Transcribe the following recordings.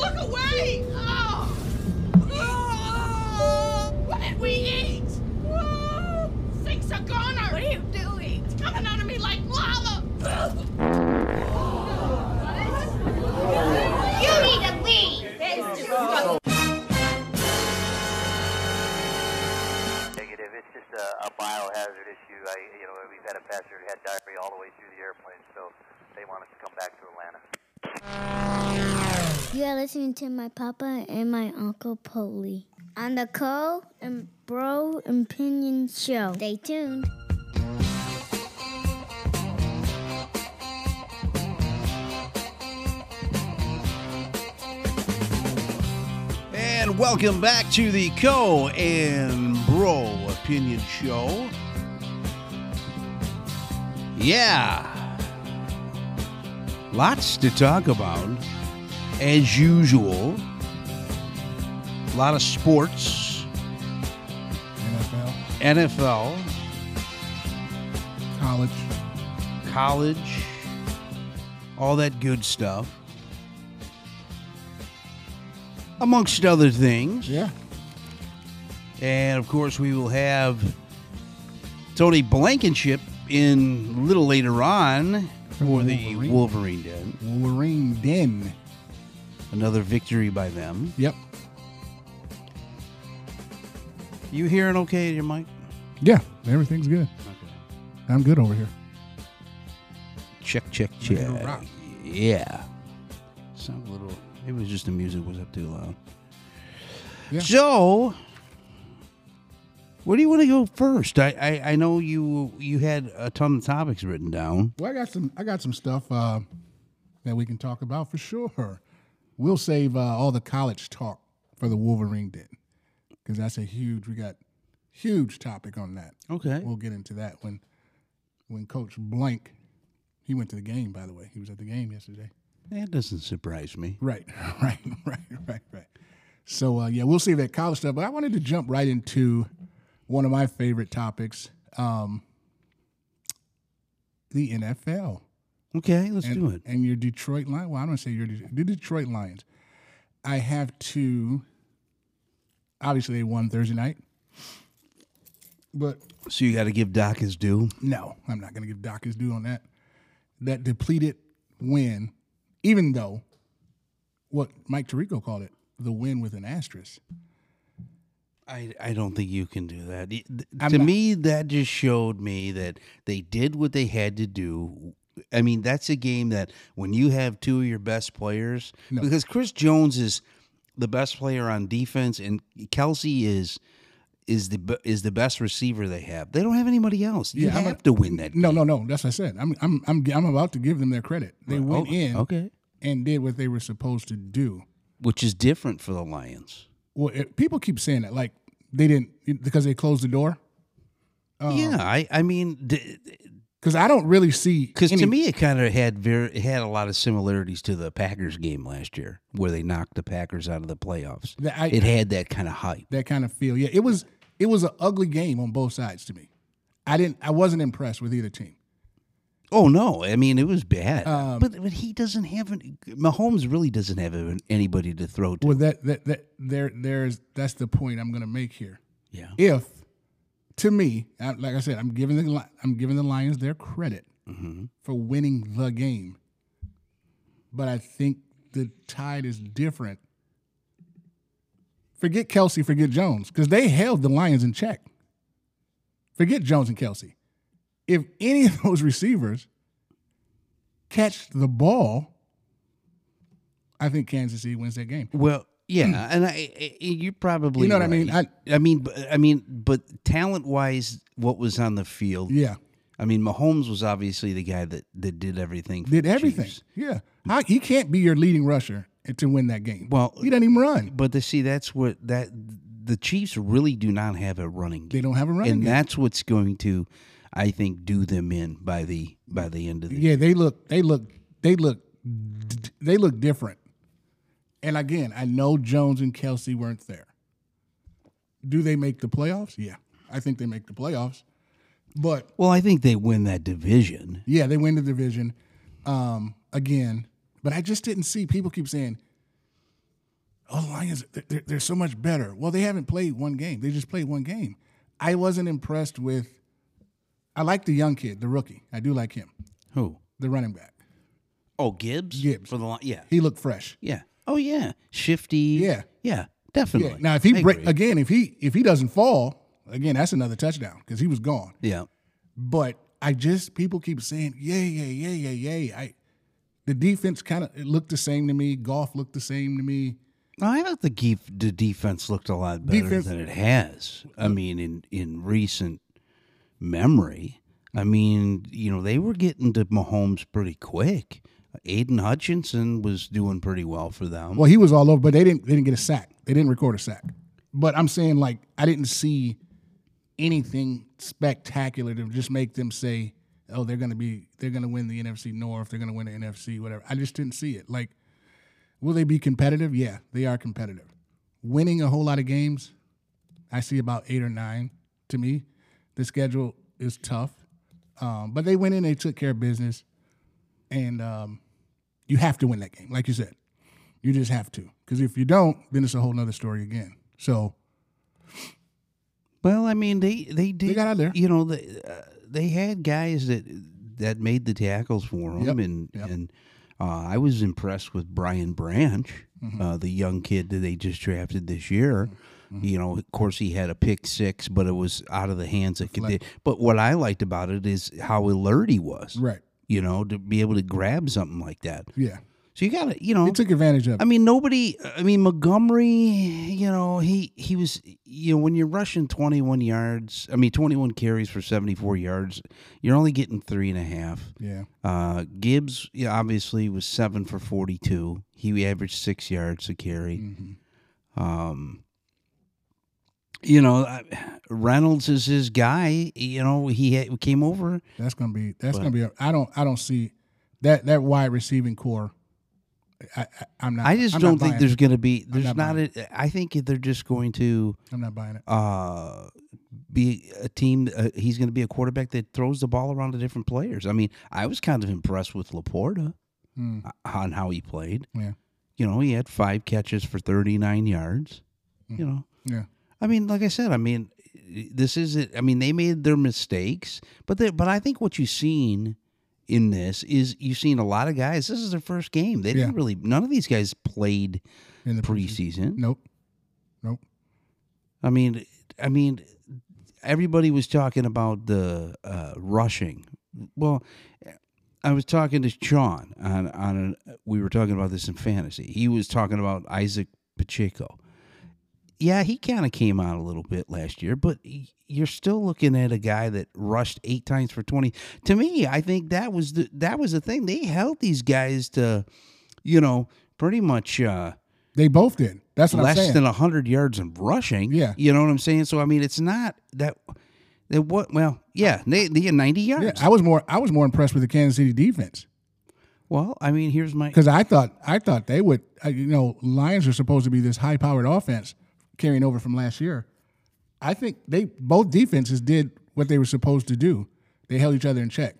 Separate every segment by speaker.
Speaker 1: Wait! Oh! Oh! What did we eat? Whoa! Six are gone. What are you doing? It's coming out of me like lava.
Speaker 2: You need to leave.
Speaker 3: Negative. It's just a, a biohazard issue. I, you know, we've had a passenger who had diarrhea all the way through the airplane, so they want us to come back to Atlanta.
Speaker 4: You are listening to my papa and my uncle Polly on the Co and Bro Opinion Show. Stay tuned.
Speaker 5: And welcome back to the Co and Bro Opinion Show. Yeah. Lots to talk about, as usual. A lot of sports,
Speaker 6: NFL,
Speaker 5: NFL,
Speaker 6: college.
Speaker 5: college, all that good stuff. Amongst other things.
Speaker 6: Yeah.
Speaker 5: And of course, we will have Tony Blankenship in a little later on for the
Speaker 6: Wolverine.
Speaker 5: Wolverine Den.
Speaker 6: Wolverine Den.
Speaker 5: Another victory by them.
Speaker 6: Yep.
Speaker 5: You hearing okay, your mic?
Speaker 6: Yeah. Everything's good.
Speaker 5: Okay.
Speaker 6: I'm good over here.
Speaker 5: Check, check,
Speaker 6: Ready to
Speaker 5: check.
Speaker 6: rock.
Speaker 5: Yeah. Sound a little. It was just the music was up too loud.
Speaker 6: Yeah.
Speaker 5: So, where do you want to go first? I, I I know you you had a ton of topics written down.
Speaker 6: Well, I got some. I got some stuff uh, that we can talk about for sure. We'll save uh, all the college talk for the Wolverine Den because that's a huge. We got huge topic on that.
Speaker 5: Okay.
Speaker 6: We'll get into that when when Coach Blank. He went to the game, by the way. He was at the game yesterday.
Speaker 5: That doesn't surprise me.
Speaker 6: Right, right, right, right, right. So uh, yeah, we'll see that college stuff. But I wanted to jump right into one of my favorite topics, um, the NFL
Speaker 5: Okay, let's do it.
Speaker 6: and your Detroit Lions. Well, I'm gonna say your De- the Detroit Lions. I have to. Obviously, they won Thursday night, but
Speaker 5: So you got to give Doc his due.
Speaker 6: no, I'm not going to give Doc his due on that. That depleted win, even though what Mike Tirico called it, the win with an asterisk.
Speaker 5: I, I don't think you can do that. Y- th-
Speaker 6: I'm
Speaker 5: to
Speaker 6: not-
Speaker 5: me, that just showed me that they did what they had to do. I mean, that's a game that when you have two of your best players,
Speaker 6: No.
Speaker 5: because Chris Jones is the best player on defense, and Kelsey is is the be- is the best receiver they have. They don't have anybody else. You
Speaker 6: Yeah, I'm
Speaker 5: have
Speaker 6: a-
Speaker 5: to win that.
Speaker 6: No,
Speaker 5: game.
Speaker 6: no, no. That's what I said. I'm, I'm, I'm, I'm about to give them their credit. They went
Speaker 5: Oh,
Speaker 6: in
Speaker 5: okay,
Speaker 6: and did what they were supposed to do.
Speaker 5: which is different for the Lions.
Speaker 6: Well, it, people keep saying that, like they didn't because they closed the door.
Speaker 5: yeah, I I mean. D-
Speaker 6: Because I don't really see
Speaker 5: Because
Speaker 6: any-
Speaker 5: to me, it kind of had very it had a lot of similarities to the Packers game last year, where they knocked the Packers out of the playoffs.
Speaker 6: The- I-
Speaker 5: it had that kind of hype.
Speaker 6: that kind of feel. Yeah, it was it was an ugly game on both sides to me. I didn't I wasn't impressed with either team.
Speaker 5: Oh no, I mean it was bad.
Speaker 6: Um,
Speaker 5: but but he doesn't have an, Mahomes really doesn't have an- anybody to throw to.
Speaker 6: Well, that that that there there's that's the point I'm going to make here.
Speaker 5: yeah,
Speaker 6: If to me, I, like I said, I'm giving the Li- I'm giving the Lions their credit for winning the game, but I think the tide is different. Forget Kelsey, forget Jones, because they held the Lions in check. Forget Jones and Kelsey. If any of those receivers catch the ball, I think Kansas City wins that game.
Speaker 5: Well, yeah, and I, I I- you probably
Speaker 6: mm. You know what I mean?
Speaker 5: right. I mean, b- I mean, but talent wise, what was on the field?
Speaker 6: Yeah.
Speaker 5: I mean, Mahomes was obviously the guy that that did everything. For
Speaker 6: did
Speaker 5: the
Speaker 6: everything.
Speaker 5: Chiefs.
Speaker 6: Yeah, How, he can't be your leading rusher to win that game.
Speaker 5: Well-
Speaker 6: he doesn't even run.
Speaker 5: But to see, that's what that the Chiefs really do not have a running game,
Speaker 6: They don't have a running
Speaker 5: and
Speaker 6: game.
Speaker 5: that's what's going to, I think, do them in by the by the end of the.
Speaker 6: yeah, they look, they look, they look, d- they look different. And again, I know Jones and Kelsey weren't there. Do they make the playoffs? Yeah, I think they make the playoffs. But
Speaker 5: Well, I think they win that division.
Speaker 6: Yeah, they win the division um, again. But I just didn't see people keep saying, oh, the Lions, they're- they're, they're so much better. Well, they haven't played one game. They just played one game. I wasn't impressed with. I like the young kid, the rookie. I do like him,
Speaker 5: Who?
Speaker 6: the running back.
Speaker 5: Oh, Gibbs.
Speaker 6: Gibbs.
Speaker 5: for the Lions. Yeah,
Speaker 6: He looked fresh.
Speaker 5: yeah. Oh yeah, shifty.
Speaker 6: Yeah.
Speaker 5: yeah, definitely.
Speaker 6: Yeah. Now, if he
Speaker 5: I
Speaker 6: break,
Speaker 5: agree.
Speaker 6: again, if he if he doesn't fall again, that's another touchdown because he was gone.
Speaker 5: yeah,
Speaker 6: But I just people keep saying yay, yay, yay, yay, yay. I the defense kind of it looked the same to me. Golf looked the same to me.
Speaker 5: I thought the, gef- the defense looked a lot better
Speaker 6: Defense-
Speaker 5: than it has. I mean, in, in recent memory, I mean, you know, they were getting to Mahomes pretty quick. Aiden Hutchinson was doing pretty well for them.
Speaker 6: Um, Well, he was all over, but they didn't they didn't get a sack. They didn't record a sack. But I'm saying like I didn't see anything spectacular to just make them say, "Oh, they're going to be they're going to win the NFC North, they're going to win the NFC whatever." I just didn't see it. Like will they be competitive? Yeah, they are competitive. Winning a whole lot of games, I see about 8 or 9 to me. The schedule is tough. Um, but they went in, they took care of business. And um, you have to win that game, like you said. You just have to. Because if you don't, then it's a whole nother story again. So
Speaker 5: Well, I mean, they they did.
Speaker 6: got out there.
Speaker 5: You know, they uh, they had guys that that made the tackles for them,
Speaker 6: Yep,
Speaker 5: and
Speaker 6: yep.
Speaker 5: and uh, I was impressed with Brian Branch,
Speaker 6: Mm-hmm.
Speaker 5: uh, the young kid that they just drafted this year.
Speaker 6: Mm-hmm.
Speaker 5: You know, of course, he had a pick six, but it was out of the hands of. Condi- but what I liked about it is how alert he was.
Speaker 6: right.
Speaker 5: You know, to be able to grab something like that.
Speaker 6: Yeah.
Speaker 5: So you got to, you know,
Speaker 6: He took advantage of
Speaker 5: I
Speaker 6: it.
Speaker 5: mean, nobody. I mean, Montgomery. You know, he he was. You know, when you're rushing 21 yards, I mean, 21 carries for 74 yards, you're only getting three and a half.
Speaker 6: Yeah.
Speaker 5: Uh, Gibbs yeah, obviously was seven for 42. He averaged six yards a carry.
Speaker 6: Mm-hmm.
Speaker 5: Um, you know, I- Reynolds is his guy. You know, he ha- came over.
Speaker 6: That's gonna be that's gonna be a, I don't I don't see that that wide receiving core. I, I I'm not
Speaker 5: I just
Speaker 6: I'm not
Speaker 5: don't think
Speaker 6: buying
Speaker 5: there's
Speaker 6: it.
Speaker 5: going to be. There's
Speaker 6: not
Speaker 5: not.
Speaker 6: buying
Speaker 5: a, I think they're just going to.
Speaker 6: I'm not buying it.
Speaker 5: uh, be a team. Uh, he's going to be a quarterback that throws the ball around to different players. I mean, I was kind of impressed with Laporta
Speaker 6: Hmm.
Speaker 5: uh, on how he played.
Speaker 6: Yeah.
Speaker 5: You know, he had five catches for 39 yards. You know,
Speaker 6: Hmm. Yeah.
Speaker 5: I mean, like I said, I mean, this isn't. I mean, they made their mistakes, but they, but I think what you've seen in this is you've seen a lot of guys. This is their first game. They didn't
Speaker 6: Yeah.
Speaker 5: really. None of these guys played
Speaker 6: In the
Speaker 5: preseason.
Speaker 6: Nope. Nope.
Speaker 5: I mean, I mean, everybody was talking about the uh, rushing. Well, I was talking to Sean on on an, we were talking about this in fantasy. He was talking about Isaac Pacheco. Yeah, he kind of came out a little bit last year, but y- you're still looking at a guy that rushed eight times for twenty. To me, I think that was the that was the thing. They held these guys to, you know, pretty much. Uh,
Speaker 6: They both did. That's what I'm
Speaker 5: less
Speaker 6: saying.
Speaker 5: than 100 yards in rushing.
Speaker 6: Yeah.
Speaker 5: You know what I'm saying? So, I mean, it's not that, that what, well, yeah, they, they had 90 yards.
Speaker 6: yeah, I was more I was more impressed with the Kansas City defense.
Speaker 5: well, I mean, here's my,
Speaker 6: Because I thought I thought they would, I- you know, Lions are supposed to be this high powered offense carrying over from last year. I think they both defenses did what they were supposed to do. They held each other in check.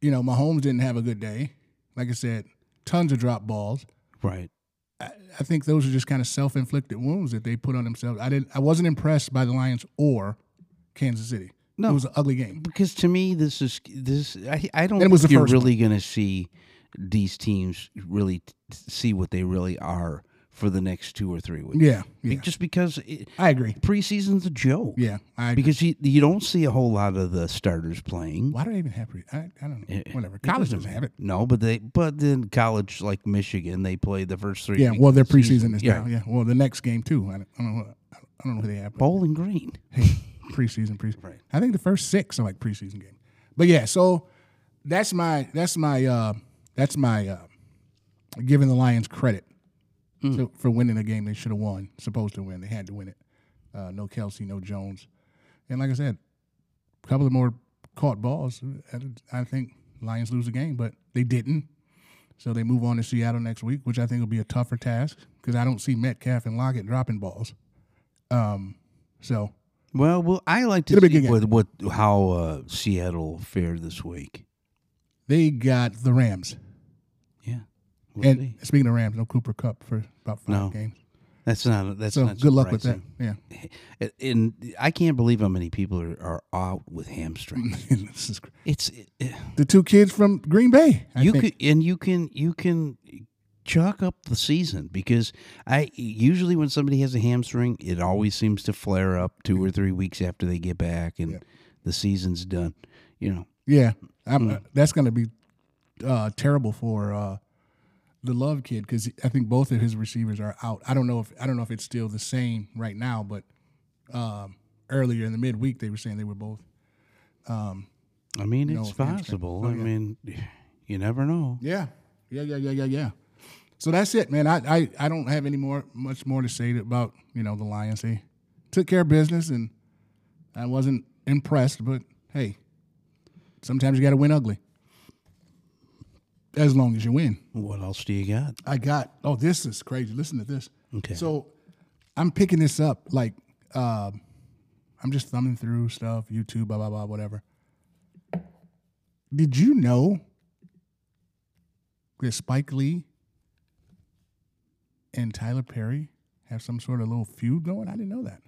Speaker 6: You know, Mahomes didn't have a good day. Like I said, tons of drop balls.
Speaker 5: right.
Speaker 6: I think those are just kind of self inflicted wounds that they put on themselves. I didn't. I wasn't impressed by the Lions or Kansas City.
Speaker 5: No.
Speaker 6: it was an ugly game.
Speaker 5: Because to me, this is, this, I, I don't
Speaker 6: And it was
Speaker 5: think
Speaker 6: the
Speaker 5: you're
Speaker 6: first
Speaker 5: really going to see these teams really t- see what they really are for the next two or three weeks.
Speaker 6: Yeah,
Speaker 5: Be-
Speaker 6: yeah.
Speaker 5: Just because it,
Speaker 6: I agree.
Speaker 5: preseason's a joke.
Speaker 6: Yeah, I. Agree.
Speaker 5: Because you, you don't see a whole lot of the starters playing.
Speaker 6: Why do they even have? Pre- I, I don't know.
Speaker 5: It-
Speaker 6: Whatever.
Speaker 5: it
Speaker 6: College
Speaker 5: doesn't
Speaker 6: doesn't have it.
Speaker 5: No, but they but then college like Michigan, they play the first three.
Speaker 6: Yeah,
Speaker 5: weeks
Speaker 6: well,
Speaker 5: of
Speaker 6: their
Speaker 5: the season.
Speaker 6: preseason is
Speaker 5: yeah.
Speaker 6: now. Yeah, well, the next game too. I don't, I don't know. I don't- I don't know who they have. But
Speaker 5: Bowling Green.
Speaker 6: preseason, preseason.
Speaker 5: Right.
Speaker 6: I think the first six are like preseason games. But yeah, so that's my that's my uh, that's my uh, giving the Lions credit to, for winning a game they should have won, supposed to win. They had to win it. Uh, no Kelsey, no Jones, and like I said, a couple of more caught balls. I I think Lions lose the game, but they didn't. So they move on to Seattle next week, which I think will be a tougher task because I don't see Metcalf and Lockett dropping balls. Um, so
Speaker 5: Well, well, I like to
Speaker 6: It'll be a
Speaker 5: see
Speaker 6: good game.
Speaker 5: what, what how uh, Seattle fared this week.
Speaker 6: they got the Rams.
Speaker 5: Yeah.
Speaker 6: and
Speaker 5: see.
Speaker 6: speaking of Rams, no Cooper Cup for about five
Speaker 5: No.
Speaker 6: games.
Speaker 5: That's not. That's
Speaker 6: So
Speaker 5: not
Speaker 6: good luck with that.
Speaker 5: surprising.
Speaker 6: Yeah,
Speaker 5: And I can't believe how many people are, are out with hamstrings.
Speaker 6: This is cr-
Speaker 5: It's it,
Speaker 6: the two kids from Green Bay. I
Speaker 5: you
Speaker 6: think.
Speaker 5: could and you can you can chalk up the season because I usually when somebody has a hamstring, it always seems to flare up two or three weeks after they get back and
Speaker 6: Yeah.
Speaker 5: the season's done. You know,
Speaker 6: Yeah,
Speaker 5: Hmm.
Speaker 6: I'm, that's going to be uh, terrible for uh, the Love kid because I think both of his receivers are out. I don't know if I don't know if it's still the same right now, but um, earlier in the midweek they were saying they were both.
Speaker 5: I mean
Speaker 6: No,
Speaker 5: it's
Speaker 6: hamstring.
Speaker 5: possible.
Speaker 6: Oh,
Speaker 5: I
Speaker 6: yeah.
Speaker 5: mean, you never know.
Speaker 6: Yeah, yeah, yeah, yeah, yeah, yeah. So that's it, man. I, I, I don't have any more much more to say about you know the Lions. They took care of business, and I wasn't impressed. But hey, sometimes you got to win ugly. As long as you win.
Speaker 5: What else do you got?
Speaker 6: I got. Oh, this is crazy. Listen to this.
Speaker 5: Okay.
Speaker 6: So I'm picking this up. Like, um, I'm just thumbing through stuff, YouTube, blah, blah, blah, whatever. Did you know that Spike Lee and Tyler Perry have some sort of little feud going? I didn't know that.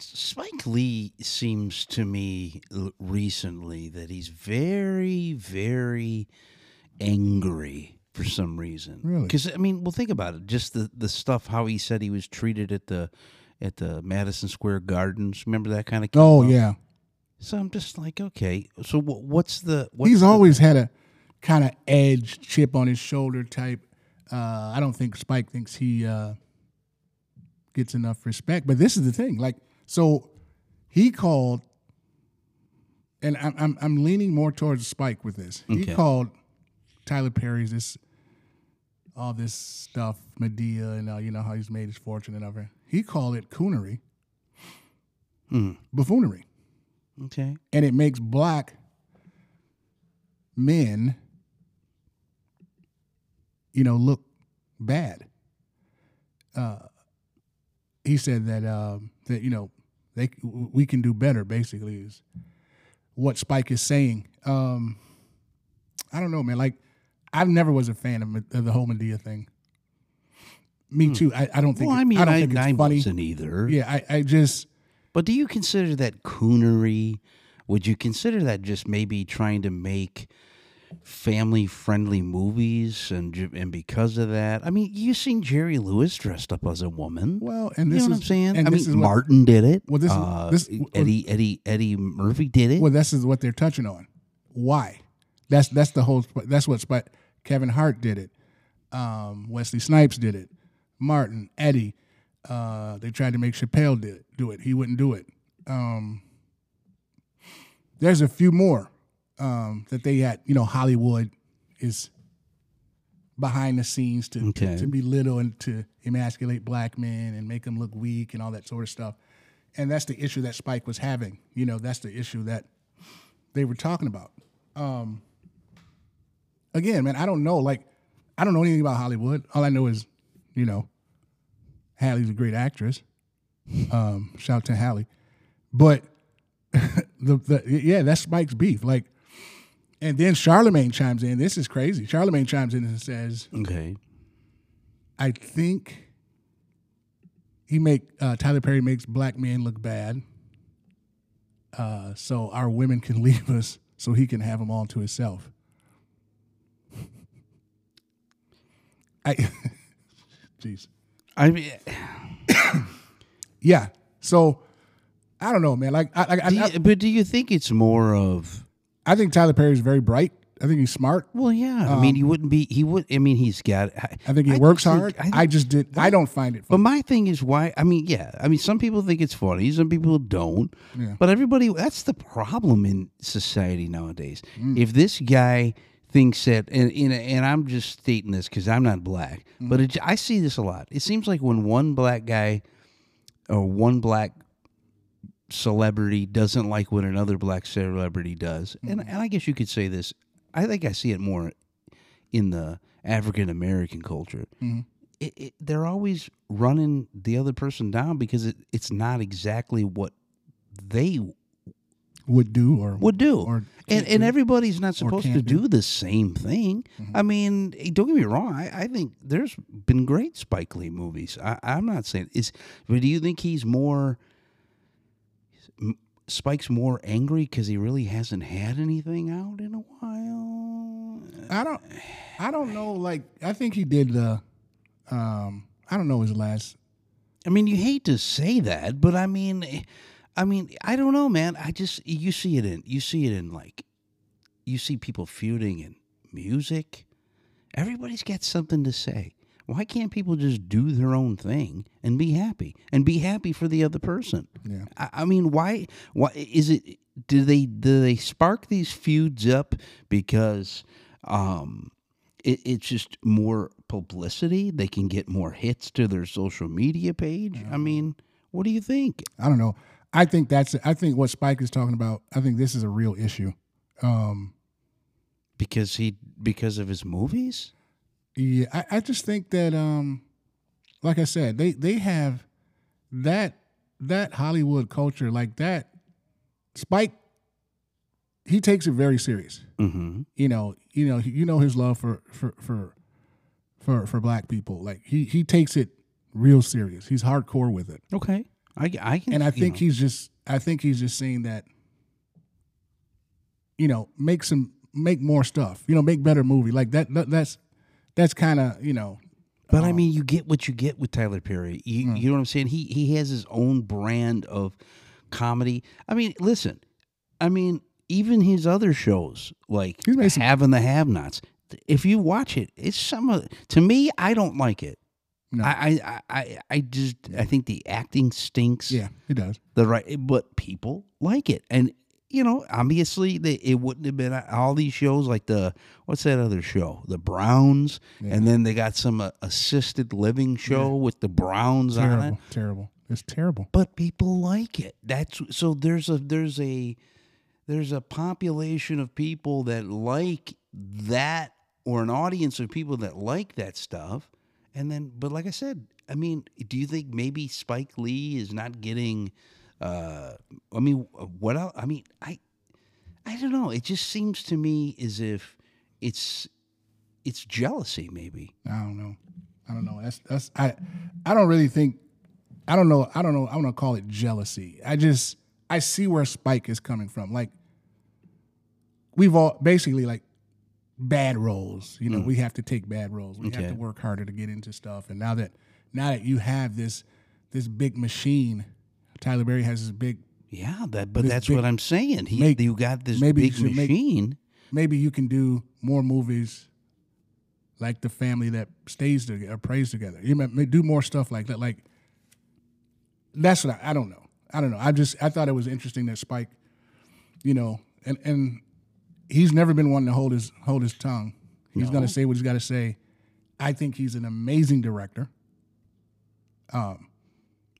Speaker 5: Spike Lee seems to me l- recently that he's very, very angry for some reason.
Speaker 6: Really?
Speaker 5: Because I mean, well, think about it. Just the the stuff how he said he was treated at the at the Madison Square Gardens. Remember that kind of? came
Speaker 6: Oh,
Speaker 5: up?
Speaker 6: yeah.
Speaker 5: So I'm just like, okay. So wh- what's the? What's
Speaker 6: He's
Speaker 5: the-
Speaker 6: always had a kind of edge chip on his shoulder type. Uh, I don't think Spike thinks he uh, gets enough respect. But this is the thing, like, so he called, and I'm I'm, I'm leaning more towards Spike with this. He
Speaker 5: Okay.
Speaker 6: called Tyler Perry's this all this stuff, Medea, and uh, you know how he's made his fortune and everything. He called it coonery,
Speaker 5: Hmm.
Speaker 6: buffoonery
Speaker 5: okay.
Speaker 6: and it makes black men you know look bad uh he said that um that you know they we can do better basically is what spike is saying um i don't know man like i never was a fan of, Ma- of the whole medea thing me too i, I don't think
Speaker 5: Hmm. Well,
Speaker 6: it-
Speaker 5: I mean,
Speaker 6: i
Speaker 5: I,
Speaker 6: don't
Speaker 5: I,
Speaker 6: think it's funny
Speaker 5: wasn't either.
Speaker 6: yeah i i just
Speaker 5: But do you consider that coonery? Would you consider that just maybe trying to make family friendly movies and ju- and because of that? I mean, you seen Jerry Lewis dressed up as a woman.
Speaker 6: Well, and
Speaker 5: you
Speaker 6: this
Speaker 5: know
Speaker 6: is-
Speaker 5: what I'm saying?
Speaker 6: and
Speaker 5: I
Speaker 6: this
Speaker 5: mean,
Speaker 6: is what-
Speaker 5: Martin did it.
Speaker 6: Well, this is-
Speaker 5: uh,
Speaker 6: this-
Speaker 5: Eddie Eddie Eddie Murphy did it.
Speaker 6: Well, this is what they're touching on. Why? That's that's the whole. That's what Spike, Kevin Hart did it. Um, Wesley Snipes did it. Martin, Eddie. Uh, they tried to make Chappelle did it, do it. He wouldn't do it. Um, there's a few more um, that they had. You know, Hollywood is behind the scenes to,
Speaker 5: Okay.
Speaker 6: to to belittle and to emasculate black men and make them look weak and all that sort of stuff. And that's the issue that Spike was having. You know, that's the issue that they were talking about. Um, again, man, I don't know. Like, I don't know anything about Hollywood. All I know is, you know, Hallie's a great actress. Um, shout out to Hallie. But the, the yeah, that's Spike's beef. Like, and then Charlemagne chimes in. This is crazy. Charlemagne chimes in and says,
Speaker 5: okay.
Speaker 6: I think he make uh, Tyler Perry makes black men look bad, uh, so our women can leave us, so he can have them all to himself. I, jeez,
Speaker 5: I mean,
Speaker 6: yeah. So I don't know, man. Like I, I,
Speaker 5: do
Speaker 6: I,
Speaker 5: you- but do you think it's more of
Speaker 6: I think Tyler Perry is very bright. I think he's smart.
Speaker 5: well, yeah. I mean, he wouldn't be. He would. I mean, he's got. I,
Speaker 6: Um, I think he
Speaker 5: just
Speaker 6: works
Speaker 5: think-
Speaker 6: hard.
Speaker 5: think-
Speaker 6: I just did. I don't find it.
Speaker 5: But
Speaker 6: Funny.
Speaker 5: my thing is why I mean, yeah, I mean some people think it's funny, some people don't.
Speaker 6: Yeah.
Speaker 5: But everybody that's the problem in society nowadays.
Speaker 6: Mm.
Speaker 5: If this guy thinks that and and, and I'm just stating this cuz I'm not black,
Speaker 6: Mm.
Speaker 5: but it, I see this a lot. It seems like when one black guy or one black celebrity doesn't like what another black celebrity does.
Speaker 6: Mm.
Speaker 5: And, and I guess you could say this. I think I see it more in the African American culture. It, it, they're always running the other person down because it, it's not exactly what they
Speaker 6: would do or
Speaker 5: would do.
Speaker 6: Or-
Speaker 5: and, and everybody's not supposed to
Speaker 6: can't
Speaker 5: do the same thing. I mean, eh, don't get me wrong. I, I think there's been great Spike Lee movies. I, I'm not saying is, but do you think he's more m- Spike's more angry because he really hasn't had anything out in a while?
Speaker 6: I don't I don't know like I think he did the um I don't know his last
Speaker 5: I mean, you hate to say that, but I mean, eh, I mean, I don't know, man. I just you see it in you see it in like you see people feuding in music. Everybody's got something to say. Why can't people just do their own thing and be happy and be happy for the other person?
Speaker 6: Yeah.
Speaker 5: I, I mean, why? Why is it? Do they do they spark these feuds up because um, it, it's just more publicity? They can get more hits to their social media page. I mean, what do you think?
Speaker 6: I don't know. I think that's I think what Spike is talking about, I think this is a real issue. Um
Speaker 5: Because he because of his movies?
Speaker 6: Yeah, I, I just think that um like I said, they they have that that Hollywood culture, like that Spike he takes it very serious.
Speaker 5: Mm-hmm.
Speaker 6: You know, you know, you know his love for for for for, for black people. Like he he takes it real serious. He's hardcore with it.
Speaker 5: Okay, I I can
Speaker 6: And I
Speaker 5: you
Speaker 6: think
Speaker 5: know.
Speaker 6: he's just I think he's just saying that you know, make some make more stuff. You know, make better movie. Like that, that that's that's kind of, you know,
Speaker 5: But
Speaker 6: Oh.
Speaker 5: I mean, you get what you get with Tyler Perry. You,
Speaker 6: Hmm.
Speaker 5: you know what I'm saying? He he has his own brand of comedy. I mean, listen. I mean, even his other shows like
Speaker 6: He's made some-
Speaker 5: Have and the Have Nots. If you watch it, it's some of to me. I don't like it.
Speaker 6: No.
Speaker 5: I, I I- I I just I think the acting stinks.
Speaker 6: Yeah, it does.
Speaker 5: the right, but people like it, and you know, obviously, they, it wouldn't have been all these shows like the what's that other show, the Browns, and then they got some uh, assisted living show with the Browns on it.
Speaker 6: Terrible, terrible. It's terrible.
Speaker 5: But people like it. That's so there's a there's a there's a population of people that like that, or an audience of people that like that stuff, and then, but like I said, I mean, do you think maybe Spike Lee is not getting? uh I mean, what else? I mean, I I don't know. It just seems to me as if it's it's jealousy, maybe.
Speaker 6: I don't know. I don't know. That's that's I. I don't really think. I don't know. I don't know. I want to call it jealousy. I just I see where Spike is coming from. Like we've all basically like bad roles. You know, we have to take bad roles. We
Speaker 5: Okay.
Speaker 6: have to work harder to get into stuff. And now that now that you have this this big machine, Tyler Berry has this big.
Speaker 5: Yeah, that. But
Speaker 6: This
Speaker 5: that's
Speaker 6: big-
Speaker 5: what I'm saying. He,
Speaker 6: make-
Speaker 5: you got this
Speaker 6: maybe you
Speaker 5: big
Speaker 6: should make-
Speaker 5: machine.
Speaker 6: Maybe you can do more movies. Like the family that stays together, prays together. You may, may do more stuff like that. Like that's what I, I don't know. I don't know. I just I thought it was interesting that Spike, you know, and and he's never been one to hold his hold his tongue. He's gonna say what he's got to say. I think he's an amazing director.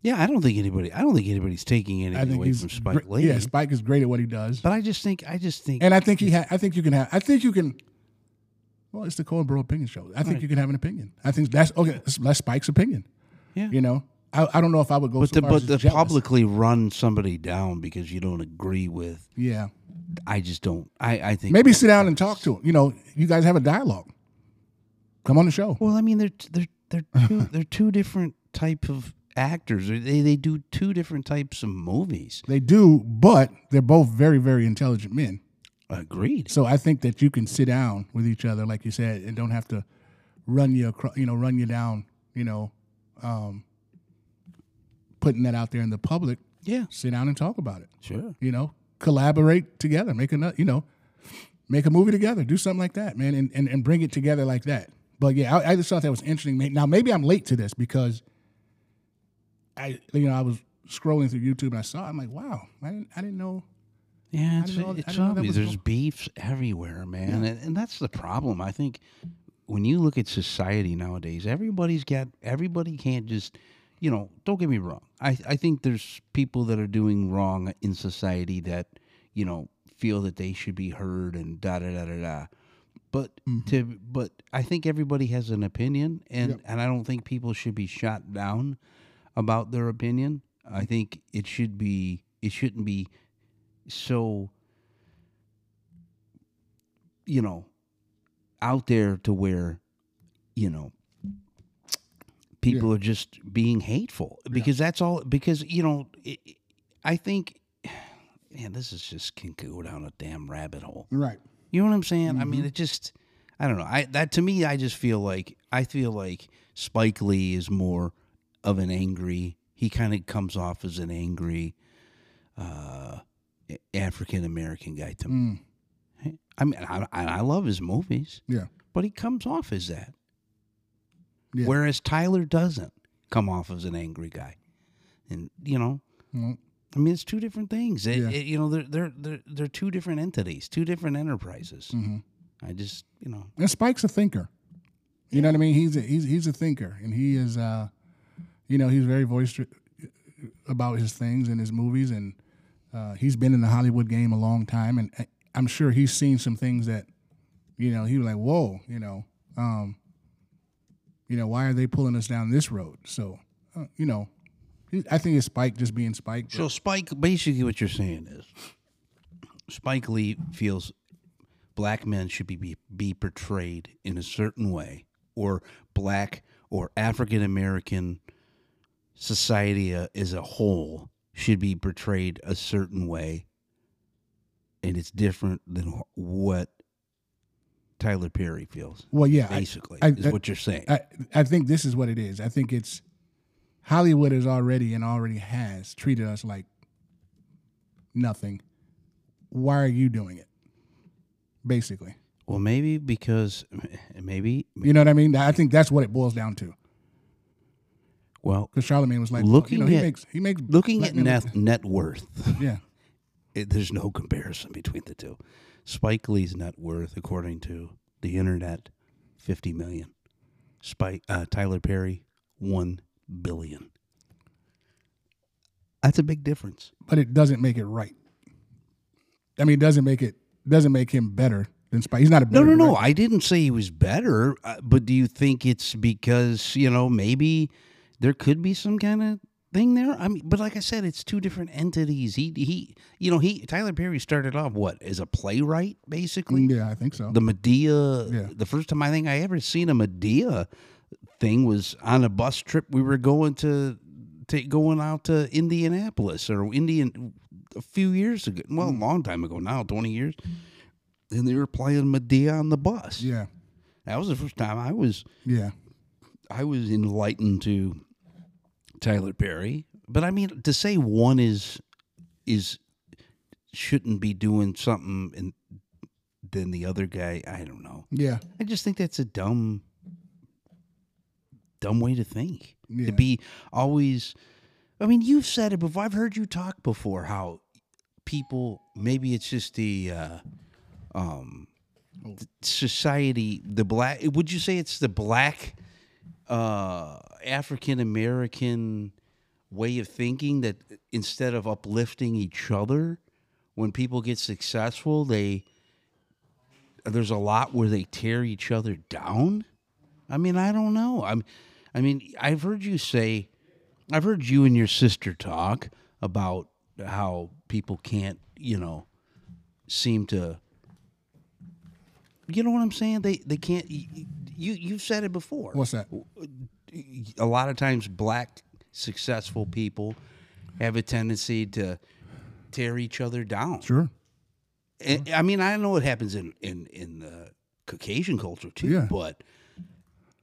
Speaker 5: Yeah, I don't think anybody. I don't think anybody's taking
Speaker 6: I
Speaker 5: anything
Speaker 6: think
Speaker 5: away
Speaker 6: he's
Speaker 5: from Spike
Speaker 6: gr-
Speaker 5: Lee.
Speaker 6: Yeah, Spike is great at what he does,
Speaker 5: but I just think. I just think.
Speaker 6: and I think he ha- I think you can have. I think you can. Well, it's the Colbert opinion show. I think you can have an opinion. I think that's okay. That's, that's Spike's opinion.
Speaker 5: Yeah.
Speaker 6: You know, I, I don't know if I would go.
Speaker 5: but to,
Speaker 6: so far as
Speaker 5: but
Speaker 6: just
Speaker 5: to
Speaker 6: jealous.
Speaker 5: publicly run somebody down because you don't agree with.
Speaker 6: Yeah.
Speaker 5: I just don't. I I think
Speaker 6: Maybe sit down and talk to him. You know, you guys have a dialogue. Come on the show.
Speaker 5: Well, I mean, they're they're they're two, they're two different type of actors. They they do two different types of movies.
Speaker 6: They do, but they're both very, very intelligent men.
Speaker 5: Agreed.
Speaker 6: So I think that you can sit down with each other, like you said, and don't have to run you, acro- you know, run you down, you know, um, putting that out there in the public.
Speaker 5: Yeah.
Speaker 6: Sit down and talk about it.
Speaker 5: Sure.
Speaker 6: You know, collaborate together, make another, you know, make a movie together, do something like that, man, and, and, and bring it together like that. But yeah, I, I just thought that was interesting. May- Now maybe I'm late to this because I, you know, I was scrolling through YouTube and I saw, it. I'm like, wow, I didn't, I didn't know.
Speaker 5: Yeah,
Speaker 6: I
Speaker 5: it's,
Speaker 6: didn't know- I
Speaker 5: it's
Speaker 6: didn't know that
Speaker 5: obvious.
Speaker 6: was
Speaker 5: There's
Speaker 6: going-
Speaker 5: beefs everywhere, man, and, and that's the problem. I think when you look at society nowadays, everybody's got everybody can't just, you know. Don't get me wrong. I I think there's people that are doing wrong in society that you know feel that they should be heard and da da da da da. But
Speaker 6: Mm-hmm.
Speaker 5: to but I think everybody has an opinion, and and I don't think people should be shot down about their opinion. I think it should be it shouldn't be so you know, out there to where, you know, people are just being hateful because that's all. Because you know, it, it- I think, man, this is just can go down a damn rabbit hole.
Speaker 6: Right.
Speaker 5: You know what I'm saying? I mean, it just I don't know. I that to me, I just feel like I feel like Spike Lee is more of an angry. He kind of comes off as an angry uh, African American guy to me.
Speaker 6: Mm.
Speaker 5: I mean, I, I I love his movies,
Speaker 6: Yeah.
Speaker 5: but he comes off as that.
Speaker 6: Yeah.
Speaker 5: Whereas Tyler doesn't come off as an angry guy, and you know,
Speaker 6: Mm.
Speaker 5: I mean, it's two different things. It,
Speaker 6: Yeah.
Speaker 5: it- you know, they're, they're they're they're two different entities, two different enterprises.
Speaker 6: Mhm.
Speaker 5: I just, you know,
Speaker 6: And Spike's a thinker. You know what I mean? He's a, he's he's a thinker, and he is, uh, you know, he's very voiced about his things and his movies, and uh, he's been in the Hollywood game a long time, and I- I'm sure he's seen some things that, you know, he was like, whoa, you know, um, you know, why are they pulling us down this road? So, uh, you know, he- I think it's Spike just being Spike. but-
Speaker 5: so Spike. Basically, what you're saying is, Spike Lee feels black men should be be, be portrayed in a certain way, or black or African American society uh, as a whole should be portrayed a certain way, and it's different than wh- what Tyler Perry feels.
Speaker 6: well, yeah, I-
Speaker 5: Basically,
Speaker 6: I-
Speaker 5: is
Speaker 6: I-
Speaker 5: what you're saying.
Speaker 6: I, I think this is what it is. I think it's Hollywood is already and already has treated us like nothing. Why are you doing it? Basically,
Speaker 5: well, maybe because maybe
Speaker 6: you know what I mean. I think that's what it boils down to.
Speaker 5: well,
Speaker 6: Because Charlemagne was like,
Speaker 5: Looking
Speaker 6: you know, he
Speaker 5: at-
Speaker 6: makes he makes
Speaker 5: looking
Speaker 6: black
Speaker 5: at
Speaker 6: men look-
Speaker 5: net net worth.
Speaker 6: yeah,
Speaker 5: it, there's no comparison between the two. Spike Lee's net worth, according to the internet, fifty million. Spike uh, Tyler Perry, one billion. That's a big difference.
Speaker 6: but it doesn't make it right. I mean, it doesn't make it doesn't make him better than Spike. He's not a
Speaker 5: No,
Speaker 6: better
Speaker 5: no, no.
Speaker 6: director.
Speaker 5: I didn't say he was better, uh, but do you think it's because you know maybe there could be some kind of thing there? I mean, but like I said, it's two different entities. He he, you know, he Tyler Perry started off what as a playwright, basically.
Speaker 6: Yeah, I think so.
Speaker 5: The Medea.
Speaker 6: Yeah.
Speaker 5: The first time I think I ever seen a Medea thing was on a bus trip. We were going to, ta going out to Indianapolis or Indian a few years ago. Well,
Speaker 6: Mm.
Speaker 5: a long time ago now, twenty years. And they were playing Medea on the bus.
Speaker 6: yeah,
Speaker 5: That was the first time I was
Speaker 6: yeah,
Speaker 5: I was enlightened to Tyler Perry. But I mean to say one is is shouldn't be doing something and than the other guy, I don't know.
Speaker 6: yeah.
Speaker 5: I just think that's a dumb, dumb way to think.
Speaker 6: Yeah.
Speaker 5: To be always, I mean, you've said it before. I've heard you talk before how people maybe it's just the uh, um, society, the black. Would you say it's the black uh, African American way of thinking that instead of uplifting each other, when people get successful, they there's a lot where they tear each other down. I mean, I don't know. I'm, I mean, I've heard you say, I've heard you and your sister talk about how people can't, you know, seem to. You know what I'm saying? They they can't. y- y- You you've said it before.
Speaker 6: What's that?
Speaker 5: A lot of times, black successful people have a tendency to tear each other down.
Speaker 6: Sure.
Speaker 5: And, Eh, I mean, I know it happens in in in the Caucasian culture too,
Speaker 6: Yeah.
Speaker 5: but.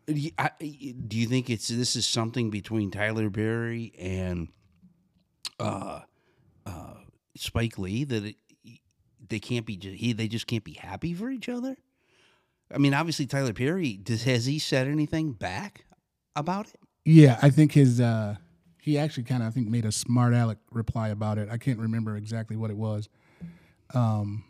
Speaker 5: y- I- do you think it's this is something between Tyler Perry and uh, uh, Spike Lee that it, they can't be ju- he they just can't be happy for each other? I mean, obviously Tyler Perry does, has he said anything back about it?
Speaker 6: Yeah, I think his uh he actually kind of I think made a smart aleck reply about it. I can't remember exactly what it was. Um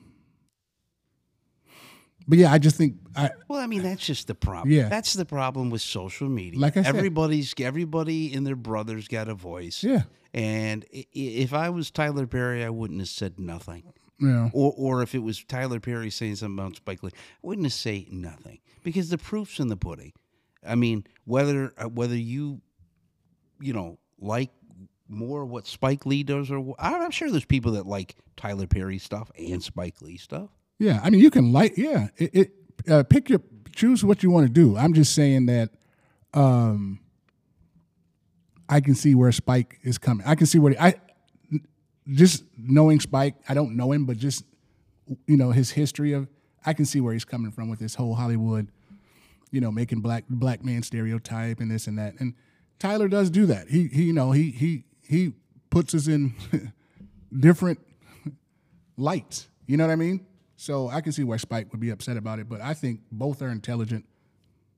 Speaker 6: But yeah, I just think I
Speaker 5: Well, I mean, that's just the problem.
Speaker 6: Yeah.
Speaker 5: that's the problem with social media.
Speaker 6: Like I said-
Speaker 5: everybody's everybody and their brother's got a voice.
Speaker 6: yeah,
Speaker 5: And i- i- if I was Tyler Perry, I wouldn't have said nothing.
Speaker 6: you know,
Speaker 5: Or, or if it was Tyler Perry saying something about Spike Lee, I wouldn't have say nothing because the proof's in the pudding. I mean, whether uh, whether you, you know, like more what Spike Lee does, or wh- I'm I'm sure there's people that like Tyler Perry stuff and Spike Lee stuff.
Speaker 6: Yeah, I mean, you can like, yeah, it, it uh, pick your choose what you want to do. I'm just saying that, um, I can see where Spike is coming. I can see where I just knowing Spike. I don't know him, but just you know his history of. I can see where he's coming from with this whole Hollywood, you know, making black black man stereotype and this and that. And Tyler does do that. He he you know he he he puts us in different lights. You know what I mean? So I can see why Spike would be upset about it, but I think both are intelligent.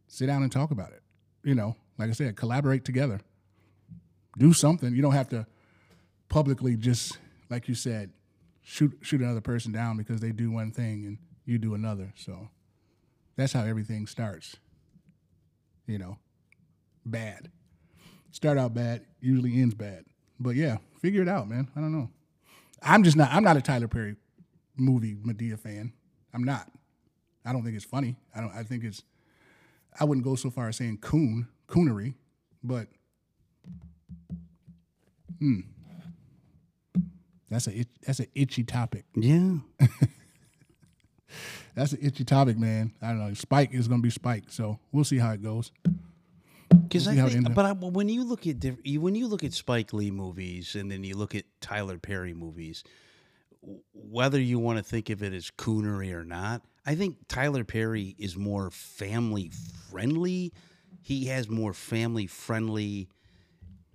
Speaker 6: Sit down and talk about it. You know, like I said, collaborate together. Do something. You don't have to publicly just, like you said, shoot shoot another person down because they do one thing and you do another. So that's how everything starts. You know, bad. Start out bad, usually ends bad. But yeah, figure it out, man. I don't know. I'm just not. I'm not a Tyler Perry movie Medea fan. I'm not. I don't think it's funny. I don't. I think it's. I wouldn't go so far as saying coon coonery, but hmm. That's a it, that's an itchy topic.
Speaker 5: Yeah.
Speaker 6: That's an itchy topic, man. I don't know. Spike is gonna be Spike, so we'll see how it goes.
Speaker 5: Because
Speaker 6: We'll
Speaker 5: I
Speaker 6: see how it
Speaker 5: think,
Speaker 6: ends up.
Speaker 5: but I, when you look at diff- you- when you look at Spike Lee movies and then you look at Tyler Perry movies, w- whether you want to think of it as coonery or not, I think Tyler Perry is more family friendly. He has more family friendly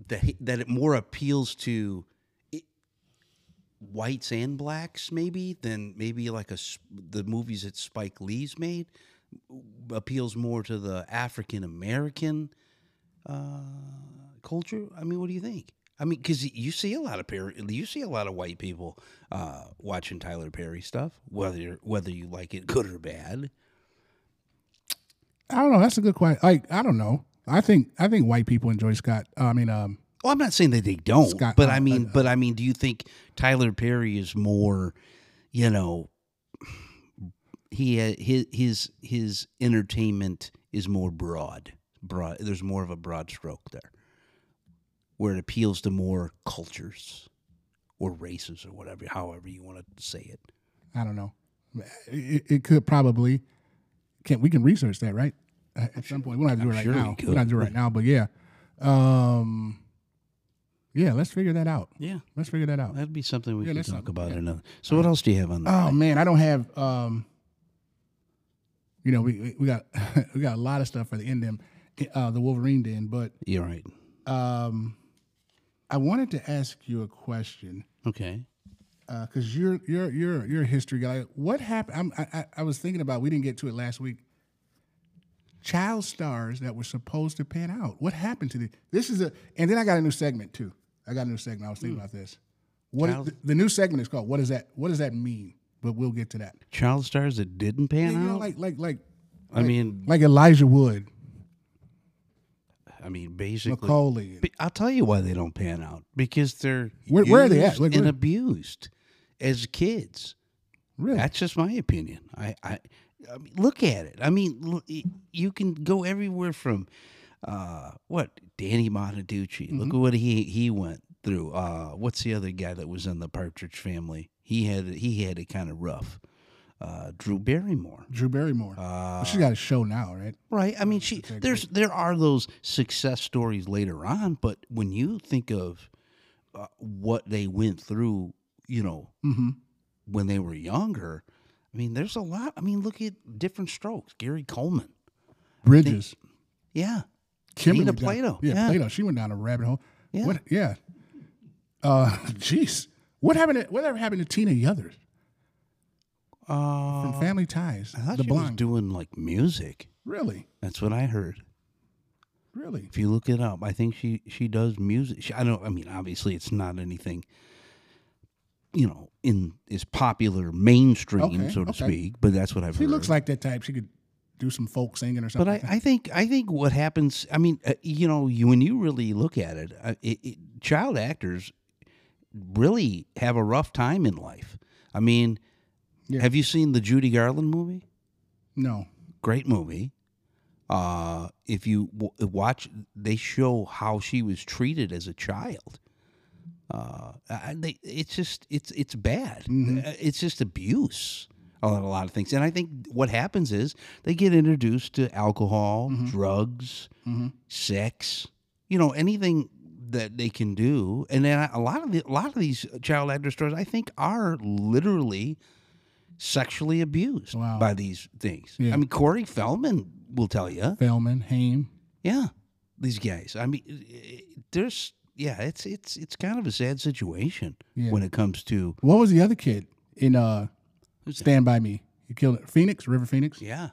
Speaker 5: that he- that it more appeals to i- whites and blacks maybe than maybe like a s- the movies that Spike Lee's made appeals more to the African American uh, culture. I mean, what do you think? I mean, because you see a lot of Perry, you see a lot of white people uh, watching Tyler Perry stuff, whether whether you like it good or bad.
Speaker 6: I don't know. That's a good question. Like I don't know. I think I think white people enjoy Scott. I mean, um,
Speaker 5: Well, I'm not saying that they don't,
Speaker 6: Scott-
Speaker 5: but
Speaker 6: uh,
Speaker 5: I mean,
Speaker 6: uh,
Speaker 5: but I mean, do you think Tyler Perry is more, you know, he uh, his his his entertainment is more broad, broad. There's more of a broad stroke there, where it appeals to more cultures, or races, or whatever, however you want to say it.
Speaker 6: I don't know. It, it could probably can we can research that right Uh, at some point. We don't have to do it
Speaker 5: I'm
Speaker 6: right
Speaker 5: sure we
Speaker 6: now. We
Speaker 5: could.
Speaker 6: don't have to do it right now, but yeah, um, yeah. Let's figure that out.
Speaker 5: Yeah,
Speaker 6: Let's figure that out.
Speaker 5: that'd be something we
Speaker 6: Yeah,
Speaker 5: could
Speaker 6: that's
Speaker 5: talk
Speaker 6: something,
Speaker 5: about
Speaker 6: yeah.
Speaker 5: another. So, what else do you have on?
Speaker 6: Oh man, I don't have. um You know, we we- we got we got a lot of stuff for the end. Them, uh, the Wolverine den, but
Speaker 5: You're right.
Speaker 6: um, I wanted to ask you a question.
Speaker 5: Okay.
Speaker 6: because uh, you're you're you're you're a history guy. What happened? I'm, I I- I was thinking about. We didn't get to it last week. Child stars that were supposed to pan out. What happened to the? This is a. And then I got a new segment too. I got a new segment. I was thinking about this. What is-
Speaker 5: Hmm. Child-
Speaker 6: the, new segment is called? What does that? What does that mean? But we'll get to that.
Speaker 5: Child stars that didn't pan
Speaker 6: You
Speaker 5: out.
Speaker 6: know, like like like
Speaker 5: I mean,
Speaker 6: like Elijah Wood,
Speaker 5: I mean, basically.
Speaker 6: Macaulay.
Speaker 5: But I'll tell you why they don't pan out because they're
Speaker 6: Where- where are they at?
Speaker 5: used
Speaker 6: Like,
Speaker 5: and
Speaker 6: where-
Speaker 5: abused as kids.
Speaker 6: Really?
Speaker 5: That's just my opinion. I, I, I mean, look at it. I mean, l- y- you can go everywhere from uh, what Danny Montaducci. Look at what he he went through. Uh, what's the other guy that was in the Partridge Family? He had he had it kind of rough. Uh, Drew Barrymore.
Speaker 6: Drew Barrymore.
Speaker 5: Ah.
Speaker 6: she got a show now, right?
Speaker 5: Right. I mean,
Speaker 6: Mm,
Speaker 5: she there's there are those success stories later on, but when you think of uh, what they went through, you know,
Speaker 6: Mm-hmm.
Speaker 5: when they were younger, I mean, there's a lot. I mean, look at different strokes. Gary Coleman.
Speaker 6: Bridges.
Speaker 5: Yeah.
Speaker 6: Kimberly
Speaker 5: Nina
Speaker 6: down-
Speaker 5: Plato,
Speaker 6: Yeah,
Speaker 5: yeah.
Speaker 6: Plato. She went down a rabbit hole.
Speaker 5: Yeah.
Speaker 6: What, yeah. Uh, jeez. What happened? To, whatever happened to Tina Yothers
Speaker 5: Uh,
Speaker 6: from Family Ties?
Speaker 5: I thought
Speaker 6: the
Speaker 5: she was
Speaker 6: blonde.
Speaker 5: doing like music.
Speaker 6: really,
Speaker 5: That's what I heard.
Speaker 6: really.
Speaker 5: If you look it up, I think she she does music. She, I don't. I mean, obviously, it's not anything, you know, in is popular mainstream,
Speaker 6: Okay,
Speaker 5: so to
Speaker 6: okay.
Speaker 5: speak. But that's what I've
Speaker 6: She
Speaker 5: heard.
Speaker 6: looks like that type. She could do some folk singing or something.
Speaker 5: But I,
Speaker 6: like that.
Speaker 5: I think I think what happens. I mean, uh, you know, you, when you really look at it, uh, it, it, child actors really have a rough time in life. I mean,
Speaker 6: Yeah.
Speaker 5: have you seen the Judy Garland movie?
Speaker 6: no.
Speaker 5: Great movie. Uh, if you w- watch, they show how she was treated as a child. Uh, I, they, it's just it's it's bad. Uh, It's just abuse. a lot, a lot of things. And I think what happens is they get introduced to alcohol, drugs, sex, you know, anything that they can do. And then a lot of the, a lot of these child actor stores, I think, are literally sexually abused
Speaker 6: Wow.
Speaker 5: by these things.
Speaker 6: Yeah.
Speaker 5: I mean, Corey Feldman will tell you.
Speaker 6: Failman, Haim.
Speaker 5: Yeah, these guys. I mean, i- i- there's yeah, it's it's it's kind of a sad situation
Speaker 6: Yeah.
Speaker 5: when it comes to
Speaker 6: What was the other kid in uh
Speaker 5: Who's that?
Speaker 6: Stand by Me? He killed it. Phoenix, River Phoenix.
Speaker 5: yeah,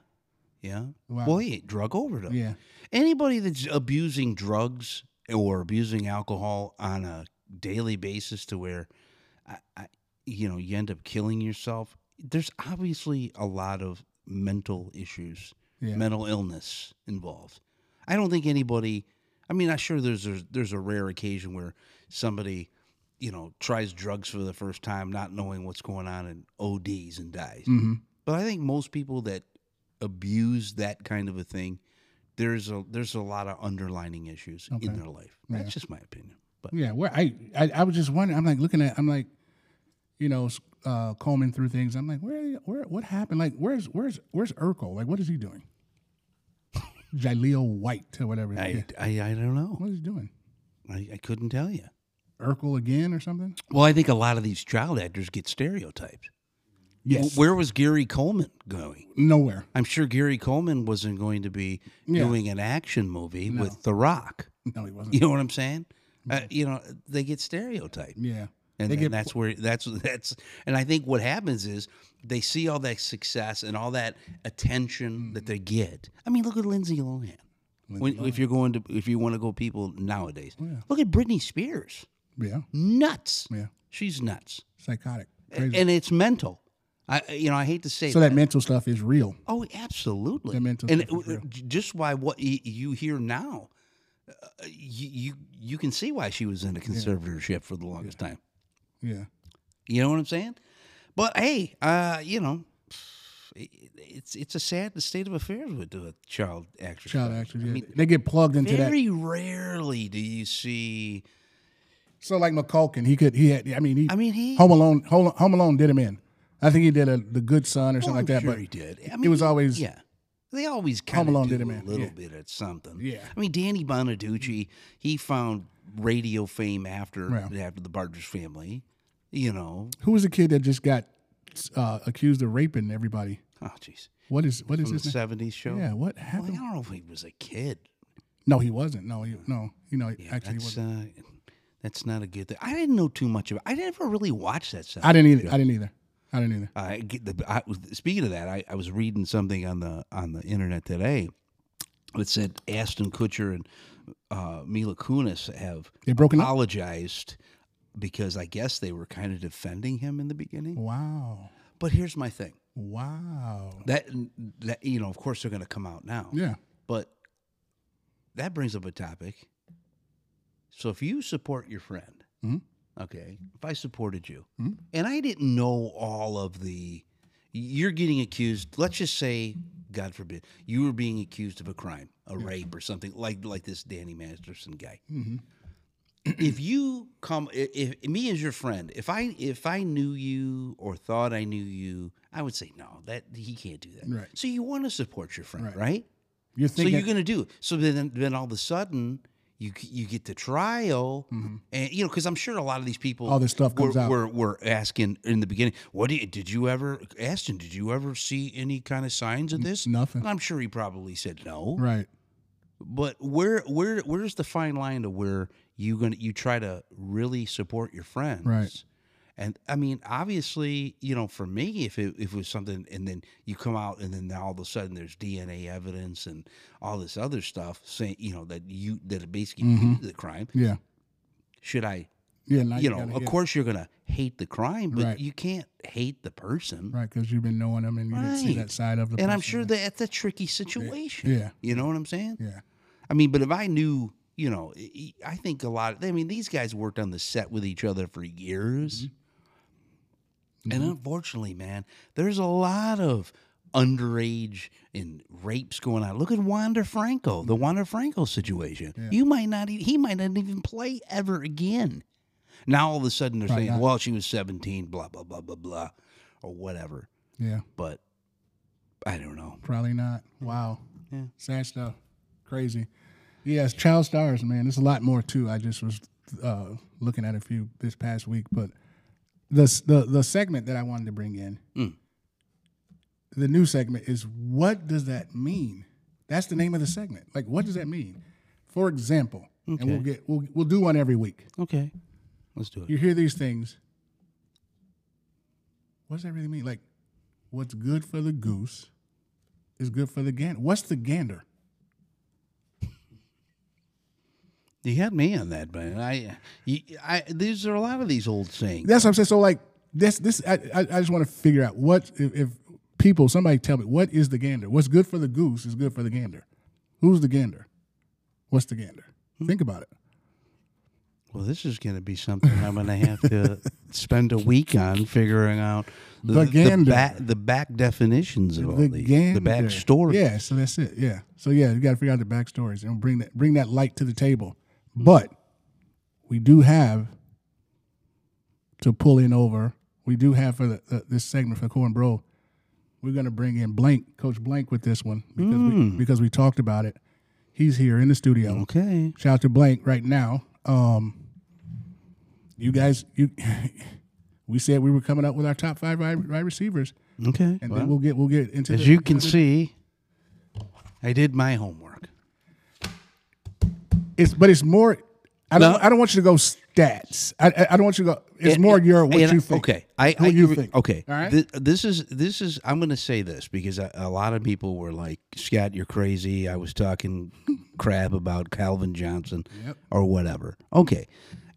Speaker 5: yeah.
Speaker 6: Wow.
Speaker 5: Boy, it- drug overdose.
Speaker 6: Yeah.
Speaker 5: Anybody that's abusing drugs or abusing alcohol on a daily basis to where, I, I, you know, you end up killing yourself. There's obviously a lot of mental issues,
Speaker 6: Yeah.
Speaker 5: mental illness involved. I don't think anybody. I mean, I'm sure there's a, there's a rare occasion where somebody, you know, tries drugs for the first time, not knowing what's going on, and ODs and dies.
Speaker 6: Mm-hmm.
Speaker 5: But I think most people that abuse that kind of a thing, there's a there's a lot of underlining issues
Speaker 6: Okay.
Speaker 5: in their life. That's just my opinion. But
Speaker 6: Yeah, well, I, I I was just wondering. I'm like looking at. I'm like, you know, s- uh, combing through things. I'm like, where where what happened? Like, where's where's where's Urkel? Like, what is he doing? Jaleel White or whatever. Yeah.
Speaker 5: I, I I don't know.
Speaker 6: What is he doing?
Speaker 5: I, I couldn't tell you.
Speaker 6: Urkel again or something?
Speaker 5: Well, I think a lot of these child actors get stereotyped.
Speaker 6: Yes.
Speaker 5: Where was Gary Coleman going?
Speaker 6: Nowhere.
Speaker 5: I'm sure Gary Coleman wasn't going to be
Speaker 6: Yeah.
Speaker 5: doing an action movie with The Rock.
Speaker 6: No, he wasn't.
Speaker 5: You know what I'm saying? Uh, you know, they get stereotyped.
Speaker 6: Yeah.
Speaker 5: and,
Speaker 6: They
Speaker 5: and
Speaker 6: get-
Speaker 5: that's where that's that's and i think what happens is they see all that success and all that attention that they
Speaker 6: Mm-hmm.
Speaker 5: get i mean look at lindsay lohan when, if you're going to if you want to go people nowadays
Speaker 6: Oh,
Speaker 5: look at britney spears
Speaker 6: Yeah.
Speaker 5: nuts
Speaker 6: Yeah.
Speaker 5: she's nuts
Speaker 6: Psychotic. Crazy.
Speaker 5: and it's mental i you know i hate to say
Speaker 6: so that mental stuff is real.
Speaker 5: Oh, absolutely.
Speaker 6: The mental
Speaker 5: and
Speaker 6: stuff is
Speaker 5: uh,
Speaker 6: real.
Speaker 5: j- just why what y- you hear now, uh, you, you you can see why she was in a conservatorship for the longest time.
Speaker 6: Yeah.
Speaker 5: You know what I'm saying? But hey, uh, you know, it- it's it's a sad state of affairs with the child actors.
Speaker 6: Child actors. Yeah.
Speaker 5: I mean,
Speaker 6: they get plugged into that.
Speaker 5: very rarely do you see.
Speaker 6: So like McCulkin, he could he had I mean he
Speaker 5: I mean, he-
Speaker 6: Home Alone Home, Home Alone did him in. I think he did a The Good Son or
Speaker 5: Well,
Speaker 6: something
Speaker 5: I'm
Speaker 6: like that.
Speaker 5: Oh, sure
Speaker 6: but
Speaker 5: he did. I
Speaker 6: it
Speaker 5: mean,
Speaker 6: was always-
Speaker 5: yeah. They always kind
Speaker 6: Alone
Speaker 5: of
Speaker 6: did
Speaker 5: did
Speaker 6: it,
Speaker 5: a
Speaker 6: man.
Speaker 5: little
Speaker 6: Yeah.
Speaker 5: bit at something.
Speaker 6: Yeah.
Speaker 5: I mean, Danny Bonaducci, he found radio fame after
Speaker 6: Yeah.
Speaker 5: after the Partridge Family. You know,
Speaker 6: Who was the kid that just got uh, accused of raping everybody?
Speaker 5: oh jeez,
Speaker 6: What is what is
Speaker 5: from the
Speaker 6: his name?
Speaker 5: '70s show.
Speaker 6: Yeah, what
Speaker 5: Well, I
Speaker 6: happened?
Speaker 5: don't know if he was a kid.
Speaker 6: No, he wasn't. No, he, no, you know,
Speaker 5: Yeah,
Speaker 6: actually, he
Speaker 5: that's
Speaker 6: wasn't.
Speaker 5: uh, that's not a good thing. I didn't know too much of it. I never really watched that stuff.
Speaker 6: I didn't either. I didn't either. I didn't either.
Speaker 5: I get the. I, was- speaking of that, I, I was reading something on the on the internet today that said Ashton Kutcher and uh, Mila Kunis have
Speaker 6: They broken up.
Speaker 5: apologized because I guess they were kind of defending him in the
Speaker 6: Oh.
Speaker 5: beginning.
Speaker 6: Wow,
Speaker 5: But here's my thing
Speaker 6: wow.
Speaker 5: that that you know, of course, they're going to come out now.
Speaker 6: Yeah,
Speaker 5: But that brings up a topic. So if you support your friend,
Speaker 6: Mhm.
Speaker 5: okay, if I supported you
Speaker 6: Mm-hmm.
Speaker 5: and I didn't know all of the, you're getting accused, let's just say, God forbid, you were being accused of a crime, a rape or something like like this Danny Masterson guy.
Speaker 6: Mm-hmm.
Speaker 5: if you come, i- if, me as your friend, if I if I knew you or thought I knew you, I would say no, that he can't do that.
Speaker 6: Right.
Speaker 5: So you want to support your friend,
Speaker 6: Right.
Speaker 5: right?
Speaker 6: you're
Speaker 5: So
Speaker 6: thinking.
Speaker 5: you're gonna do so. Then, then all of a sudden, you you get the trial, and you know because I'm sure a lot of these people,
Speaker 6: Mm-hmm. All this stuff comes
Speaker 5: were,
Speaker 6: out.
Speaker 5: Were, were asking in the beginning, what did, did you ever, Ashton? Did you ever see any kind of signs of this?
Speaker 6: nothing.
Speaker 5: And I'm sure he probably said no.
Speaker 6: right.
Speaker 5: But where where where's the fine line to where you gonna you try to really support your friends?
Speaker 6: Right.
Speaker 5: And I mean, obviously, you know, for me, if it, if it was something, and then you come out, and then now all of a sudden there's DNA evidence and all this other stuff saying, you know, that you that it basically did the crime.
Speaker 6: Yeah.
Speaker 5: Should I,
Speaker 6: Yeah. Mm-hmm. Now
Speaker 5: you know,
Speaker 6: gotta
Speaker 5: of
Speaker 6: get-
Speaker 5: course you're gonna hate the crime, but
Speaker 6: Right.
Speaker 5: you can't hate the person.
Speaker 6: Right, because you've been knowing them and you didn't see
Speaker 5: Right.
Speaker 6: that side of the.
Speaker 5: And I'm
Speaker 6: person.
Speaker 5: sure that that's a tricky situation.
Speaker 6: Yeah.
Speaker 5: You know what I'm saying?
Speaker 6: Yeah.
Speaker 5: I mean, but if I knew, you know, e- e- I think a lot. Of, I mean, these guys worked on the set with each other for years, and unfortunately, man, there's a lot of underage and rapes going on. Look at Wander Franco, the Wander Franco situation. You might not, even, he might not even play ever again. Now all of a sudden they're saying, well, she was 17, blah blah blah blah blah, or whatever.
Speaker 6: Yeah,
Speaker 5: but I don't know.
Speaker 6: probably not. Wow.
Speaker 5: Yeah.
Speaker 6: Sad stuff. Crazy. Yes, child stars, man. There's a lot more too. I just was uh, looking at a few this past week, but the s- the the segment that I wanted to bring in, the new segment is what does that mean? That's the name of the segment. Like, what does that mean? For example, and we'll get we'll we'll do one every week.
Speaker 5: Okay, let's do it.
Speaker 6: You hear these things. What does that really mean? Like, what's good for the goose is good for the gander. What's the gander?
Speaker 5: You had me on that, but I, you, I, these are a lot of these old sayings.
Speaker 6: That's what I'm saying. So like this, this I, I, I just want to figure out what if, if people, somebody tell me what is the gander? What's good for the goose is good for the gander. Who's the gander? What's the gander? Think about it.
Speaker 5: Well, this is going to be something I'm going to have to spend a week on figuring out the,
Speaker 6: The gander.
Speaker 5: back, the back definitions of all
Speaker 6: The
Speaker 5: these,
Speaker 6: gander.
Speaker 5: the back story.
Speaker 6: Yeah, so that's it. Yeah. So yeah, you got to figure out the backstories and bring that bring that light to the table. But we do have to pull in over. We do have for the, the, this segment for Corn Bro. We're gonna bring in Blank, Coach Blank, with this one because
Speaker 5: Hmm.
Speaker 6: we because we talked about it. He's here in the studio.
Speaker 5: Okay.
Speaker 6: Shout out to Blank right now. Um, you guys, you we said we were coming up with our top five wide wide receivers,
Speaker 5: Okay.
Speaker 6: and
Speaker 5: well,
Speaker 6: then we'll get we'll get into
Speaker 5: as
Speaker 6: the-
Speaker 5: you can see, I did my homework.
Speaker 6: It's but it's more. I don't.
Speaker 5: No.
Speaker 6: I don't want you to go stats. I, I, I don't want you to go. It's more your what
Speaker 5: And-
Speaker 6: you think.
Speaker 5: Okay, I,
Speaker 6: Who
Speaker 5: I
Speaker 6: you
Speaker 5: agree-
Speaker 6: think.
Speaker 5: Okay,
Speaker 6: All right.
Speaker 5: Th- this is this is. I'm going to say this because a, a lot of people were like, "Scott, you're crazy." I was talking crap about Calvin Johnson or whatever. Okay,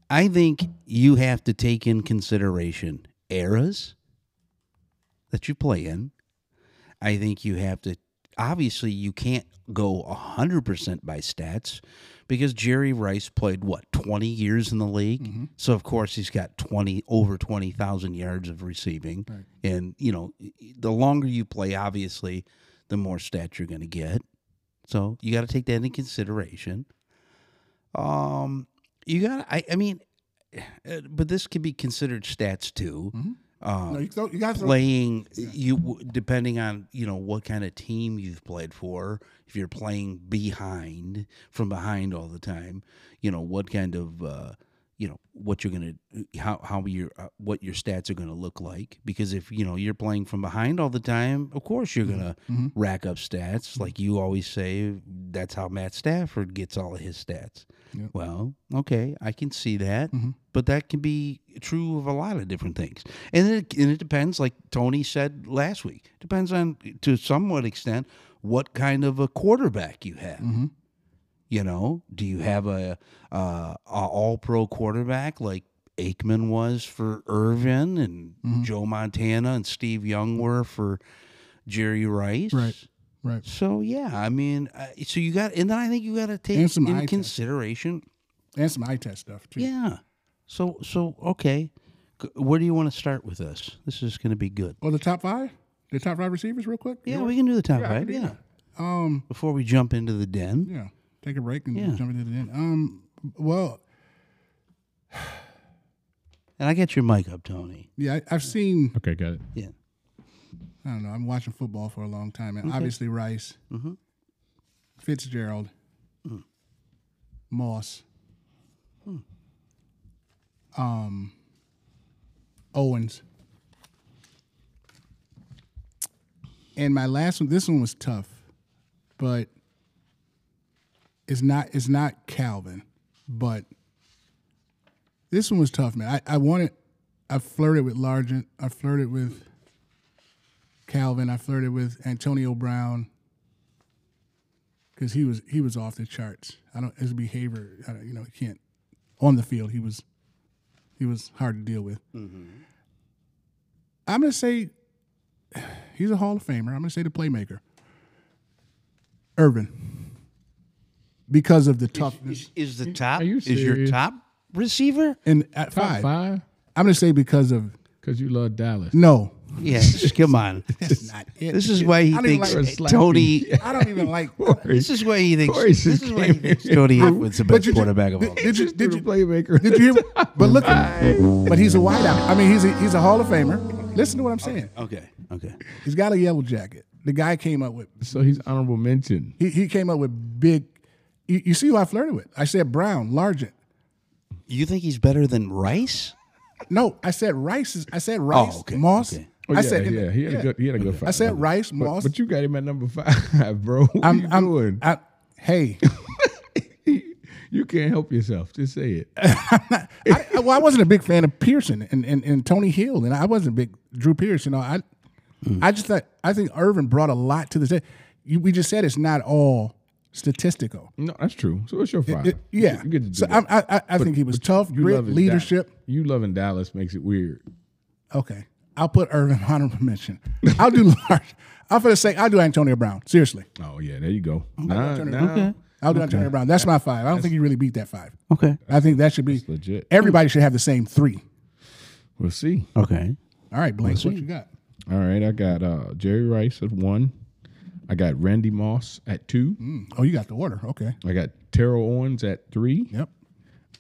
Speaker 5: I think you have to take in consideration eras that you play in. I think you have to. Obviously, you can't go 100% by stats because Jerry Rice played, what, 20 years in the league?
Speaker 6: Mm-hmm.
Speaker 5: So, of course, he's got 20, over 20,000 yards of receiving. And, you know, the longer you play, obviously, the more stats you're going to get. So, you got to take that into consideration. Um, you got to, I, I mean, eh, but this could be considered stats too. Um,
Speaker 6: Mm-hmm. No, you, throw, you guys throw-
Speaker 5: playing you w- depending on you know what kind of team you've played for if you're playing behind from behind all the time you know what kind of uh you know what you're gonna how how your uh, what your stats are gonna look like because if you know you're playing from behind all the time of course you're gonna rack up stats like you always say that's how Matt Stafford gets all of his stats well, okay, I can see that, but that can be true of a lot of different things, and it and it depends. Like Tony said last week, depends on to somewhat extent what kind of a quarterback you have.
Speaker 6: Mm-hmm.
Speaker 5: You know, do you have a, uh, a all pro quarterback like Aikman was for Irvin and
Speaker 6: Mm-hmm.
Speaker 5: Joe Montana and Steve Young were for Jerry Rice?
Speaker 6: Right. right.
Speaker 5: So yeah, I mean, uh, so you got, and then I think you got to take
Speaker 6: And some eye
Speaker 5: in
Speaker 6: test.
Speaker 5: consideration.
Speaker 6: And some eye test stuff too.
Speaker 5: Yeah. So so okay, G- where do you want to start with this? This is going to be good.
Speaker 6: Or the top five, the top five receivers, real quick.
Speaker 5: Yeah, we can do the top
Speaker 6: I
Speaker 5: five.
Speaker 6: can do
Speaker 5: Yeah.
Speaker 6: Um.
Speaker 5: Before we jump into the den.
Speaker 6: Yeah. Take a break and
Speaker 5: Yeah.
Speaker 6: jump into the end. Um. Well,
Speaker 5: And I got your mic up, Tony.
Speaker 6: yeah. I, I've seen.
Speaker 2: Okay, got it.
Speaker 5: Yeah.
Speaker 6: I don't know. I'm watching football for a long time, and obviously Rice, Fitzgerald, Moss, um, Owens, and my last one. This one was tough, but it's not. It's not Calvin, but this one was tough, man. I, I wanted. I flirted with Largent. I flirted with. Calvin. I flirted with Antonio Brown because he was he was off the charts. I don't his behavior. I don't, you know, he can't on the field. He was he was hard to deal with. I'm gonna say he's a Hall of Famer. I'm gonna say the playmaker, Irvin, because of the toughness.
Speaker 5: Is, is the top
Speaker 2: Are you
Speaker 5: is your
Speaker 2: serious?
Speaker 5: top receiver?
Speaker 6: And at
Speaker 2: Top 5
Speaker 6: five, I'm gonna say because of
Speaker 2: Because you love Dallas.
Speaker 6: no.
Speaker 5: Yes. Come on.
Speaker 6: That's not it.
Speaker 5: This is why he
Speaker 6: I don't even
Speaker 5: thinks
Speaker 6: like-
Speaker 2: Slappy.
Speaker 5: Tony.
Speaker 6: I don't even like.
Speaker 5: This is why he thinks.
Speaker 2: Corey's
Speaker 5: This
Speaker 2: just
Speaker 5: is why he
Speaker 2: came in.
Speaker 5: thinks Tony Atwood's the
Speaker 6: But
Speaker 5: best
Speaker 6: you-
Speaker 5: quarterback of all. time.
Speaker 6: Did you did
Speaker 2: The
Speaker 6: you
Speaker 2: playmaker?
Speaker 6: Did you hear? But look, at- but he's a wideout. I mean, he's a, he's a Hall of Famer. Listen to what I'm saying.
Speaker 5: Okay. Okay.
Speaker 6: He's got a yellow jacket. The guy came up with
Speaker 2: So he's honorable mention.
Speaker 6: he, he came up with big. You, you see who I flirted with? I said Brown, Largent.
Speaker 5: You think he's better than Rice?
Speaker 6: No, I said Rice. is- I said Rice,
Speaker 5: okay,
Speaker 6: Moss.
Speaker 5: okay.
Speaker 2: Oh,
Speaker 6: I
Speaker 2: yeah,
Speaker 6: said
Speaker 2: yeah, he had a good, he had a good fight.
Speaker 6: I said Rice,
Speaker 2: But-
Speaker 6: Moss.
Speaker 2: but, you got him at number five, bro. What are you
Speaker 6: I'm,
Speaker 2: doing?
Speaker 6: I'm, I, hey,
Speaker 2: you can't help yourself. Just say it.
Speaker 6: I, I- well, I wasn't a big fan of Pearson and, and, and Tony Hill, and I wasn't a big Drew Pearson. You know, I
Speaker 2: Hmm.
Speaker 6: I just thought I think Irvin brought a lot to the. You, we just said it's not all statistical.
Speaker 2: No, that's true. So what's your five?
Speaker 6: It- yeah,
Speaker 2: you get to do
Speaker 6: so
Speaker 2: that.
Speaker 6: I, I, I- I think he was tough,
Speaker 2: You
Speaker 6: grit,
Speaker 2: loving
Speaker 6: leadership.
Speaker 2: Dallas. You loving Dallas makes it weird.
Speaker 6: Okay. I'll put Irvin on honorable mention. I'll do large. I'm for the sake, I'll do Antonio Brown. Seriously.
Speaker 2: Oh yeah, there you go. Nah,
Speaker 6: turn it
Speaker 2: nah.
Speaker 6: I'll do Antonio Brown. That's my five. I don't think you really beat that five.
Speaker 5: Okay.
Speaker 6: I think that should be
Speaker 2: legit.
Speaker 6: Everybody should have the same three.
Speaker 2: We'll see.
Speaker 5: Okay.
Speaker 6: All right, Blake, what you got?
Speaker 2: All right, I got uh, Jerry Rice at one. I got Randy Moss at two.
Speaker 6: Oh, you got the order. Okay.
Speaker 2: I got Terrell Owens at three.
Speaker 6: Yep.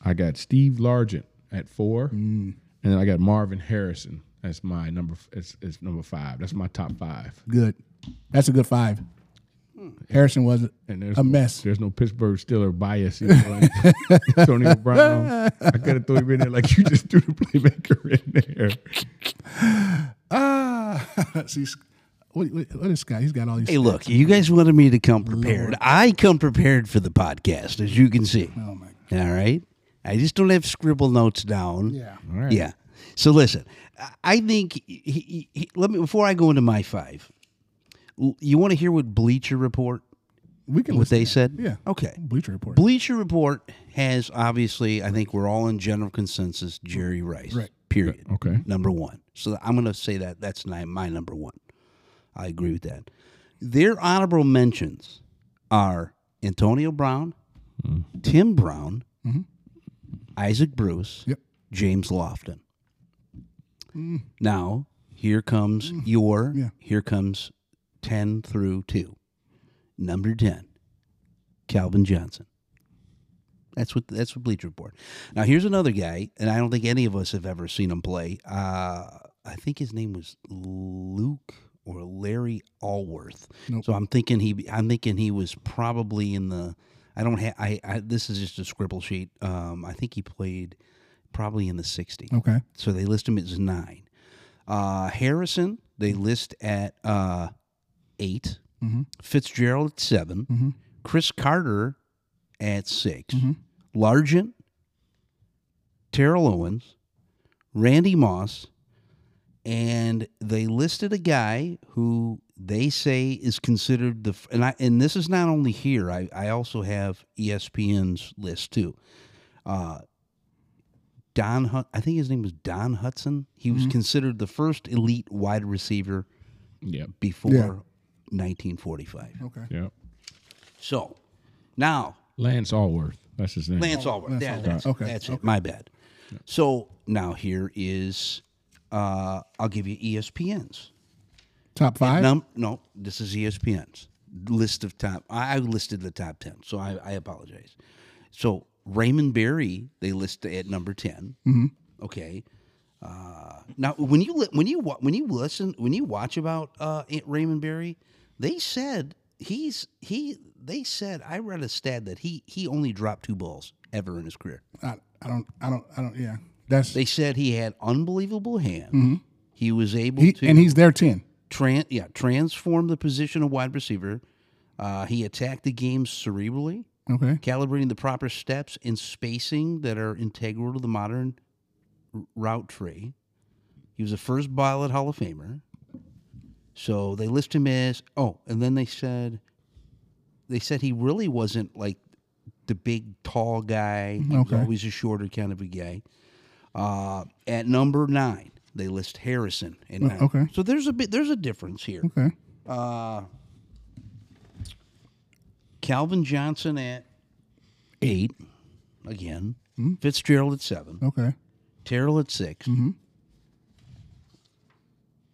Speaker 2: I got Steve Largent at four,
Speaker 6: Mm.
Speaker 2: and then I got Marvin Harrison. That's my number. f- It's, it's number five. That's my top five.
Speaker 6: Good. That's a good five. Harrison was
Speaker 2: And there's
Speaker 6: a
Speaker 2: no-
Speaker 6: mess.
Speaker 2: There's no Pittsburgh Steeler bias. you know, like Tony Brown. I could have thrown him in there like you just threw the playmaker in there.
Speaker 6: Ah, see, what, what, what is Scott? He's got all these.
Speaker 5: Hey, look, you guys wanted me to come prepared. I come prepared for the podcast, as you can see.
Speaker 6: Oh my.
Speaker 5: All right. I just don't have scribble notes down.
Speaker 6: Yeah.
Speaker 2: All right.
Speaker 5: Yeah. So listen, I- I think he, he, he- let me before I go into my five. l- You want to hear what Bleacher Report
Speaker 6: We can
Speaker 5: what
Speaker 6: listen.
Speaker 5: they said?
Speaker 6: Yeah.
Speaker 5: Okay.
Speaker 6: Bleacher Report.
Speaker 5: Bleacher Report has obviously, I think we're all in general consensus, Jerry Rice.
Speaker 6: Right.
Speaker 5: Period.
Speaker 2: Okay.
Speaker 5: Number one. So I'm going to say that that's my, my number one. I agree with that. Their honorable mentions are Antonio Brown,
Speaker 6: Hmm.
Speaker 5: Tim Brown, Isaac Bruce,
Speaker 6: Mm-hmm. Yep.
Speaker 5: James Lofton. Now, here comes your,
Speaker 6: Mm. Yeah.
Speaker 5: here comes 10 through 2. Number 10, Calvin Johnson. That's what that's what Bleacher Report. Now here's another guy, and I don't think any of us have ever seen him play. Uh, I think his name was Luke or Larry Allworth.
Speaker 6: Nope.
Speaker 5: So I'm thinking he I'm thinking he was probably in the I don't have I, I this is just a scribble sheet. Um, I think he played probably in the 60s.
Speaker 6: Okay.
Speaker 5: So they list him as nine. Uh, Harrison, they list at uh, 8 Fitzgerald at 7 Chris Carter at 6 Largent, Terrell Owens, Randy Moss, and they listed a guy who they say is considered the f- and I and this is not only here. I I also have E ESPN's list too. Don, Hut- I think his name was Don Hudson. He
Speaker 6: Mm-hmm.
Speaker 5: was considered the first elite wide receiver
Speaker 2: Yep.
Speaker 5: before
Speaker 6: Yeah.
Speaker 5: 1945.
Speaker 6: Okay.
Speaker 2: Yep.
Speaker 5: So now
Speaker 2: Lance Allworth. That's his name.
Speaker 5: Lance Allworth. Yeah, That's,
Speaker 6: Oh, Okay,
Speaker 5: that's it. My bad. So now here is, uh, I'll give you ESPN's.
Speaker 6: Top five.
Speaker 5: Num- no, this is E ESPN's list of top. I, I listed the top 10, so I, I apologize. So Raymond Berry, they list at number 10.
Speaker 6: Mm-hmm.
Speaker 5: Okay. Uh, now, when you li- when you wa- when you listen when you watch about uh, Aunt Raymond Berry, they said he's he. They said I read a stat that he he only dropped two balls ever in his career.
Speaker 6: I, I don't. I don't. I don't. Yeah. That's
Speaker 5: They said he had unbelievable hands. He was able
Speaker 6: Mm-hmm. he,
Speaker 5: to
Speaker 6: and he's their ten.
Speaker 5: tran- yeah, transformed the position of wide receiver. Uh, he attacked the game cerebrally,
Speaker 6: Okay.
Speaker 5: calibrating the proper steps and spacing that are integral to the modern r- route tree. He was a first ballot Hall of Famer. So they list him as oh, and then they said they said he really wasn't like the big tall guy. He was
Speaker 6: Okay.
Speaker 5: always a shorter kind of a guy. Uh, at number nine, they list Harrison. At nine.
Speaker 6: Uh, okay.
Speaker 5: So there's a bit there's a difference here.
Speaker 6: Okay.
Speaker 5: Calvin Johnson at eight, again.
Speaker 2: Mm-hmm.
Speaker 5: Fitzgerald at seven.
Speaker 2: Oh.
Speaker 6: Okay.
Speaker 5: Terrell at 6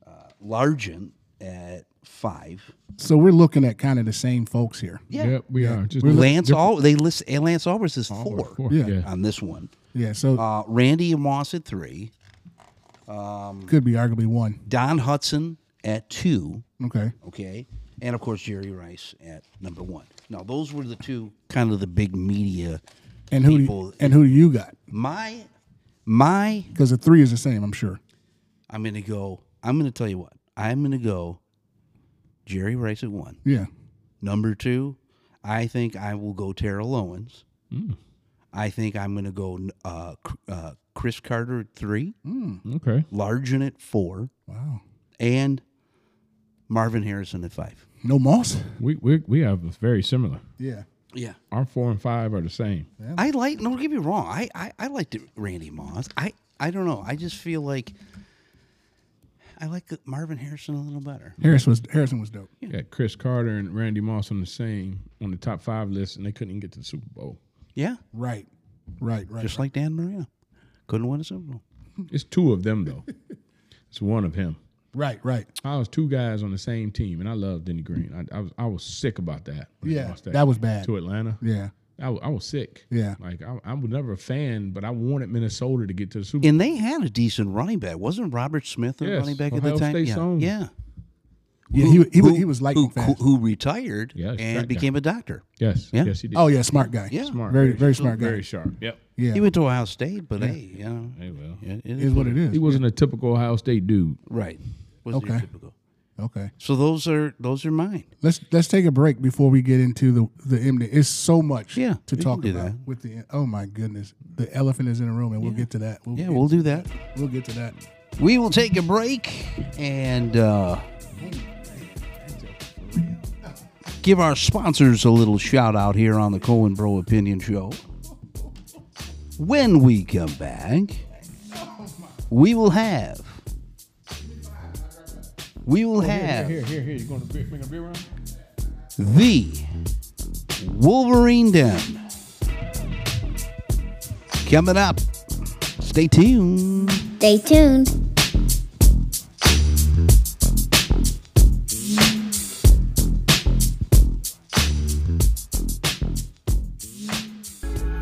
Speaker 5: Uh, Largent at five.
Speaker 6: So we're looking at kind of the same folks here.
Speaker 2: Yep. We are. Just
Speaker 5: Lance All they list and Lance Albers is four,
Speaker 2: Allworth. Four.
Speaker 6: Yeah.
Speaker 2: yeah.
Speaker 5: on this one.
Speaker 6: Yeah. So
Speaker 5: Uh, Randy Moss at three. Um,
Speaker 6: could be arguably one.
Speaker 5: Don Hudson at two.
Speaker 6: Okay.
Speaker 5: okay? And of course, Jerry Rice at number one. Now, those were the two kind of the big media.
Speaker 6: And who do
Speaker 5: People-
Speaker 6: you, and who do you got?
Speaker 5: My, my,
Speaker 6: Because the three is the same, I'm sure.
Speaker 5: I'm going to go, I'm going to tell you what, I'm going to go Jerry Rice at one.
Speaker 6: Yeah.
Speaker 5: Number two, I think I will go Terrell Owens. I think I'm going to go uh, C- uh, Chris Carter at three,
Speaker 2: Okay.
Speaker 5: Largent at four,
Speaker 6: Wow.
Speaker 5: and Marvin Harrison at five.
Speaker 6: No Moss.
Speaker 2: We we we have very similar.
Speaker 6: Yeah.
Speaker 5: Yeah.
Speaker 2: Our four and five are the same.
Speaker 5: I like. No, don't get me wrong. I I, I liked it, Randy Moss. I I don't know. I just feel like I like Marvin Harrison a little better.
Speaker 6: Harris was Harrison was dope.
Speaker 2: Got Chris Carter and Randy Moss on the same on the top five list, and they couldn't even get to the Super Bowl.
Speaker 5: Yeah,
Speaker 6: Right. Right. Right.
Speaker 5: just like Dan Marino, couldn't win a Super Bowl.
Speaker 6: Hmm.
Speaker 2: It's two of them though. it's one of him.
Speaker 6: right. Right.
Speaker 2: I was two guys on the same team, and I love Denny Green. I, I was I was sick about that. when I
Speaker 6: Yeah,
Speaker 2: lost
Speaker 6: that was bad.
Speaker 2: to Atlanta.
Speaker 6: Yeah.
Speaker 2: I, wa- I was sick.
Speaker 6: Yeah.
Speaker 2: like I, I was never a fan, but I wanted Minnesota to get to the Super. Bowl.
Speaker 5: And they had a decent running back. Wasn't Robert Smith the
Speaker 2: Yes,
Speaker 5: running back at
Speaker 2: Ohio
Speaker 5: the time?
Speaker 2: State's
Speaker 5: yeah,
Speaker 2: own.
Speaker 5: yeah.
Speaker 6: Yeah.
Speaker 5: Who-
Speaker 6: He, wa- he, wa-
Speaker 5: who-
Speaker 6: he was lightning
Speaker 5: who,
Speaker 6: fast.
Speaker 5: who retired
Speaker 2: Yeah, he's a
Speaker 5: and
Speaker 2: track guy.
Speaker 5: became a doctor.
Speaker 2: yes,
Speaker 5: Yeah.
Speaker 2: yes, he did.
Speaker 6: oh yeah, smart guy.
Speaker 5: Yeah.
Speaker 2: smart,
Speaker 6: Very very
Speaker 2: sharp,
Speaker 6: smart guy.
Speaker 2: very sharp. Yep.
Speaker 6: Yeah.
Speaker 5: He went to Ohio State, but hey, you know,
Speaker 2: Hey, well,
Speaker 5: it- it
Speaker 6: It is what it
Speaker 2: he
Speaker 6: is.
Speaker 2: wasn't a typical Ohio State dude.
Speaker 5: right. Wasn't your
Speaker 6: Okay.
Speaker 5: typical.
Speaker 6: Okay.
Speaker 5: So those are those are mine.
Speaker 6: Let's let's take a break before we get into the the MD. It's so much
Speaker 5: Yeah, we
Speaker 6: to
Speaker 5: can
Speaker 6: talk
Speaker 5: do
Speaker 6: about
Speaker 5: that.
Speaker 6: with the oh my goodness. The elephant is in the room and we'll get to that. We'll
Speaker 5: Yeah,
Speaker 6: get,
Speaker 5: we'll do that.
Speaker 6: we'll get to that.
Speaker 5: We will take a break and uh, give our sponsors a little shout out here on the Cohen Bro Opinion Show. When we come back, we will have. We will have
Speaker 2: Here, here, here. You going to make a beer run?
Speaker 5: the Wolverine Den. Coming up. Stay tuned.
Speaker 4: Stay tuned.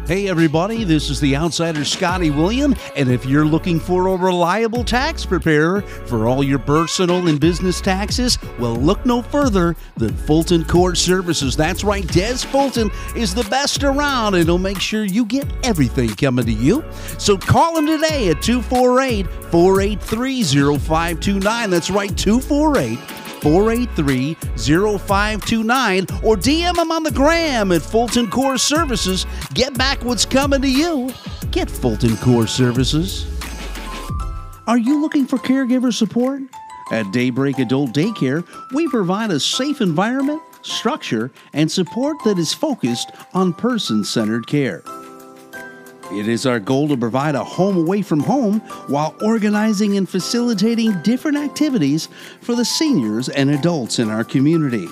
Speaker 5: Hey, everybody, this is the outsider Scotty William, and if you're looking for a reliable tax preparer for all your personal and business taxes, well, look no further than Fulton Court Services. That's right, Des Fulton is the best around, and he'll make sure you get everything coming to you. So call him today at 248 483 0529. That's right, 248- 483-0529 or DM them on the gram at Fulton Core Services. Get back what's coming to you. Get Fulton Core Services. Are you looking for caregiver support? At Daybreak Adult Daycare, we provide a safe environment, structure, and support that is focused on person-centered care. It is our goal to provide a home away from home while organizing and facilitating different activities for the seniors and adults in our community.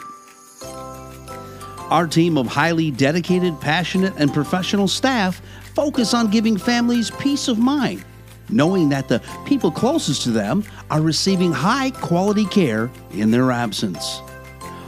Speaker 5: Our team of highly dedicated, passionate, and professional staff focus on giving families peace of mind, knowing that the people closest to them are receiving high quality care in their absence.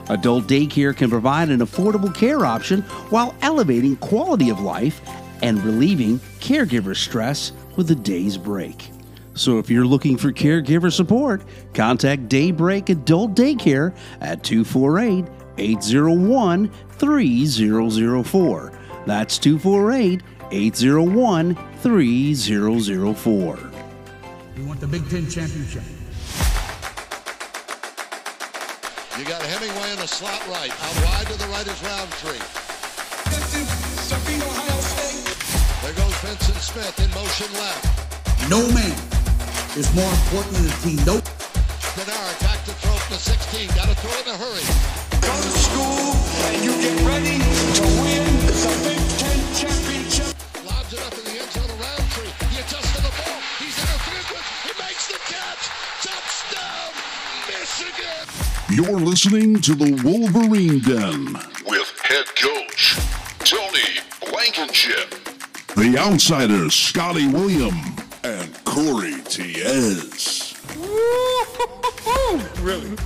Speaker 5: Adult daycare can provide an affordable care option while elevating quality of life and relieving caregiver stress with a day's break. So if you're looking for caregiver support, contact Daybreak Adult Daycare at 248 801 3004. That's 248 801 3004.
Speaker 7: We want the Big Ten championship.
Speaker 8: You got Hemingway in the slot right. Out wide to the right is Roundtree. There goes Vincent Smith in motion left.
Speaker 7: No man is more important than the team. No.
Speaker 8: Denard back to throw from the 16. Got to throw in a hurry.
Speaker 9: Go to school and you get ready to win the Big Ten championship.
Speaker 8: Lobs it up in the end zone to Roundtree. He adjusts to the ball. He's interfered with. He makes the catch. Touchdown, Michigan.
Speaker 10: You're listening to the Wolverine Den with head coach Tony Blankenship, the outsiders Scotty William, and Corey T.S.
Speaker 9: really?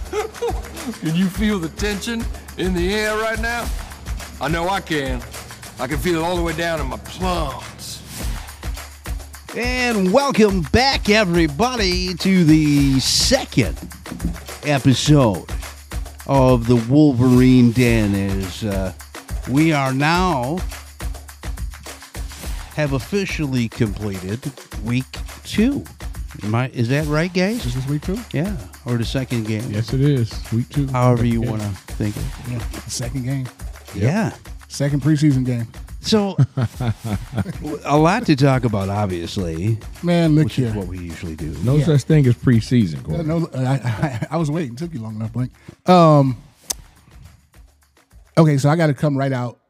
Speaker 9: can you feel the tension in the air right now? I know I can. I can feel it all the way down in my plums.
Speaker 5: And welcome back, everybody, to the second episode of the Wolverine Den is uh, we are now have officially completed week two. Am I, is that right, guys? Is
Speaker 6: this week two?
Speaker 5: Yeah, or the second game?
Speaker 2: Yes, it is week two.
Speaker 5: However you
Speaker 6: Yeah.
Speaker 5: want to think. of it.
Speaker 6: Yeah. Second game.
Speaker 5: Yeah.
Speaker 6: Second preseason game.
Speaker 5: So a lot to talk about, obviously.
Speaker 6: Man, look
Speaker 5: which
Speaker 6: here.
Speaker 5: is what we usually do.
Speaker 2: No
Speaker 6: Yeah.
Speaker 2: such thing as preseason. Corey.
Speaker 6: No, I, I, I was waiting. Took you long enough, Blink. Um. Okay, so I got to come right out.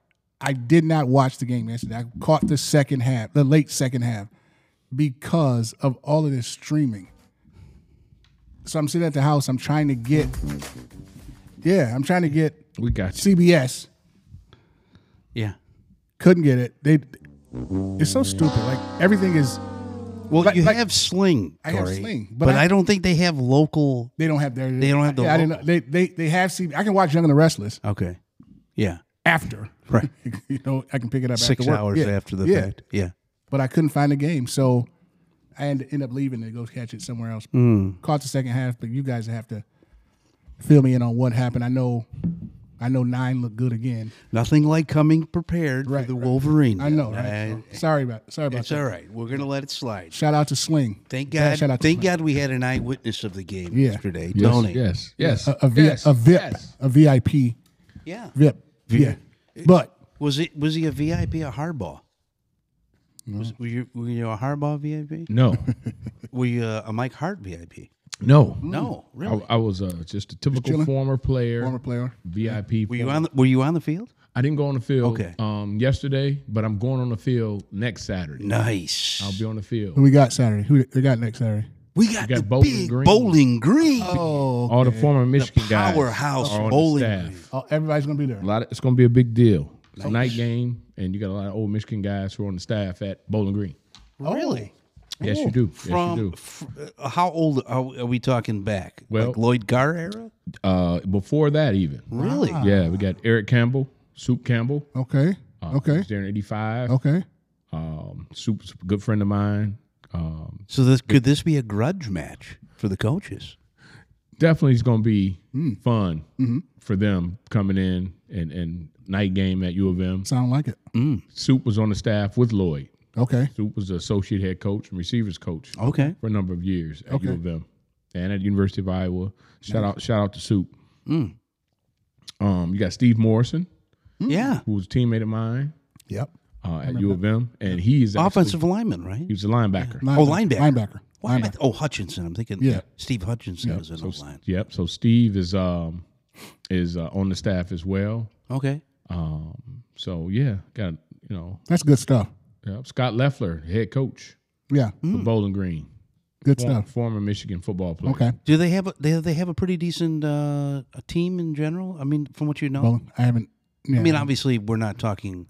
Speaker 6: I did not watch the game yesterday. I caught the second half, the late second half, because of all of this streaming. So I'm sitting at the house. I'm trying to get. Yeah, I'm trying to get
Speaker 2: We got you.
Speaker 6: CBS.
Speaker 5: Yeah.
Speaker 6: Couldn't get it. They. It's so stupid. Like everything is.
Speaker 5: Well,
Speaker 6: Like-
Speaker 5: you
Speaker 6: like-
Speaker 5: have Sling.
Speaker 6: I have
Speaker 5: Corey,
Speaker 6: Sling,
Speaker 5: but,
Speaker 6: but
Speaker 5: I,
Speaker 6: I-
Speaker 5: don't think they have local.
Speaker 6: They don't have their.
Speaker 5: They don't have the
Speaker 6: Yeah, I didn't know.
Speaker 5: local.
Speaker 6: They they they have CBS. I can watch Young and the Restless
Speaker 5: Okay. Yeah.
Speaker 6: after.
Speaker 5: Right.
Speaker 6: you know, I can pick it up
Speaker 5: Six
Speaker 6: after work.
Speaker 5: hours
Speaker 6: Yeah,
Speaker 5: after the
Speaker 6: yeah.
Speaker 5: fact. Yeah.
Speaker 6: But I couldn't find the game, so I had to end up leaving to go catch it somewhere else.
Speaker 5: Hmm.
Speaker 6: Caught the second half, but you guys have to fill me in on what happened. I know, I know nine looked good again.
Speaker 5: Nothing like coming prepared
Speaker 6: Right,
Speaker 5: for the
Speaker 6: right.
Speaker 5: Wolverine.
Speaker 6: I know.
Speaker 5: I-
Speaker 6: Right? So, sorry about sorry about
Speaker 5: it's
Speaker 6: that.
Speaker 5: all right. We're gonna let it slide.
Speaker 6: Shout out to Sling.
Speaker 5: Thank
Speaker 6: Yeah,
Speaker 5: God.
Speaker 6: shout out to
Speaker 5: thank
Speaker 6: Sling.
Speaker 5: God we had an eyewitness of the game
Speaker 6: Yeah.
Speaker 5: yesterday.
Speaker 2: Yes,
Speaker 5: Tony.
Speaker 2: Yes. Yes.
Speaker 6: A, a, V-
Speaker 2: yes,
Speaker 6: a VIP,
Speaker 2: yes.
Speaker 6: a VIP,
Speaker 5: Yeah.
Speaker 6: VIP. Yeah. But
Speaker 5: Was it? Was he a VIP? A hardball? Was, were you were you a hardball VIP?
Speaker 2: No.
Speaker 5: Were you a, a Mike Hart VIP?
Speaker 2: No.
Speaker 6: Hmm.
Speaker 5: No, really.
Speaker 2: I, I was uh, just a typical
Speaker 6: chilling?
Speaker 2: former player,
Speaker 6: former player,
Speaker 2: VIP.
Speaker 5: were you
Speaker 2: former-
Speaker 5: on? The, were you on the field?
Speaker 2: I didn't go on the field
Speaker 5: Okay.
Speaker 2: um, yesterday, but I'm going on the field next Saturday.
Speaker 5: Nice.
Speaker 2: I'll be on the field.
Speaker 6: who we got Saturday? Who they got next Saturday?
Speaker 5: we got,
Speaker 2: got
Speaker 5: the
Speaker 2: Bowling
Speaker 5: big
Speaker 2: Green.
Speaker 5: Bowling Green.
Speaker 6: Oh,
Speaker 2: All the former Michigan guys.
Speaker 5: powerhouse
Speaker 2: are on the
Speaker 5: bowling
Speaker 2: staff.
Speaker 5: green.
Speaker 6: oh, everybody's gonna be there.
Speaker 2: A lot. Of, it's going to be a big deal. It's a night game, and you got a lot of old Michigan guys who are on the staff at Bowling Green.
Speaker 5: Really?
Speaker 2: Yes, you do. Yes, you
Speaker 5: From
Speaker 2: do.
Speaker 5: f- uh, how old are we, are we talking back?
Speaker 2: Well-
Speaker 5: like Lloyd Garr era?
Speaker 2: Uh, before that, even.
Speaker 5: Really?
Speaker 2: Yeah, we got Eric Campbell, Soup Campbell.
Speaker 6: Okay,
Speaker 2: uh,
Speaker 6: okay,
Speaker 2: He's there in 85.
Speaker 6: okay.
Speaker 2: Um, Soup's a good friend of mine. Um,
Speaker 5: So this could this be a grudge match for the coaches?
Speaker 2: definitely is going to be
Speaker 6: Hmm.
Speaker 2: fun
Speaker 6: Mm-hmm.
Speaker 2: for them coming in and, and night game at U of M.
Speaker 6: Sound like it.
Speaker 2: Soup was on the staff with Lloyd.
Speaker 6: Okay.
Speaker 2: Soup was the associate head coach and receivers coach
Speaker 6: Oh.
Speaker 5: Okay.
Speaker 2: for a number of years at U of M and at University of Iowa. Shout out, shout out to Soup. Um, you got Steve Morrison,
Speaker 6: Hmm.
Speaker 5: Yeah.
Speaker 2: who was a teammate of mine
Speaker 6: Yep.
Speaker 2: uh, at U of M, and he is actually-
Speaker 5: Offensive lineman, right?
Speaker 2: He was a linebacker.
Speaker 5: Oh, linebacker.
Speaker 6: Linebacker.
Speaker 5: Why am I th- oh, Hutchinson. I'm thinking
Speaker 6: Yeah.
Speaker 5: Steve Hutchinson was in the line.
Speaker 2: Yep. So Steve is um is uh, on the staff as well.
Speaker 5: Okay.
Speaker 2: Um, so yeah, got you know
Speaker 6: That's good stuff.
Speaker 2: yeah, Scott Leffler, head coach
Speaker 6: Yeah.
Speaker 5: Mm.
Speaker 2: for Bowling Green,
Speaker 6: Good
Speaker 2: former,
Speaker 6: stuff.
Speaker 2: former Michigan football player.
Speaker 6: Okay.
Speaker 5: Do they have a they, they have a pretty decent uh, a team in general? I mean, from what you know,
Speaker 6: Well, I haven't. Yeah.
Speaker 5: I mean, obviously, we're not talking,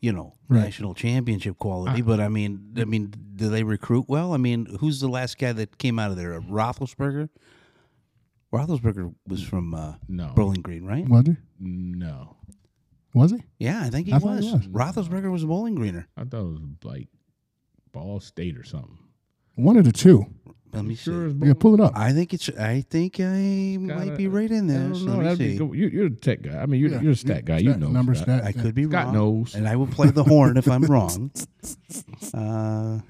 Speaker 5: you know,
Speaker 6: Right.
Speaker 5: national championship quality,
Speaker 2: Uh.
Speaker 5: but I mean, I mean, do they recruit well? I mean, who's the last guy that came out of there? Roethlisberger. Roethlisberger was from uh,
Speaker 2: No.
Speaker 5: Bowling Green, right?
Speaker 6: was he?
Speaker 2: No,
Speaker 6: Was he?
Speaker 5: Yeah, I think he
Speaker 6: I thought
Speaker 5: was.
Speaker 6: he was.
Speaker 5: Roethlisberger was a Bowling Greener.
Speaker 2: I thought it was like Ball State or something.
Speaker 6: One of the two.
Speaker 5: Let me
Speaker 2: Sure
Speaker 5: see.
Speaker 2: as
Speaker 6: Yeah, pull it up.
Speaker 5: I think it's. I think I might
Speaker 2: Gotta-
Speaker 5: be right in
Speaker 2: I
Speaker 5: there.
Speaker 2: don't know.
Speaker 5: Let
Speaker 2: That'd
Speaker 5: me
Speaker 2: be
Speaker 5: see.
Speaker 2: good. You, you're the tech guy. I mean, you're,
Speaker 6: Yeah.
Speaker 2: you're a stat guy. You know
Speaker 6: numbers.
Speaker 2: Scott.
Speaker 6: That,
Speaker 5: I could be
Speaker 2: Scott
Speaker 5: wrong.
Speaker 2: knows.
Speaker 5: and I will play the horn if I'm wrong. Uh,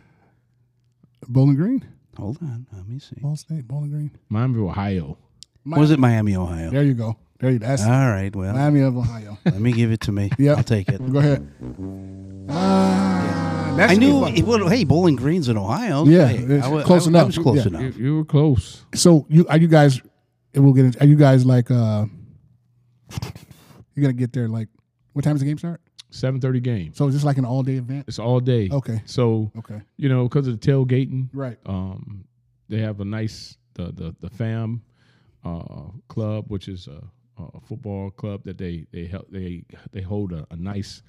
Speaker 6: Bowling Green.
Speaker 5: hold on, let me see.
Speaker 6: Ball State. Bowling Green.
Speaker 2: Miami, Ohio.
Speaker 5: Was it Miami, Ohio?
Speaker 6: There you go. There you. That's
Speaker 5: All right, well,
Speaker 6: Miami of Ohio.
Speaker 5: Let me give it to me.
Speaker 6: Yeah.
Speaker 5: I'll take it.
Speaker 6: go ahead. Ah, that
Speaker 5: I
Speaker 6: should be
Speaker 5: knew.
Speaker 6: fun.
Speaker 5: It, well, hey, Bowling Green's in Ohio.
Speaker 6: Yeah,
Speaker 5: Hey,
Speaker 6: it's
Speaker 5: I wa-
Speaker 6: close
Speaker 5: I, I
Speaker 6: enough.
Speaker 5: was close
Speaker 6: Yeah.
Speaker 5: enough.
Speaker 2: You, you were close.
Speaker 6: So you are you guys? And we'll get. Into, are you guys like? uh You're gonna get there like. What time does the game start?
Speaker 2: Seven thirty game.
Speaker 6: So is this like an all day event?
Speaker 2: It's all day.
Speaker 6: Okay.
Speaker 2: So
Speaker 6: Okay.
Speaker 2: you know, because of the tailgating,
Speaker 6: Right.
Speaker 2: um, they have a nice the the the fam uh, club, which is a, a football club that they they help they they hold a, a nice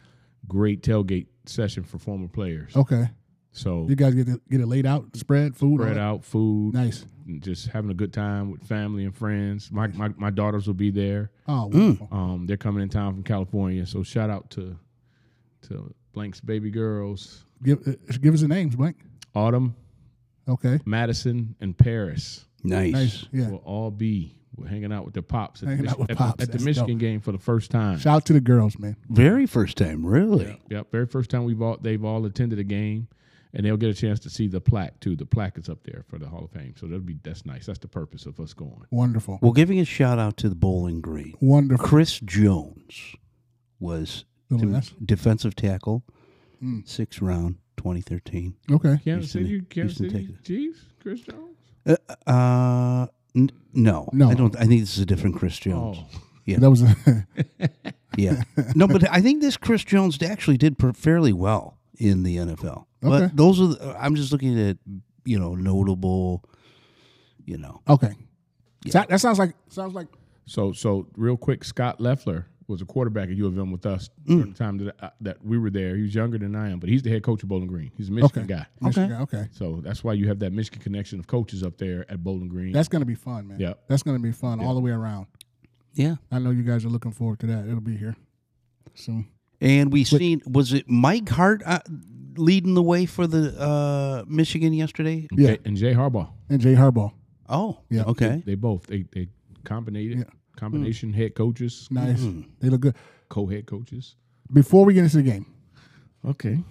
Speaker 2: great tailgate session for former players.
Speaker 6: Okay.
Speaker 2: So
Speaker 6: You guys get it, get it laid out, spread food. all
Speaker 2: spread
Speaker 6: that?
Speaker 2: out food,
Speaker 6: Nice.
Speaker 2: and just having a good time with family and friends. My my, my daughters will be there.
Speaker 6: Oh, wonderful.
Speaker 2: Um, they're coming in town from California, so shout out to to Blank's baby girls,
Speaker 6: Give uh, give us the names, Blake.
Speaker 2: Autumn,
Speaker 6: Okay.
Speaker 2: Madison, and Paris
Speaker 5: Nice.
Speaker 6: Nice. Yeah.
Speaker 2: will all be We're hanging out with their pops at, the,
Speaker 6: Hanging
Speaker 2: Mich-
Speaker 6: out with
Speaker 2: at the-
Speaker 6: pops.
Speaker 2: at the
Speaker 6: That's
Speaker 2: Michigan
Speaker 6: dope.
Speaker 2: game for the first time.
Speaker 6: Shout out to the girls, man.
Speaker 5: Very first time, really.
Speaker 2: Yep, very first time we've all they've all attended a game, and they'll get a chance to see the plaque too. The plaque is up there for the Hall of Fame, so that'll be that's nice. That's the purpose of us going.
Speaker 6: Wonderful.
Speaker 5: Well, giving a shout out to the Bowling Green.
Speaker 6: Wonderful.
Speaker 5: Chris Jones was
Speaker 6: The
Speaker 5: de-
Speaker 6: last-
Speaker 5: defensive tackle,
Speaker 6: Hmm.
Speaker 5: sixth round, 2013.
Speaker 6: Okay.
Speaker 2: Kansas
Speaker 5: Houston-
Speaker 2: City, Kansas
Speaker 5: Houston,
Speaker 2: City
Speaker 5: Texas.
Speaker 2: Chiefs, Chris Jones.
Speaker 5: Uh, uh, n- no,
Speaker 6: No.
Speaker 5: I don't. I think this is a different Chris Jones.
Speaker 2: Oh,
Speaker 5: Yeah.
Speaker 6: That was a
Speaker 5: Yeah, no, but I think this Chris Jones actually did per- fairly well in the NFL.
Speaker 6: Okay.
Speaker 5: But those are. The, I'm just looking at you know notable, you know.
Speaker 6: okay. That, that sounds like sounds like
Speaker 2: so so real quick, Scott Leffler was a quarterback at U of M with us
Speaker 6: Mm.
Speaker 2: during the time that I, that we were there. He was younger than I am, but he's the head coach of Bowling Green. He's a Michigan
Speaker 6: okay.
Speaker 2: guy,
Speaker 6: Michigan, okay.
Speaker 2: so that's why you have that Michigan connection of coaches up there at Bowling Green.
Speaker 6: That's gonna be fun, man.
Speaker 2: Yep.
Speaker 6: That's gonna be fun all the way around.
Speaker 5: Yeah,
Speaker 6: I know you guys are looking forward to that. It'll be here soon.
Speaker 5: and we seen was it Mike Hart uh, leading the way for the uh, Michigan yesterday?
Speaker 2: And
Speaker 6: Yeah.
Speaker 2: Jay- and Jay Harbaugh.
Speaker 6: And Jay Harbaugh.
Speaker 5: Oh,
Speaker 6: Yeah.
Speaker 5: okay.
Speaker 2: They both they they combinated
Speaker 6: Yeah.
Speaker 2: combination head coaches,
Speaker 6: Nice. They look good.
Speaker 2: co head coaches.
Speaker 6: Before we get into the game,
Speaker 2: Okay.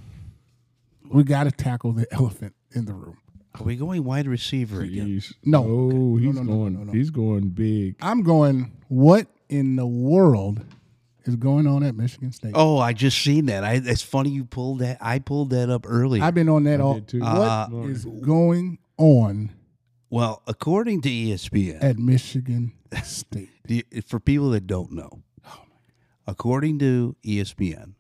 Speaker 6: we gotta tackle the elephant in the room.
Speaker 5: Are we going wide receiver again?
Speaker 6: No.
Speaker 2: Oh, he's
Speaker 6: no, no,
Speaker 2: going.
Speaker 6: no, no.
Speaker 2: He's going big.
Speaker 6: I'm going, what in the world is going on at Michigan State?
Speaker 5: Oh, I just seen that. I, it's funny you pulled that. I pulled that up earlier.
Speaker 6: I've been on that all.
Speaker 2: did too.
Speaker 6: What is going on
Speaker 5: well, according to E ESPN,
Speaker 6: at Michigan State?
Speaker 5: The- for people that don't know, according to E ESPN,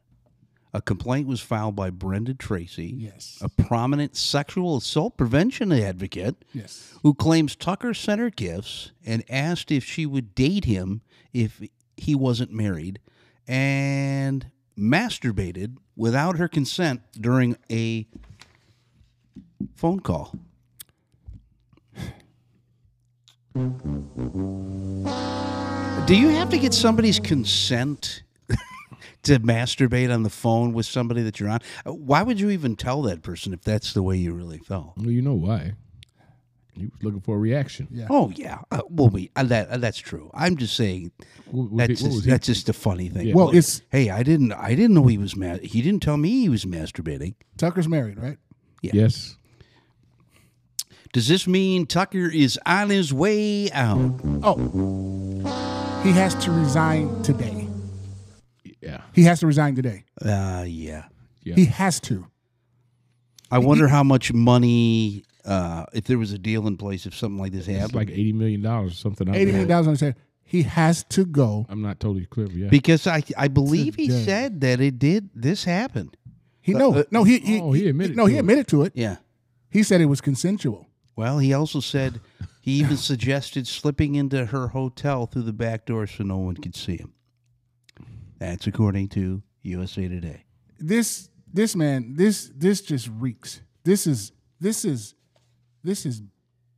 Speaker 5: a complaint was filed by Brenda Tracy,
Speaker 6: Yes.
Speaker 5: a prominent sexual assault prevention advocate,
Speaker 6: Yes.
Speaker 5: who claims Tucker sent her gifts and asked if she would date him if he wasn't married, and masturbated without her consent during a phone call. Do you have to get somebody's consent to masturbate on the phone with somebody that you're on? Uh, Why would you even tell that person if that's the way you really felt?
Speaker 2: Well, you know why? He was looking for a reaction.
Speaker 6: Yeah.
Speaker 5: Oh yeah, uh, well we uh, that uh, that's true. I'm just saying
Speaker 2: What, what
Speaker 5: that's
Speaker 2: did- what
Speaker 5: just,
Speaker 2: was he-
Speaker 5: that's just a funny thing.
Speaker 2: Yeah.
Speaker 6: Well, it's
Speaker 5: hey, I didn't I didn't know he was mad. He didn't tell me he was masturbating.
Speaker 6: Tucker's married, right?
Speaker 2: yes.
Speaker 5: Does this mean Tucker is on his way out?
Speaker 6: Oh. He has to resign today.
Speaker 2: Yeah.
Speaker 6: He has to resign today.
Speaker 5: Uh yeah.
Speaker 2: Yeah.
Speaker 6: He has to.
Speaker 5: I wonder how much money uh if there was a deal in place if something like this
Speaker 2: It's
Speaker 5: happened.
Speaker 2: like eighty million dollars or something. I don't
Speaker 6: Eighty
Speaker 2: know.
Speaker 6: million dollars on his head. He has to go.
Speaker 2: I'm not totally clear. Yeah.
Speaker 5: because I I believe he
Speaker 6: Today.
Speaker 5: said that it did this happened.
Speaker 6: He no, no, he, he,
Speaker 2: Oh, he admitted
Speaker 6: no,
Speaker 2: to
Speaker 6: he
Speaker 2: it.
Speaker 6: admitted to it.
Speaker 5: Yeah.
Speaker 6: He said it was consensual.
Speaker 5: Well, he also said he even suggested slipping into her hotel through the back door so no one could see him. That's according to USA Today.
Speaker 6: This this man, this this just reeks. This is this is this is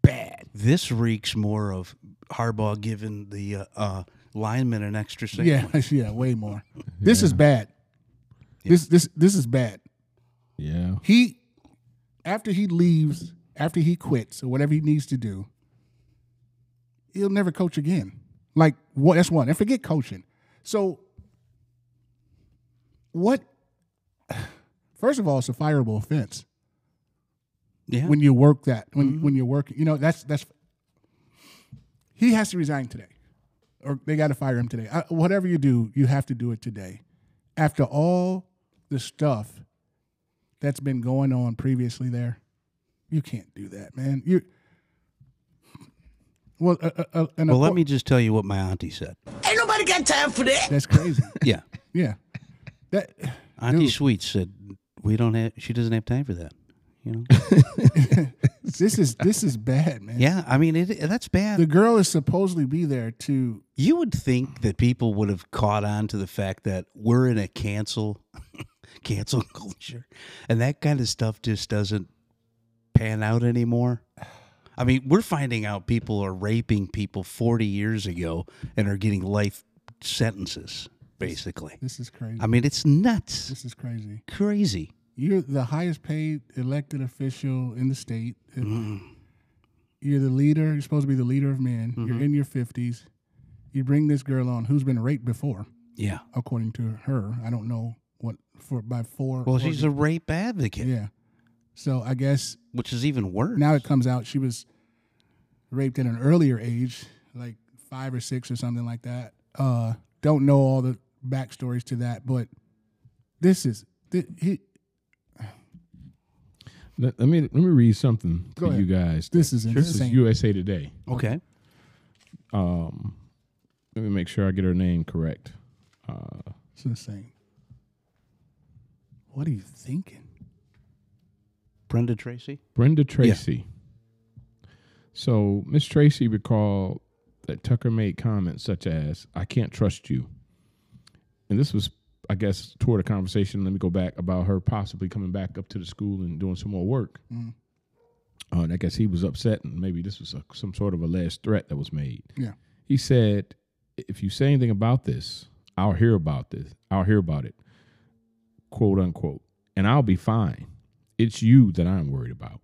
Speaker 6: bad.
Speaker 5: This reeks more of Harbaugh giving the uh, uh, lineman an extra sandwich.
Speaker 6: Yeah, yeah, way more. This is bad. This this this is bad.
Speaker 2: yeah.
Speaker 6: He after he leaves, after he quits or whatever he needs to do, he'll never coach again. Like what that's one. And forget coaching. So what first of all, it's a fireable offense.
Speaker 5: Yeah. Mm-hmm.
Speaker 6: when you work that when when you work you know that's that's he has to resign today or they got to fire him today I, whatever you do you have to do it today after all the stuff that's been going on previously there you can't do that man you well, uh, uh, uh, and
Speaker 5: well, let
Speaker 6: of
Speaker 5: me just tell you what my auntie said.
Speaker 7: Ain't nobody got time for that.
Speaker 6: course- that's crazy
Speaker 5: Yeah.
Speaker 6: yeah that
Speaker 5: Auntie
Speaker 6: Dude.
Speaker 5: Sweets said, we don't have, she doesn't have time for that. You know?
Speaker 6: this is this is bad man
Speaker 5: yeah. I mean, it, that's bad.
Speaker 6: the girl is supposedly be there to
Speaker 5: You would think that people would have caught on to the fact that we're in a cancel cancel culture and that kind of stuff just doesn't pan out anymore. I mean, we're finding out people are raping people 40 years ago and are getting life sentences basically.
Speaker 6: this is crazy
Speaker 5: I mean, it's nuts.
Speaker 6: this is crazy
Speaker 5: Crazy. Mm-hmm.
Speaker 6: You're the highest paid elected official in the state. you're the leader. You're supposed to be the leader of men.
Speaker 5: Mm-hmm.
Speaker 6: You're in your fifties. You bring this girl on who's been raped before,
Speaker 5: Yeah.
Speaker 6: according to her. I don't know what for by four.
Speaker 5: Well,
Speaker 6: or-
Speaker 5: she's a rape advocate,
Speaker 6: yeah. So I guess
Speaker 5: which is even worse.
Speaker 6: now it comes out she was raped at an earlier age, like five or six or something like that. Uh, don't know all the backstories to that, but this is thi- he,
Speaker 2: Let, let me let me read something
Speaker 6: Go
Speaker 2: to
Speaker 6: ahead.
Speaker 2: you guys.
Speaker 6: This is
Speaker 2: this is
Speaker 6: insane.
Speaker 2: USA Today.
Speaker 5: okay.
Speaker 2: Um, let me make sure I get her name correct. Uh,
Speaker 6: it's insane. What are you thinking?
Speaker 5: Brenda Tracy.
Speaker 2: Brenda Tracy. So Miss Tracy recalled that Tucker made comments such as, "I can't trust you," and this was, I guess, toward a conversation. Let me go back about her possibly coming back up to the school and doing some more work. Uh, and I guess he was upset, and maybe this was a, some sort of alleged threat that was made.
Speaker 6: Yeah.
Speaker 2: He said, "If you say anything about this, I'll hear about this. I'll hear about it." quote unquote, and I'll be fine. It's you that I'm worried about.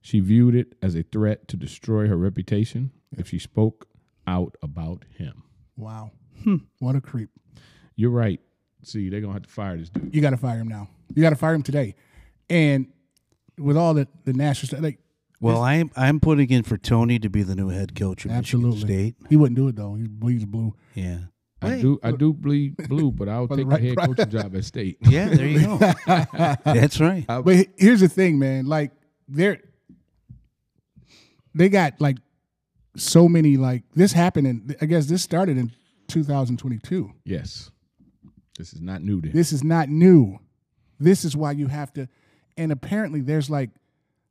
Speaker 2: She viewed it as a threat to destroy her reputation if she spoke out about him.
Speaker 6: Wow. What a creep.
Speaker 2: You're right. See, they're gonna have to fire this dude.
Speaker 6: You got to fire him now. You got to fire him today. And with all the the national stuff, like
Speaker 5: Well, I'm I'm putting in for Tony to be the new head coach of
Speaker 6: absolutely,
Speaker 5: Michigan State.
Speaker 6: he wouldn't do it though. He bleeds blue.
Speaker 5: Yeah.
Speaker 2: I do, I do bleed blue, but I'll
Speaker 6: For the
Speaker 2: take
Speaker 6: right
Speaker 2: the head
Speaker 6: price.
Speaker 2: coaching job at state.
Speaker 5: Yeah, there you go. That's right.
Speaker 6: But he- here's the thing, man. Like they're they got like so many like this happened in I guess this started in 2022.
Speaker 2: Yes, this is not new to him.
Speaker 6: This is not new. This is why you have to and apparently there's like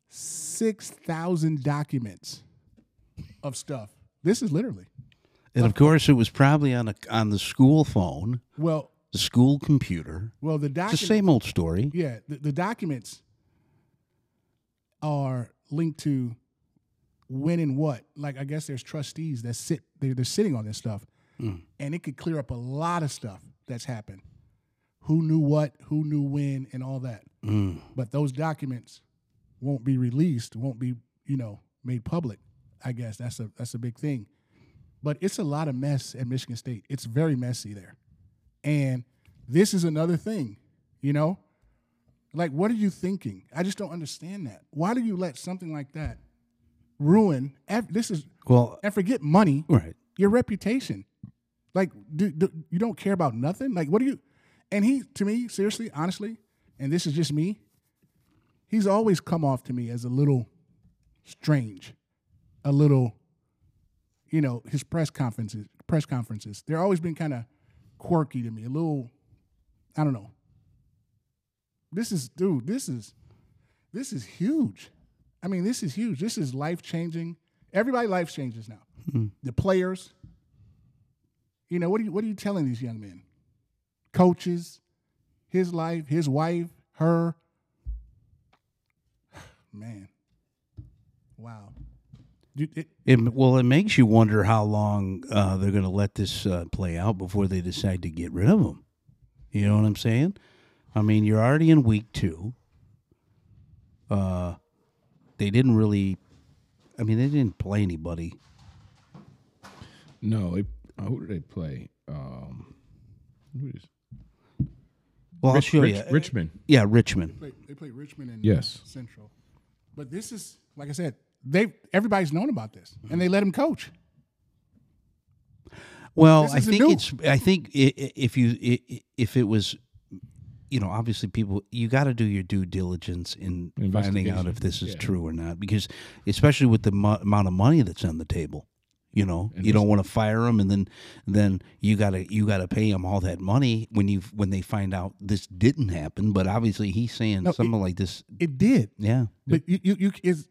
Speaker 6: 6,000 documents of stuff. This is literally.
Speaker 5: And of course, it was probably on a, on the school phone,
Speaker 6: Well,
Speaker 5: the school computer.
Speaker 6: well the
Speaker 5: It's the
Speaker 6: documents
Speaker 5: same old story.
Speaker 6: Yeah, the, the documents are linked to when and what. Like I guess there's trustees that sit they're, they're sitting on this stuff, and it could clear up a lot of stuff that's happened. Who knew what? Who knew when? And all that. But those documents won't be released. Won't be you know made public. I guess that's a that's a big thing. But it's a lot of mess at Michigan State. It's very messy there. And this is another thing, you know? Like, what are you thinking? I just don't understand that. Why do you let something like that ruin? ev- This is
Speaker 5: Well,
Speaker 6: and forget money,
Speaker 5: right.
Speaker 6: your reputation. Like, do, do, you don't care about nothing. Like, what do you? And he, to me, seriously, honestly, and this is just me. He's always come off to me as a little strange, a little. You know his press conferences. Press conferences. They're always been kind of quirky to me. A little, I don't know. This is, dude. This is, this is huge. I mean, this is huge. This is life changing. Everybody life changes now. The players. You know, what are you what are you telling these young men? Coaches, his life, his wife, her. Man. Wow. You- it-
Speaker 5: It, well, it makes you wonder how long uh, they're going to let this uh, play out before they decide to get rid of him. You know what I'm saying? I mean, you're already in week two. Uh, they didn't really. I mean, they didn't play anybody.
Speaker 2: No, it, uh, who did they play? Um, who is
Speaker 5: Well, I'll show
Speaker 2: Rich-
Speaker 5: you.
Speaker 2: Richmond?
Speaker 5: yeah, Richmond.
Speaker 6: play- they play Richmond and
Speaker 2: Yes.
Speaker 6: Central. But this is like I said, they everybody's known about this. And they let him coach.
Speaker 5: Well,
Speaker 6: This
Speaker 5: I
Speaker 6: isn't
Speaker 5: think
Speaker 6: new.
Speaker 5: it's. I think i- i- if you i- i- if it was, you know, obviously people, you got to do your due diligence in finding out
Speaker 2: Investigation,
Speaker 5: if this is
Speaker 2: yeah.
Speaker 5: true or not, because especially with the mo- amount of money that's on the table, you know, you don't want to fire them, and then then you gotta you gotta pay them all that money when you when they find out this didn't happen. But obviously, he's saying
Speaker 6: No, it-
Speaker 5: something like this.
Speaker 6: It did.
Speaker 5: Yeah,
Speaker 6: But you, you, you is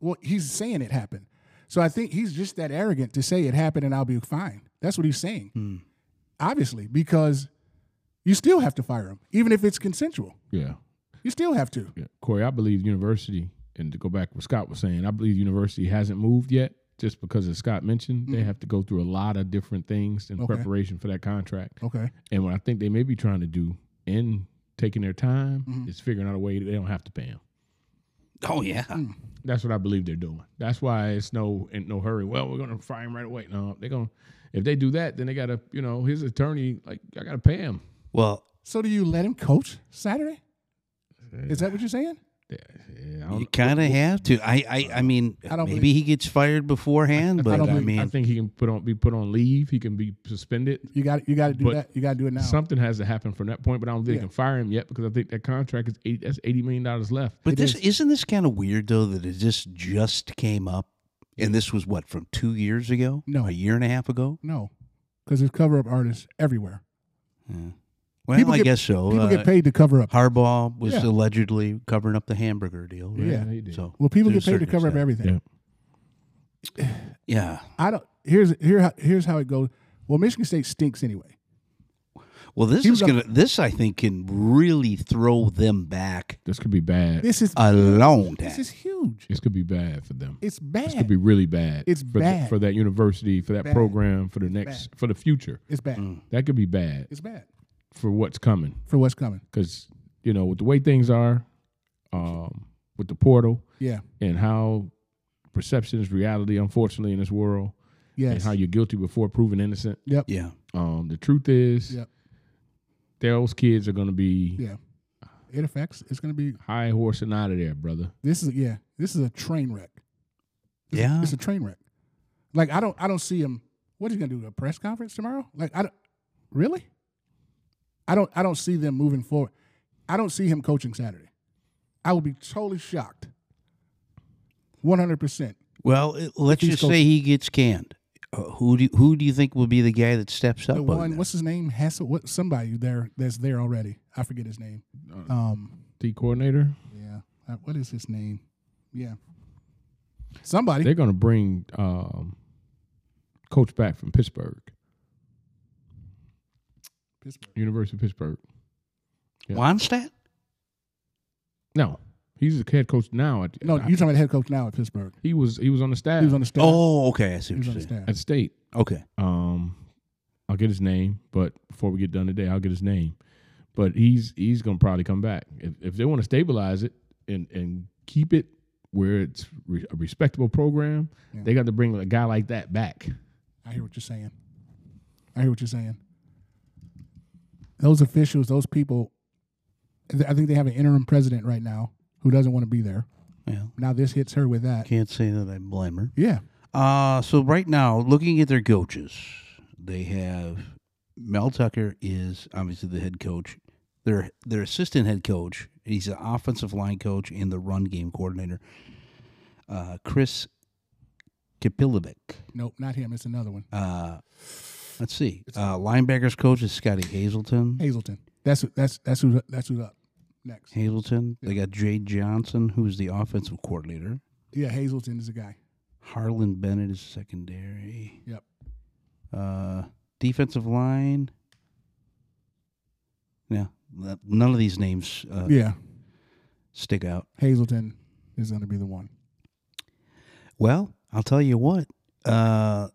Speaker 6: well, he's saying it happened. So I think he's just that arrogant to say it happened and I'll be fine. That's what he's saying.
Speaker 5: Hmm.
Speaker 6: Obviously, because you still have to fire him, even if it's consensual.
Speaker 2: Yeah,
Speaker 6: You still have to.
Speaker 2: yeah. Corey, I believe university, and to go back to what Scott was saying, I believe university hasn't moved yet. Just because, as Scott mentioned, they have to go through a lot of different things in preparation for that contract.
Speaker 6: Okay.
Speaker 2: And what I think they may be trying to do in taking their time is figuring out a way that they don't have to pay him.
Speaker 5: Oh yeah.
Speaker 2: That's what I believe they're doing. That's why it's no in no hurry. Well, we're gonna fire him right away. No, they're gonna if they do that, then they gotta you know his attorney like I gotta pay him.
Speaker 5: Well,
Speaker 6: So do you let him coach Saturday? Is that what you're saying?
Speaker 5: you kind of have to. I, I, I mean, maybe he gets fired beforehand, but I, mean,
Speaker 2: I think he can put on be put on leave. He can be suspended.
Speaker 6: You got you got to do
Speaker 2: But
Speaker 6: that. You got to do it now.
Speaker 2: Something has to happen from that point, but I don't think they can fire him yet because I think that contract is eight, that's eighty million dollars left.
Speaker 5: but this is. not this kind of weird though that it just just came up, and this was what from two years ago?
Speaker 6: No.
Speaker 5: a year and a half ago.
Speaker 6: no, because there's cover up artists everywhere.
Speaker 5: Well,
Speaker 6: People
Speaker 5: I
Speaker 6: get-
Speaker 5: guess so. Uh,
Speaker 6: people get paid to cover up.
Speaker 5: Harbaugh was
Speaker 6: Yeah.
Speaker 5: allegedly covering up the hamburger deal. Right?
Speaker 6: Yeah,
Speaker 2: he did.
Speaker 5: So
Speaker 6: Well, people
Speaker 5: to a
Speaker 6: get paid to
Speaker 5: certain
Speaker 6: cover up
Speaker 5: extent.
Speaker 6: everything.
Speaker 5: Yeah.
Speaker 6: I don't. Here's here how- here's how it goes. Well, Michigan State stinks anyway.
Speaker 5: Well, this
Speaker 6: He
Speaker 5: is
Speaker 6: was
Speaker 5: gonna. This I think can really throw them back
Speaker 2: This could be bad.
Speaker 6: This is
Speaker 5: a long time.
Speaker 6: this is huge.
Speaker 2: This could be bad for them.
Speaker 6: It's
Speaker 2: This could
Speaker 6: bad.
Speaker 2: be really bad.
Speaker 6: It's
Speaker 2: for the-
Speaker 6: bad.
Speaker 2: for that university, for that
Speaker 6: Bad.
Speaker 2: program, for the next, for the future.
Speaker 6: It's bad.
Speaker 2: That could be bad
Speaker 6: It's bad
Speaker 2: for what's coming.
Speaker 6: for what's coming.
Speaker 2: because you know with the way things are, um, with the portal
Speaker 6: Yeah.
Speaker 2: and how perception is reality, unfortunately, in this world, and
Speaker 6: Yes.
Speaker 2: how you're guilty before proven innocent.
Speaker 6: Yep.
Speaker 5: yeah.
Speaker 2: Um, the truth is,
Speaker 6: Yep.
Speaker 2: those kids are gonna be
Speaker 6: Yeah. It affects. It's going to be.
Speaker 2: high horse and out of there, brother.
Speaker 6: This is yeah. This is a train wreck.
Speaker 5: Yeah.
Speaker 6: It's a train wreck. Like I don't I don't see him. What is he gonna do? A press conference tomorrow? Like I don't really. I don't I don't see them moving forward. I don't see him coaching Saturday. I would be totally shocked. One hundred percent.
Speaker 5: Well, it- let's
Speaker 6: he's
Speaker 5: just
Speaker 6: coach-
Speaker 5: say he gets canned. Uh, who do you, who do you think will be the guy that steps up?
Speaker 6: The
Speaker 5: on
Speaker 6: one.
Speaker 5: that?
Speaker 6: What's his name? Hassel. What? Somebody there that's there already. I forget his name. Um.
Speaker 2: The coordinator,
Speaker 6: Yeah. Uh, What is his name? Yeah. Somebody.
Speaker 2: they're gonna bring um, coach back from Pittsburgh,
Speaker 6: Pittsburgh.
Speaker 2: University of Pittsburgh. Yeah.
Speaker 5: Wonstadt?
Speaker 2: No, he's the head coach now. At,
Speaker 6: No, you're talking about the head coach now at Pittsburgh.
Speaker 2: he was he was on the staff
Speaker 6: He was on the staff.
Speaker 5: Oh, okay. I see
Speaker 6: he
Speaker 5: what
Speaker 6: was
Speaker 5: you're
Speaker 6: on the
Speaker 5: saying.
Speaker 6: staff.
Speaker 2: at state.
Speaker 5: Okay.
Speaker 2: Um, I'll get his name, but before we get done today, I'll get his name. But he's he's gonna probably come back if, if they want to stabilize it and and keep it where it's re- a respectable program. They got to bring a guy like that back.
Speaker 6: I hear what you're saying. I hear what you're saying. Those officials, those people, th- I think they have an interim president right now who doesn't want to be there.
Speaker 5: Yeah.
Speaker 6: Now this hits her with that.
Speaker 5: Can't say that I blame her.
Speaker 6: Yeah.
Speaker 5: Uh, so right now, looking at their coaches, they have Mel Tucker is obviously the head coach. Their their assistant head coach, he's an offensive line coach and the run game coordinator. Uh, Chris Kapilovic.
Speaker 6: Nope, not him. It's another one.
Speaker 5: Uh, let's see. Uh, linebackers coach is Scotty Hazelton.
Speaker 6: Hazleton. That's who- that's that's who's that's who's up next.
Speaker 5: Hazleton. They got Jade Johnson, who's the offensive coordinator.
Speaker 6: Yeah, Hazleton is the guy.
Speaker 5: Harlan Bennett is secondary.
Speaker 6: Yep.
Speaker 5: Uh, defensive line. Yeah, n- none of these names uh,
Speaker 6: Yeah,
Speaker 5: stick out.
Speaker 6: Hazleton is going to be the one.
Speaker 5: Well, I'll tell you what. Uh,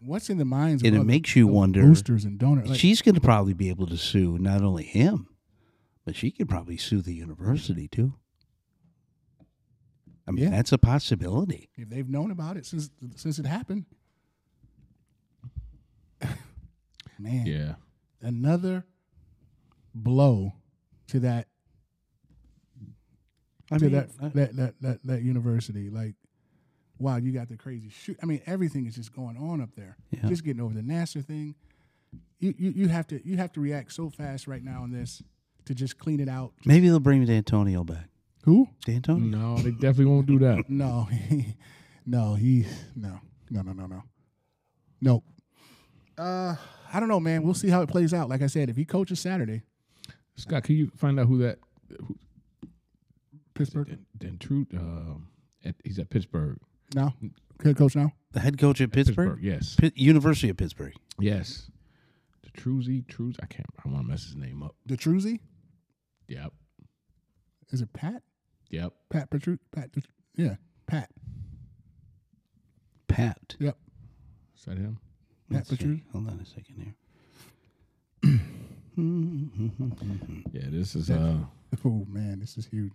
Speaker 6: What's in the minds?
Speaker 5: And it
Speaker 6: of other-
Speaker 5: makes you
Speaker 6: of
Speaker 5: wonder-
Speaker 6: Boosters and donors. Like,
Speaker 5: she's going to probably be able to sue not only him, but she could probably sue the university too. I mean,
Speaker 6: Yeah.
Speaker 5: that's a possibility.
Speaker 6: if they've known about it since since it happened, man.
Speaker 2: Yeah,
Speaker 6: another blow to that
Speaker 5: I
Speaker 6: to
Speaker 5: mean,
Speaker 6: that,
Speaker 5: I-
Speaker 6: that, that that that university. Like, wow, you got the crazy shoot. I mean, everything is just going on up there.
Speaker 5: Yeah.
Speaker 6: Just getting over the Nasser thing. You, you you have to you have to react so fast right now on this to just clean it out.
Speaker 5: maybe they'll bring D'Antonio back.
Speaker 6: Who?
Speaker 5: D'Antonio.
Speaker 2: no, they definitely won't do that.
Speaker 6: No, no, he no no no no no. Nope. Uh, I don't know, man. We'll see how it plays out. Like I said, if he coaches Saturday,
Speaker 2: Scott, can you find out who that? Who,
Speaker 6: Pittsburgh.
Speaker 2: then, then Truth, um, at, he's at Pittsburgh.
Speaker 6: No, head coach now.
Speaker 5: The head coach at Pittsburgh,
Speaker 2: yes,
Speaker 5: Pitt, University of Pittsburgh.
Speaker 2: yes. The Truzy, Truz, I can't. I want to mess his name up.
Speaker 6: Detruzzi.
Speaker 2: Yep,
Speaker 6: Is it Pat?
Speaker 2: yep.
Speaker 6: Pat Petru Pat Det- yeah. Pat.
Speaker 5: Pat.
Speaker 6: Yep.
Speaker 2: Is that him?
Speaker 6: Pat
Speaker 5: Let's see.
Speaker 6: Petru.
Speaker 5: Hold on a second here.
Speaker 2: Yeah, this is uh.
Speaker 6: Oh man, this is huge.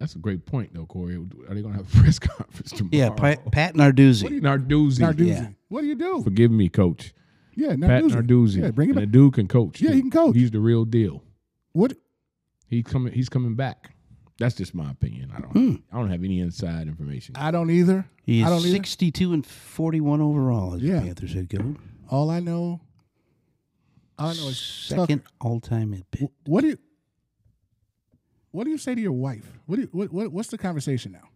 Speaker 2: That's a great point, though, Corey. Are they going to have a press conference tomorrow?
Speaker 5: Yeah, Pat, Pat Narduzzi.
Speaker 2: What do you, Narduzzi?
Speaker 6: Narduzzi. What do you do?
Speaker 2: Forgive me, coach.
Speaker 6: Yeah,
Speaker 2: Pat
Speaker 6: Narduzzi.
Speaker 2: Narduzzi.
Speaker 6: Yeah, bring him
Speaker 2: and
Speaker 6: back.
Speaker 2: The dude can coach.
Speaker 6: Yeah, he can coach.
Speaker 2: He's the real deal.
Speaker 6: What?
Speaker 2: He's coming. He's coming back. That's just my opinion. I don't. I don't have any inside information.
Speaker 6: Hmm. I don't either.
Speaker 5: He's
Speaker 6: I don't either.
Speaker 5: 62 and 41 overall as
Speaker 6: Yeah.
Speaker 5: the Panthers head coach.
Speaker 6: All I know, all I know is
Speaker 5: Second
Speaker 6: Tucker.
Speaker 5: all time at Pitt.
Speaker 6: What do you? What do you say to your wife? What do you, what, what what's the conversation now?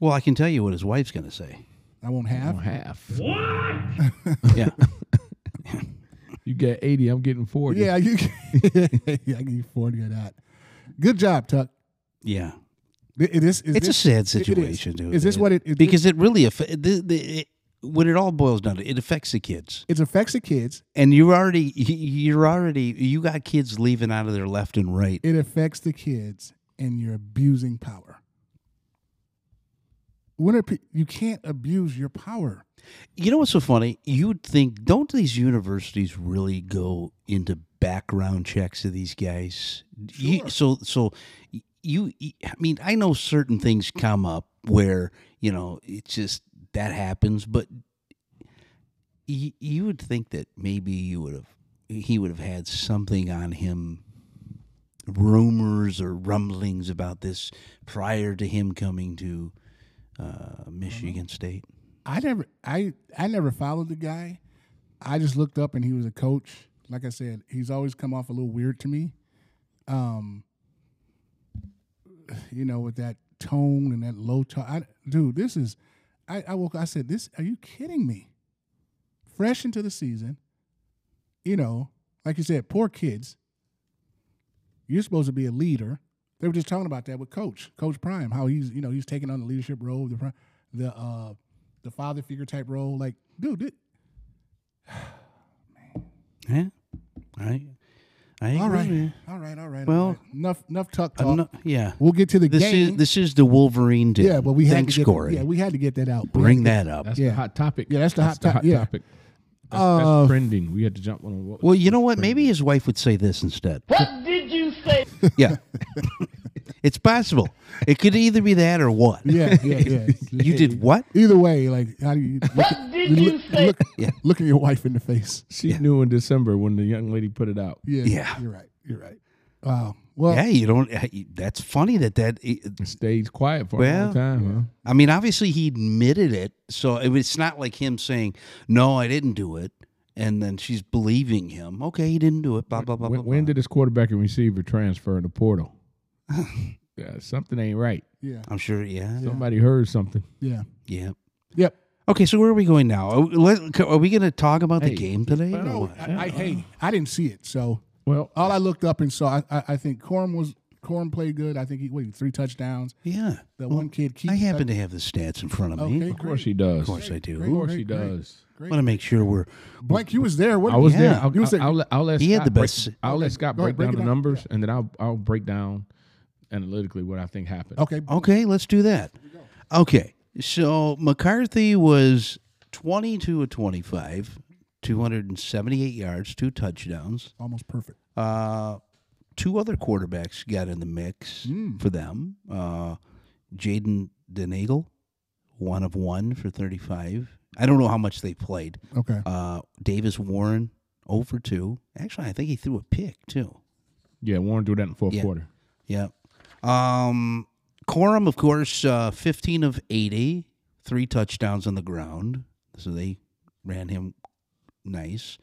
Speaker 5: Well, I can tell you what his wife's going to say.
Speaker 6: I won't
Speaker 2: I
Speaker 6: have.
Speaker 2: don't half.
Speaker 5: Yeah.
Speaker 2: You get eighty. I'm getting forty.
Speaker 6: Yeah, you. yeah, I can afford you that. Good job, Tuck.
Speaker 5: yeah.
Speaker 6: Th- it is- is
Speaker 5: It's a
Speaker 6: this-
Speaker 5: sad
Speaker 6: it- it is.
Speaker 5: situation, dude.
Speaker 6: Is this what it is?
Speaker 5: Because it really affects the, the, it, when it all boils down to it affects the kids.
Speaker 6: it affects the kids.
Speaker 5: And you're already you're already you got kids leaving out of their left and right.
Speaker 6: It affects the kids, and you're abusing power. When are, pe- you can't abuse your power.
Speaker 5: You know what's so funny? You'd think, don't these universities really go into background checks of these guys? You-
Speaker 6: Sure.
Speaker 5: so, so you, I mean, I know certain things come up where you know it's just that happens, but you, you would think that maybe you would have, he would have had something on him, rumors or rumblings about this prior to him coming to uh, Michigan State.
Speaker 6: I never I I never followed the guy. I just looked up and he was a coach. Like I said, he's always come off a little weird to me. Um you know, with that tone and that low tone. I, dude, this is I, I woke I said, This are you kidding me? Fresh into the season, you know, like you said, poor kids. You're supposed to be a leader. They were just talking about that with Coach, Coach Prime, how he's, you know, he's taking on the leadership role, the pri- the uh the father figure type role. Like, dude, it,
Speaker 5: Yeah. I I agree.
Speaker 6: all right,
Speaker 5: man.
Speaker 6: all right, all right. all
Speaker 5: Well,
Speaker 6: right. enough, enough tuck talk.
Speaker 5: I'm not- yeah.
Speaker 6: we'll get to the
Speaker 5: This
Speaker 6: game.
Speaker 5: is this is the Wolverine dip.
Speaker 6: yeah, but we had
Speaker 5: Thanks,
Speaker 6: to get,
Speaker 5: Corey.
Speaker 6: Yeah, we had to get that out.
Speaker 5: Bring that up.
Speaker 2: That's
Speaker 6: Yeah.
Speaker 2: the hot topic.
Speaker 6: Yeah, that's the hot to-
Speaker 2: hot
Speaker 6: yeah.
Speaker 2: topic. That's,
Speaker 6: Uh,
Speaker 2: that's trending. We had to jump on. What
Speaker 5: Well, you know what? Maybe his wife would say this instead.
Speaker 1: What did you say?
Speaker 5: Yeah. it's possible. It could either be that or what?
Speaker 6: Yeah, yeah, yeah.
Speaker 5: You did what?
Speaker 6: Either way, like, how do you? Look, at-
Speaker 1: did
Speaker 6: look,
Speaker 1: you say?
Speaker 6: Look,
Speaker 5: Yeah.
Speaker 6: look at your wife in the face.
Speaker 2: she knew in December when the young lady put it out.
Speaker 6: Yeah,
Speaker 5: Yeah.
Speaker 6: you're right. You're right. Wow. Well,
Speaker 5: yeah, you don't. That's funny that that.
Speaker 2: It stays quiet for a
Speaker 5: Well,
Speaker 2: long time. Huh?
Speaker 5: I mean, obviously he admitted it, so it- it's not like him saying, "No, I didn't do it," and then she's believing him. Okay, he didn't do it. Blah blah blah.
Speaker 2: when,
Speaker 5: blah,
Speaker 2: when
Speaker 5: blah.
Speaker 2: did his quarterback and receiver transfer in the portal? yeah, something ain't right.
Speaker 6: yeah,
Speaker 5: I'm sure. Yeah.
Speaker 2: Somebody heard something.
Speaker 6: yeah,
Speaker 5: Yeah.
Speaker 6: yep.
Speaker 5: Okay, so where are we going now? Are we, let- are we going to talk about the
Speaker 2: Hey,
Speaker 5: game today? or
Speaker 6: No,
Speaker 5: what?
Speaker 6: Oh, I, I, hey, I didn't see it, so
Speaker 2: Oh, Well,
Speaker 6: all I looked up and saw. I, I, I think Corum was Corum played good. I think he what, three touchdowns.
Speaker 5: yeah.
Speaker 6: That one kid, Keith,
Speaker 5: I happen to have the stats in front of me.
Speaker 6: Okay,
Speaker 5: of
Speaker 2: of course he does. Of
Speaker 5: course I do.
Speaker 6: great.
Speaker 2: course he
Speaker 6: Great, great.
Speaker 2: does.
Speaker 5: want to make sure we're.
Speaker 6: Blank, you was there. What
Speaker 2: I was
Speaker 5: Yeah.
Speaker 2: there. I'll,
Speaker 6: You was
Speaker 2: I'll-
Speaker 6: there.
Speaker 2: I'll let- I'll let
Speaker 5: He had
Speaker 2: Scott
Speaker 5: the
Speaker 2: break-
Speaker 5: best-
Speaker 2: I'll let Scott
Speaker 6: Go ahead,
Speaker 2: break
Speaker 6: break
Speaker 2: down
Speaker 6: it
Speaker 2: the
Speaker 6: down.
Speaker 2: numbers, and then I'll I'll break down analytically what I think happened.
Speaker 6: Okay,
Speaker 5: Okay, let's do that. Okay, so McCarthy was 22 of 25, 278 yards, two touchdowns.
Speaker 6: almost perfect.
Speaker 5: Uh, two other quarterbacks got in the mix for them. Uh, Jaden Denagel, one of one for 35. I don't know how much they played.
Speaker 6: Okay.
Speaker 5: Uh, Davis Warren over two. Actually, I think he threw a pick too.
Speaker 2: Yeah, Warren threw that in the fourth
Speaker 5: Yeah.
Speaker 2: quarter.
Speaker 5: Yeah. Um, Corum, of course, uh, 15 of 80, three touchdowns on the ground. So they ran him nice.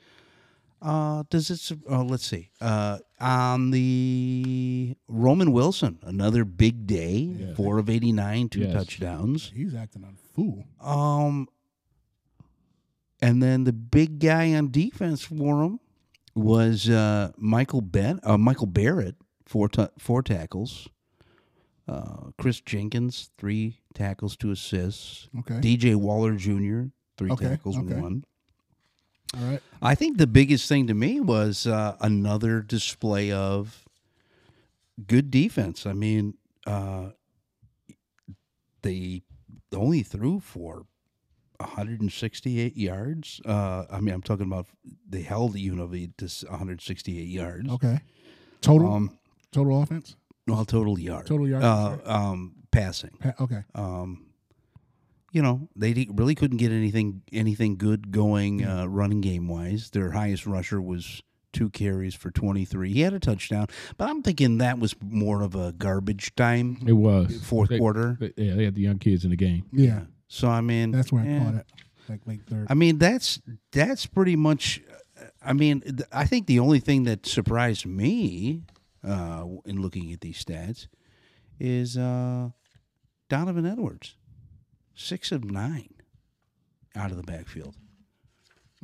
Speaker 5: Uh, does it? su- Oh, let's see. Uh, on the Roman Wilson, another big day, four of eighty-nine, two
Speaker 2: Yes.
Speaker 5: touchdowns.
Speaker 6: He's acting on fool.
Speaker 5: Um, and then the big guy on defense for him was uh, Michael Ben, uh, Michael Barrett, four ta- four tackles. Uh, Chris Jenkins, three tackles, two assists.
Speaker 6: Okay.
Speaker 5: DJ Waller Jr., three
Speaker 6: Okay,
Speaker 5: tackles,
Speaker 6: okay.
Speaker 5: one.
Speaker 6: All right.
Speaker 5: I think the biggest thing to me was uh, another display of good defense. I mean, uh, they only threw for 168 yards. Uh, I mean, I'm talking about they held the UNLV to s- 168 yards.
Speaker 6: Okay. Total
Speaker 5: Um,
Speaker 6: total offense.
Speaker 5: Well, total yard.
Speaker 6: Total yard,
Speaker 5: Uh, um, passing.
Speaker 6: Pa- okay.
Speaker 2: uh,
Speaker 5: Um, you know they di- really couldn't get anything anything good going
Speaker 6: Mm.
Speaker 5: uh, running game wise. Their highest rusher was two carries for twenty three. He had a touchdown, but I'm thinking that was more of a garbage time.
Speaker 2: It was
Speaker 5: fourth
Speaker 2: They-
Speaker 5: quarter.
Speaker 2: they- yeah, they had the young kids in the game.
Speaker 6: Yeah.
Speaker 5: So I mean, eh,
Speaker 6: That's where I
Speaker 5: yeah.
Speaker 6: caught it. Like late third.
Speaker 5: I mean, that's that's pretty much. I mean, th- I think the only thing that surprised me uh, in looking at these stats is uh, Donovan Edwards, six of nine out of the backfield.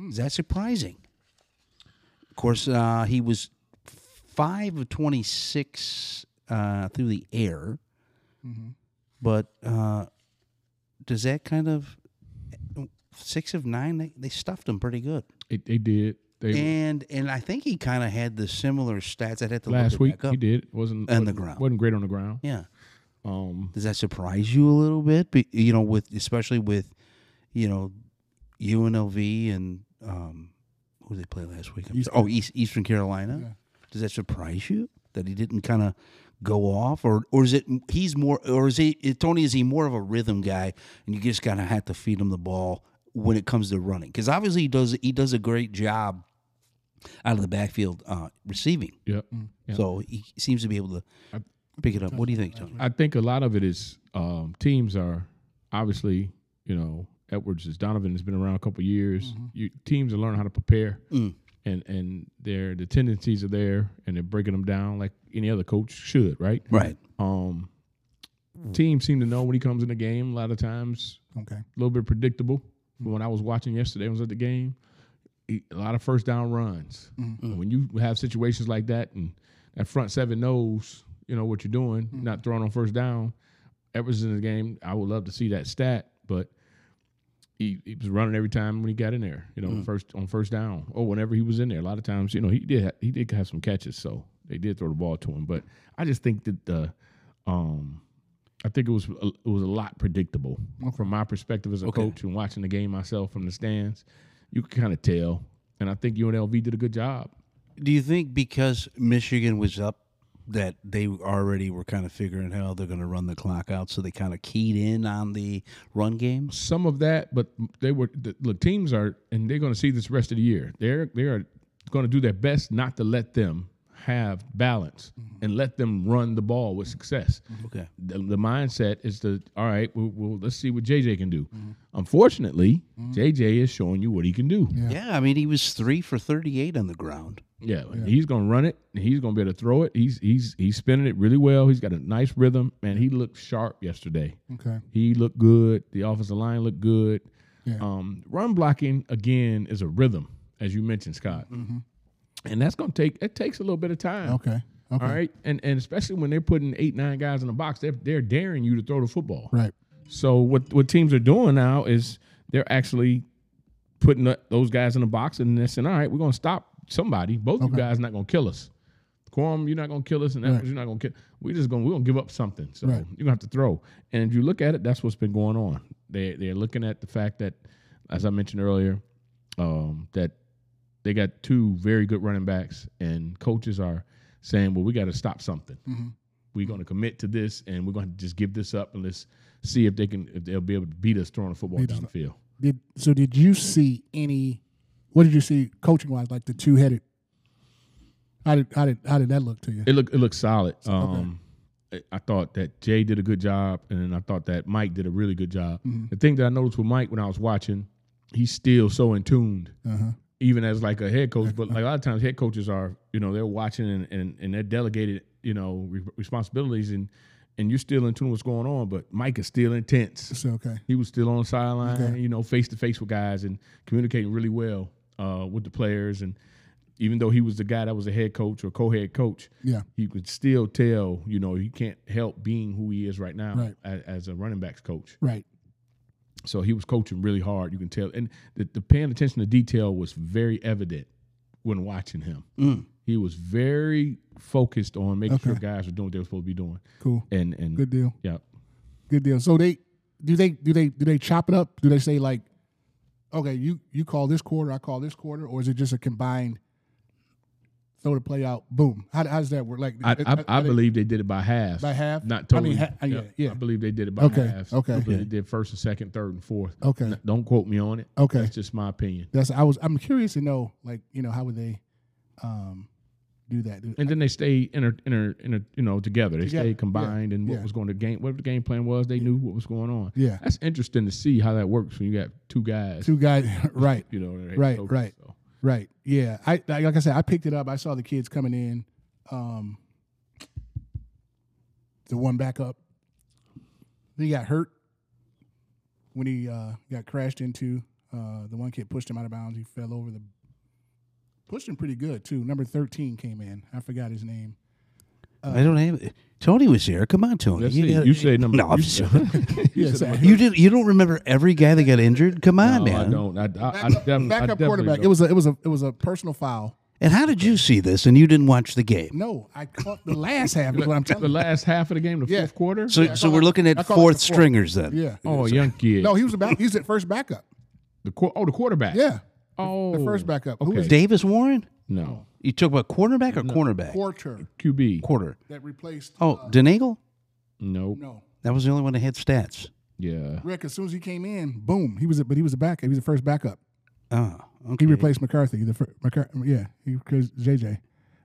Speaker 5: Is that surprising? Of course, uh, he was five of twenty-six uh, through the air, but uh, does that kind of six of nine? They, they stuffed him pretty good.
Speaker 2: They, they did. They
Speaker 5: And and I think he kind of had the similar stats. I'd have to look
Speaker 2: last
Speaker 5: it
Speaker 2: week
Speaker 5: back up.
Speaker 2: he did wasn't
Speaker 5: On the
Speaker 2: wasn't-
Speaker 5: ground.
Speaker 2: wasn't great on the ground.
Speaker 5: Yeah.
Speaker 2: Um,
Speaker 5: Does that surprise you a little bit? Be, you know, with especially with, you know, UNLV and um, who did they play last week? I'm
Speaker 6: Eastern.
Speaker 5: sorry. Oh, East, Eastern Carolina. Does that surprise you that he didn't kind of go off, or or is it he's more, or is he is- Tony? Is he more of a rhythm guy, and you just kind of have to feed him the ball when it comes to running? Because obviously he does he does a great job out of the backfield uh, receiving.
Speaker 2: yeah. Yeah.
Speaker 5: So he seems to be able to pick it up. What do you think, Tony?
Speaker 2: I think a lot of it is um, teams are obviously, you know, Edwards is Donovan has been around a couple years. You, teams are learning how to prepare, and and their the tendencies are there, and they're breaking them down like any other coach should, right?
Speaker 5: Right.
Speaker 2: Um, teams seem to know when he comes in the game. A lot of times,
Speaker 6: okay.
Speaker 2: a little bit predictable. From When I was watching yesterday, I was at the game. he- A lot of first down runs. And When you have situations like that, and that front seven knows, you know what you're doing, not throwing on first down. Evers in the game. I would love to see that stat, but he, he was running every time when he got in there. You know, first on first down or whenever he was in there. A lot of times, you know, he did ha- he did have some catches, so they did throw the ball to him. But I just think that the, um, I think it was a- it was a lot predictable from my perspective as a coach and watching the game myself from the stands. You could kind of tell, and I think UNLV did a good job.
Speaker 5: Do you think because Michigan was up that they already were kind of figuring how they're going to run the clock out, so they kind of keyed in on the run games?
Speaker 2: some of that, but they were the, look. Teams are, and they're going to see this rest of the year. They're they are going to do their best not to let them have balance and let them run the ball with success.
Speaker 5: Mm-hmm. Okay.
Speaker 2: The, the mindset is to all right. Well, well, let's see what JJ can do.
Speaker 5: Mm-hmm.
Speaker 2: Unfortunately, JJ is showing you what he can do.
Speaker 5: Yeah. I mean he was three for thirty-eight on the ground.
Speaker 2: Yeah, he's going to run it. And he's going to be able to throw it. He's he's he's spinning it really well. He's got a nice rhythm, and he looked sharp yesterday.
Speaker 6: Okay.
Speaker 2: He looked good. The offensive line looked good.
Speaker 6: Yeah.
Speaker 2: Um, run blocking again is a rhythm, as you mentioned, Scott, and that's going to take. It takes a little bit of time.
Speaker 6: Mm-hmm. Okay. Okay.
Speaker 2: All right, and and especially when they're putting eight nine guys in the box, they're they're daring you to throw the football.
Speaker 6: Right.
Speaker 2: So what what teams are doing now is they're actually putting th- those guys in the box and they're saying, all right, we're going to stop somebody. Both you guys not going to kill us. Quorum, you're not going to kill us, and Evans, you're not going to kill. We're just going. to We're going to give up something. So
Speaker 6: Right.
Speaker 2: you're going to have to throw. And if you look at it, that's what's been going on. They they're looking at the fact that, as I mentioned earlier, um, that they got two very good running backs, and coaches are saying, well, we got to stop something we're going to commit to this and we're going to just give this up and let's see if they can if they'll be able to beat us throwing the football
Speaker 6: Beat us
Speaker 2: down the field.
Speaker 6: Did so? Did you see any? What did you see coaching wise? Like the two headed. How did how did how did that look to you?
Speaker 2: It looked it looked solid. Um, I- I thought that Jay did a good job, and I thought that Mike did a really good job. The thing that I noticed with Mike when I was watching, he's still so in tuned, even as like a Uh-huh. head coach. But like a lot of times, head coaches are you know they're watching and and, and they're delegated you know re- responsibilities, and and you're still in tune with what's going on. But Mike is still intense.
Speaker 6: So okay.
Speaker 2: He was still on the sideline,
Speaker 6: Okay.
Speaker 2: you know, face to face with guys and communicating really well uh, with the players. And even though he was the guy that was a head coach or co head coach,
Speaker 6: Yeah.
Speaker 2: he could still tell, you know, he can't help being who he is right now
Speaker 6: Right.
Speaker 2: As, as a running backs coach.
Speaker 6: Right.
Speaker 2: So he was coaching really hard, you can tell. And the, the paying attention to detail was very evident when watching him.
Speaker 6: Mm.
Speaker 2: He was very focused on making sure guys were doing what they were supposed to be doing.
Speaker 6: Cool.
Speaker 2: And, and,
Speaker 6: Good deal.
Speaker 2: yeah.
Speaker 6: Good deal. So they do they do they do they chop it up? Do they say like, okay, you you call this quarter, I call this quarter, or is it just a combined? throw the play out, boom. How, how does that work? Like
Speaker 2: I,
Speaker 6: it-
Speaker 2: I, I
Speaker 6: they-
Speaker 2: believe they did it by half.
Speaker 6: By half?
Speaker 2: Not
Speaker 6: I
Speaker 2: totally.
Speaker 6: mean, ha- uh, yeah, yeah.
Speaker 2: I believe they did it by
Speaker 6: Okay,
Speaker 2: half.
Speaker 6: okay.
Speaker 2: I believe
Speaker 6: Yeah.
Speaker 2: they did first and second, third and fourth.
Speaker 6: Okay.
Speaker 2: N- don't quote me on it.
Speaker 6: Okay.
Speaker 2: That's just my opinion.
Speaker 6: That's I was I'm curious to know like you know how would they um do that?
Speaker 2: And then they stay inter, inter, inter you know together. They
Speaker 6: Together,
Speaker 2: stay
Speaker 6: yeah,
Speaker 2: combined, and what
Speaker 6: yeah.
Speaker 2: was going to game, whatever the game plan was, they knew what was going on.
Speaker 6: Yeah.
Speaker 2: that's interesting to see how that works when you got two guys.
Speaker 6: Two guys, right?
Speaker 2: You know, they
Speaker 6: right,
Speaker 2: focus,
Speaker 6: right,
Speaker 2: so.
Speaker 6: right. Yeah, I like like I said, I picked it up. I saw the kids coming in. Um, the one back up, he got hurt when he uh, got crashed into. Uh, the one kid pushed him out of bounds. He fell over the. Pushed him pretty good too. Number thirteen came in. I forgot his name.
Speaker 5: I don't have it. Tony was here. Come on, Tony.
Speaker 2: Let's see. Uh, You say number-
Speaker 5: No, I'm
Speaker 2: you
Speaker 5: just-
Speaker 2: said-
Speaker 6: Yeah, so-
Speaker 5: you did. You don't remember every guy that got injured? Come on,
Speaker 2: No, I
Speaker 5: man.
Speaker 2: don't. I, I, I
Speaker 6: Backup,
Speaker 2: definitely- I
Speaker 6: backup
Speaker 2: definitely
Speaker 6: quarterback.
Speaker 2: don't.
Speaker 6: It was a it was a it was a personal foul.
Speaker 5: And how did you see this? And you didn't watch the game.
Speaker 6: No, I caught the last half. Is what I'm
Speaker 2: the
Speaker 6: telling you.
Speaker 2: last half of the game, the
Speaker 6: Yeah.
Speaker 2: fourth quarter.
Speaker 5: So,
Speaker 6: I
Speaker 5: so
Speaker 6: call
Speaker 5: we're
Speaker 6: it-
Speaker 5: looking
Speaker 6: I
Speaker 5: at
Speaker 6: call it
Speaker 5: fourth
Speaker 6: the fourth.
Speaker 5: stringers then.
Speaker 6: Yeah.
Speaker 2: oh, a young kid.
Speaker 6: No, he was about. He's at first backup.
Speaker 2: the qu- oh the quarterback.
Speaker 6: Yeah.
Speaker 2: Oh,
Speaker 6: The first backup. Who
Speaker 2: Okay.
Speaker 6: was
Speaker 5: Davis Warren.
Speaker 2: No,
Speaker 5: You talk about cornerback or cornerback?
Speaker 6: Porter
Speaker 2: QB.
Speaker 5: Quarter.
Speaker 6: that replaced?
Speaker 5: Oh, Denagle.
Speaker 2: Nope.
Speaker 6: No,
Speaker 5: That was the only one that had stats.
Speaker 2: Yeah.
Speaker 6: Rick. As soon as he came in, boom, he was. A, but he was a backup. He was the first backup.
Speaker 5: Oh, okay.
Speaker 6: He replaced McCarthy. The fir- McCar- yeah, he because JJ,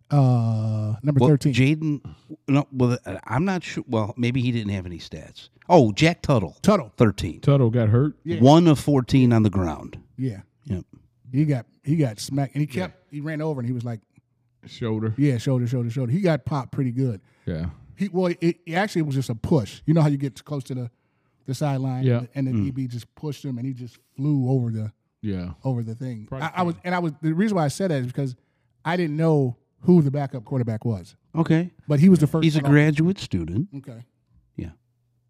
Speaker 6: uh, number
Speaker 5: Well,
Speaker 6: thirteen.
Speaker 5: Jaden. No, well, uh, I'm not sure. Well, maybe he didn't have any stats. Oh, Jack Tuttle.
Speaker 6: Tuttle.
Speaker 5: Thirteen.
Speaker 2: Tuttle got hurt.
Speaker 5: One of fourteen on the ground.
Speaker 6: yeah,
Speaker 5: Yep.
Speaker 6: he got he got smacked, and he kept he ran over, and he was like,
Speaker 2: Shoulder.
Speaker 6: yeah, shoulder, shoulder, shoulder. He got popped pretty good.
Speaker 2: Yeah.
Speaker 6: He well, it, it actually was just a push. You know how you get close to the the sideline,
Speaker 2: Yeah.
Speaker 6: and then
Speaker 5: Mm.
Speaker 6: EB just pushed him, and he just flew over the
Speaker 2: Yeah.
Speaker 6: over the thing.
Speaker 2: Probably
Speaker 6: I, I was, and I was. The reason why I said that is because I didn't know who the backup quarterback was,
Speaker 5: Okay.
Speaker 6: but he was the first.
Speaker 5: He's a
Speaker 6: one off.
Speaker 5: graduate student.
Speaker 6: Okay.
Speaker 5: Yeah.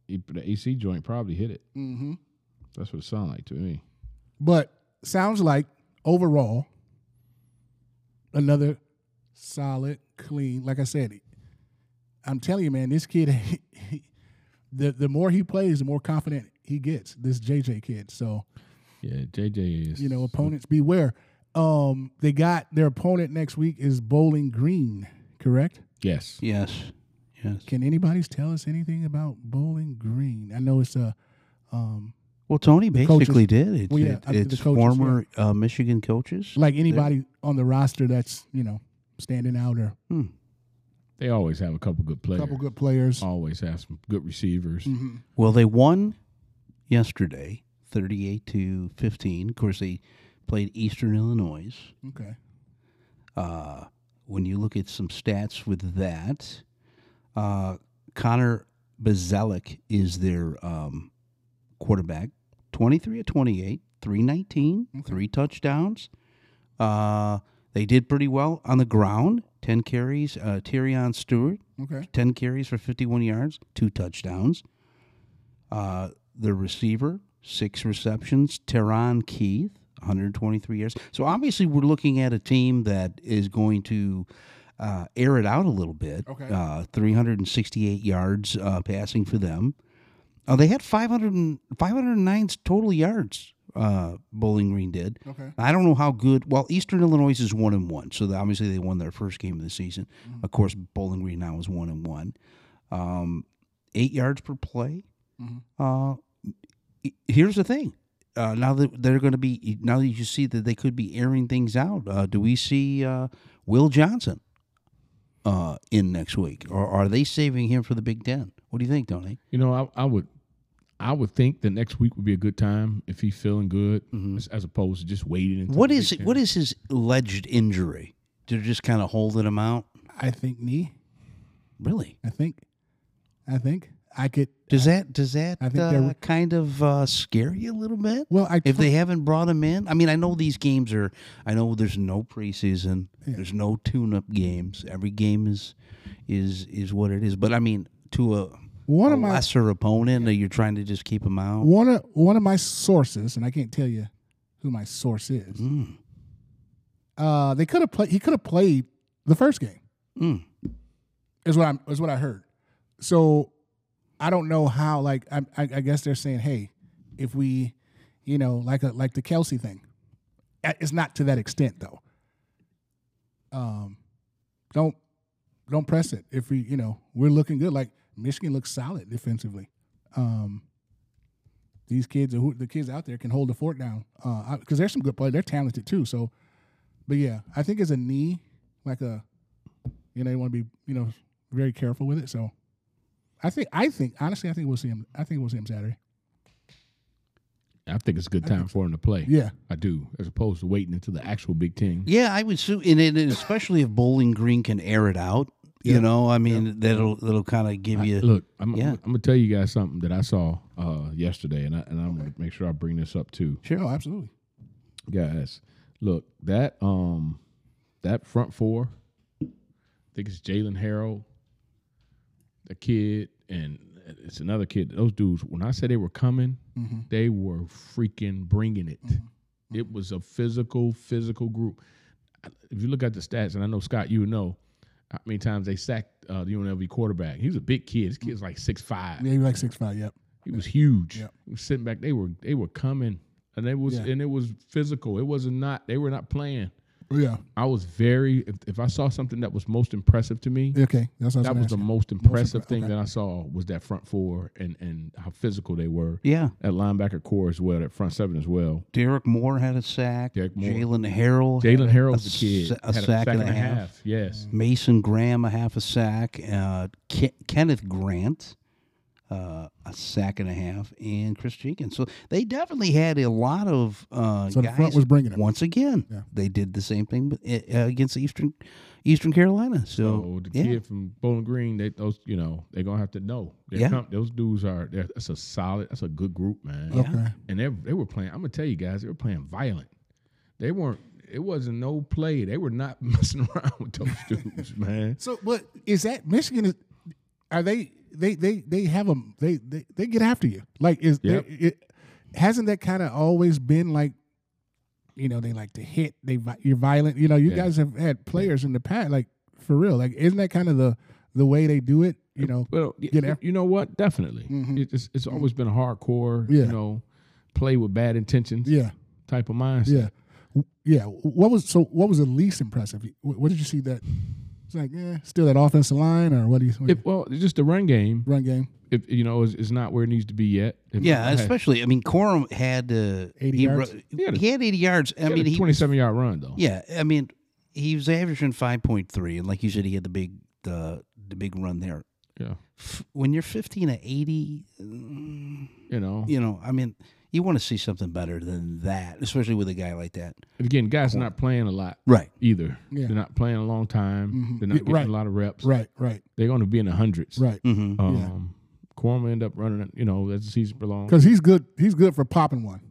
Speaker 2: He- The AC joint probably hit it.
Speaker 6: Mm-hmm.
Speaker 2: That's what it sounded like to me.
Speaker 6: But sounds like overall, another solid, clean. Like I said, I'm telling you, man, this kid. he- the the more he plays, the more confident he gets. This JJ kid. So
Speaker 2: Yeah. JJ is.
Speaker 6: you know, opponents beware. Um, they got their opponent next week is Bowling Green, correct?
Speaker 2: Yes.
Speaker 5: Yes. Yes.
Speaker 6: Can anybody tell us anything about Bowling Green? I know it's uh, a
Speaker 5: Well, Tony basically did. It's,
Speaker 6: Well, yeah,
Speaker 5: it-
Speaker 6: I think the
Speaker 5: it's
Speaker 6: coaches, yeah.
Speaker 5: former uh, Michigan coaches.
Speaker 6: like anybody on the roster that's you know standing out or
Speaker 2: They always have a couple good
Speaker 6: a
Speaker 2: players.
Speaker 6: couple good Mm-hmm. players.
Speaker 2: Always have some good receivers.
Speaker 5: Well, they won yesterday, thirty-eight to fifteen. Of course, they played Eastern Illinois.
Speaker 6: Okay,
Speaker 5: Uh, when you look at some stats with that, uh, Connor Bazalek is their um, quarterback. Twenty-three or twenty-eight, three nineteen, three touchdowns. Uh, they did pretty well on the ground. Ten carries. Uh, Tyrion Stewart,
Speaker 6: okay,
Speaker 5: 10 carries for 51 yards, two touchdowns. Uh, the receiver, six receptions. Teron Keith, 123 yards. So obviously, we're looking at a team that is going to uh, air it out a little bit.
Speaker 6: Okay.
Speaker 5: Uh, 368 yards uh, passing for them. Uh, they had 500 and, 509 total yards. Uh, Bowling Green did.
Speaker 6: okay.
Speaker 5: I don't know how good. Well, Eastern Illinois is one and one, so they- obviously they won their first game of the season.
Speaker 6: Mm-hmm.
Speaker 5: Of course, Bowling Green now is one and one. Um, eight yards per play. Uh, e- here's the thing. Uh, now that they're going to be, now that you see that they could be airing things out, uh, do we see uh, Will Johnson uh, in next week, or are they saving him for the Big Ten? What do you think, Tony?
Speaker 2: You know, I, I would, I would think that next week would be a good time if he's feeling good,
Speaker 6: Mm-hmm.
Speaker 2: as, as opposed to just waiting. Until
Speaker 5: What
Speaker 2: the
Speaker 5: is
Speaker 2: Big Ten.
Speaker 5: what is his alleged injury? They're just kind of holding him out.
Speaker 6: I think knee.
Speaker 5: Really?
Speaker 6: I think. I think I could.
Speaker 5: Does that does that
Speaker 6: I think
Speaker 5: uh,
Speaker 6: they're-
Speaker 5: kind of uh, scare you a little bit?
Speaker 6: Well, I
Speaker 5: if
Speaker 6: took-
Speaker 5: they haven't brought him in, I mean, I know these games are. I know there's no preseason, there's no tune-up games. Every game is is is what it is. But I mean, to a
Speaker 6: One
Speaker 5: a
Speaker 6: of my-
Speaker 5: lesser opponent, that you're trying to just keep him out.
Speaker 6: One of one of my sources, and I can't tell you who my source is.
Speaker 5: Mm.
Speaker 6: Uh, they could have played. He could have played the first game.
Speaker 5: Mm.
Speaker 6: Is what I'm. Is what I heard. So I don't know how. Like I, I, I guess they're saying, hey, if we, you know, like a like the Kelsey thing. Uh, It's not to that extent though. Um, don't don't press it. If we, you know, we're looking good. Like Michigan looks solid defensively. Um, these kids, are, who- the kids out there, can hold the fort down because there's some good players. They're talented too. So, but yeah, I think it's a knee, like a, you know, you want to be, you know, very careful with it. So, I think, I think, honestly, I think we'll see him. I think we'll see him Saturday.
Speaker 2: I think it's a good
Speaker 6: I think
Speaker 2: time for him to play.
Speaker 6: Yeah.
Speaker 2: I do, as opposed to waiting until the actual Big Ten.
Speaker 5: Yeah, I would assume, and, and especially if Bowling Green can air it out. You
Speaker 2: Yeah.
Speaker 5: know, I mean, that'll that'll kind of give you.
Speaker 2: Look, I'm,
Speaker 5: yeah,
Speaker 2: I'm, gonna tell you guys something that I saw uh, yesterday, and I and I'm gonna make sure I bring this up too,
Speaker 6: Sure, oh, absolutely.
Speaker 2: guys. Look, that um, that front four, I think it's Jalen Harrell, the kid, and it's another kid. Those dudes, when I say they were coming,
Speaker 5: Mm-hmm.
Speaker 6: Mhm.
Speaker 2: they were freaking bringing it. It was a physical, physical group. If you look at the stats, and I know Scott, you would know how many times they sacked uh, the UNLV quarterback. He was a big kid. This kid's like six five.
Speaker 6: Yeah, you're like six five. Yep.
Speaker 2: He was huge.
Speaker 6: Yep.
Speaker 2: He was sitting back. They were they were coming, and it was
Speaker 6: Yeah.
Speaker 2: and it was physical. It wasn't not they were not playing.
Speaker 6: Yeah.
Speaker 2: I was very if, if I saw something that was most impressive to me,
Speaker 6: Okay. That's what I
Speaker 2: that was
Speaker 6: was
Speaker 2: the
Speaker 6: gonna ask
Speaker 2: most impressive
Speaker 6: impre-
Speaker 2: thing
Speaker 6: okay.
Speaker 2: that I saw was that front four and and how physical they were.
Speaker 5: yeah.
Speaker 2: That linebacker core as well, that front seven as well.
Speaker 5: Derek Moore had a sack.
Speaker 2: Derek Moore.
Speaker 5: Jalen Harrell. had
Speaker 2: Jalen
Speaker 5: a-
Speaker 2: Harrell's
Speaker 5: a,
Speaker 2: the kid.
Speaker 5: sa- A
Speaker 2: Had
Speaker 5: sack, and, a half. Mm.
Speaker 2: Yes.
Speaker 5: Mason Graham a half a sack. Uh, Ke- Kenneth Grant. Uh, a sack and a half, and Chris Jenkins. So they definitely had a lot of uh,
Speaker 6: So the
Speaker 5: guys.
Speaker 6: front was bringing it.
Speaker 5: once again.
Speaker 6: Yeah.
Speaker 5: They did the same thing with- uh, against Eastern Eastern Carolina. So,
Speaker 2: So Oh, the
Speaker 5: yeah.
Speaker 2: kid from Bowling Green, they those you know they're gonna have to know. They're
Speaker 5: Yeah.
Speaker 2: com- those dudes are. they're- That's a solid. That's a good group, man.
Speaker 5: Yeah.
Speaker 6: Okay.
Speaker 2: And they they were playing. I'm gonna tell you guys, they were playing violent. They weren't. It wasn't no play. They were not messing around with those dudes, man.
Speaker 6: So, but is that Michigan? Is are they? They they they have them. They they, they get after you. Like is
Speaker 2: Yep.
Speaker 6: there, it, hasn't that kind of always been like? You know, they like to hit. They vi- you're violent. You know, you
Speaker 2: Yeah.
Speaker 6: guys have had players in the past. Like for real. Like isn't that kind of the the way they do it? You know.
Speaker 2: Well, y-
Speaker 6: Get
Speaker 2: y-
Speaker 6: af-
Speaker 2: you know what? Definitely,
Speaker 6: Mhm.
Speaker 2: It- it's it's always been a hardcore, you
Speaker 6: Yeah.
Speaker 2: know, play with bad intentions
Speaker 6: Yeah.
Speaker 2: type of mindset.
Speaker 6: Yeah. W- Yeah. What was so? What was the least impressive? What, what did you see that? It's like, eh, still that offensive line, or what do you? What do you-
Speaker 2: If, well, it's just the run game,
Speaker 6: run game.
Speaker 2: if you know, is, is not where it needs to be yet. If-
Speaker 5: yeah,
Speaker 2: I had-
Speaker 5: especially I mean, Corum had uh,
Speaker 6: 80
Speaker 5: he,
Speaker 6: yards?
Speaker 5: ru-
Speaker 2: He had a-
Speaker 5: he had eighty yards. I
Speaker 2: he had
Speaker 5: mean,
Speaker 2: a
Speaker 5: he
Speaker 2: 27 yard run though.
Speaker 5: yeah, I mean, he was averaging five point three, and like you said, he had the big the the big run there.
Speaker 2: yeah.
Speaker 5: F- When you're fifteen to eighty, mm,
Speaker 2: You know,
Speaker 5: you know, I mean, you want to see something better than that, especially with a guy like that.
Speaker 2: again, guys are not playing a lot
Speaker 5: Right.
Speaker 2: either.
Speaker 6: Yeah.
Speaker 2: They're not playing a long
Speaker 6: Mhm.
Speaker 2: time. They're
Speaker 6: Yeah,
Speaker 2: not getting
Speaker 6: right.
Speaker 2: a lot of reps.
Speaker 6: Right. Right.
Speaker 2: They're going to be in the hundreds.
Speaker 6: Right.
Speaker 5: Mm-hmm.
Speaker 6: Yeah.
Speaker 2: Um, Quorum end up running, you know, as the season prolongs,
Speaker 6: Because he's good. He's good for popping one.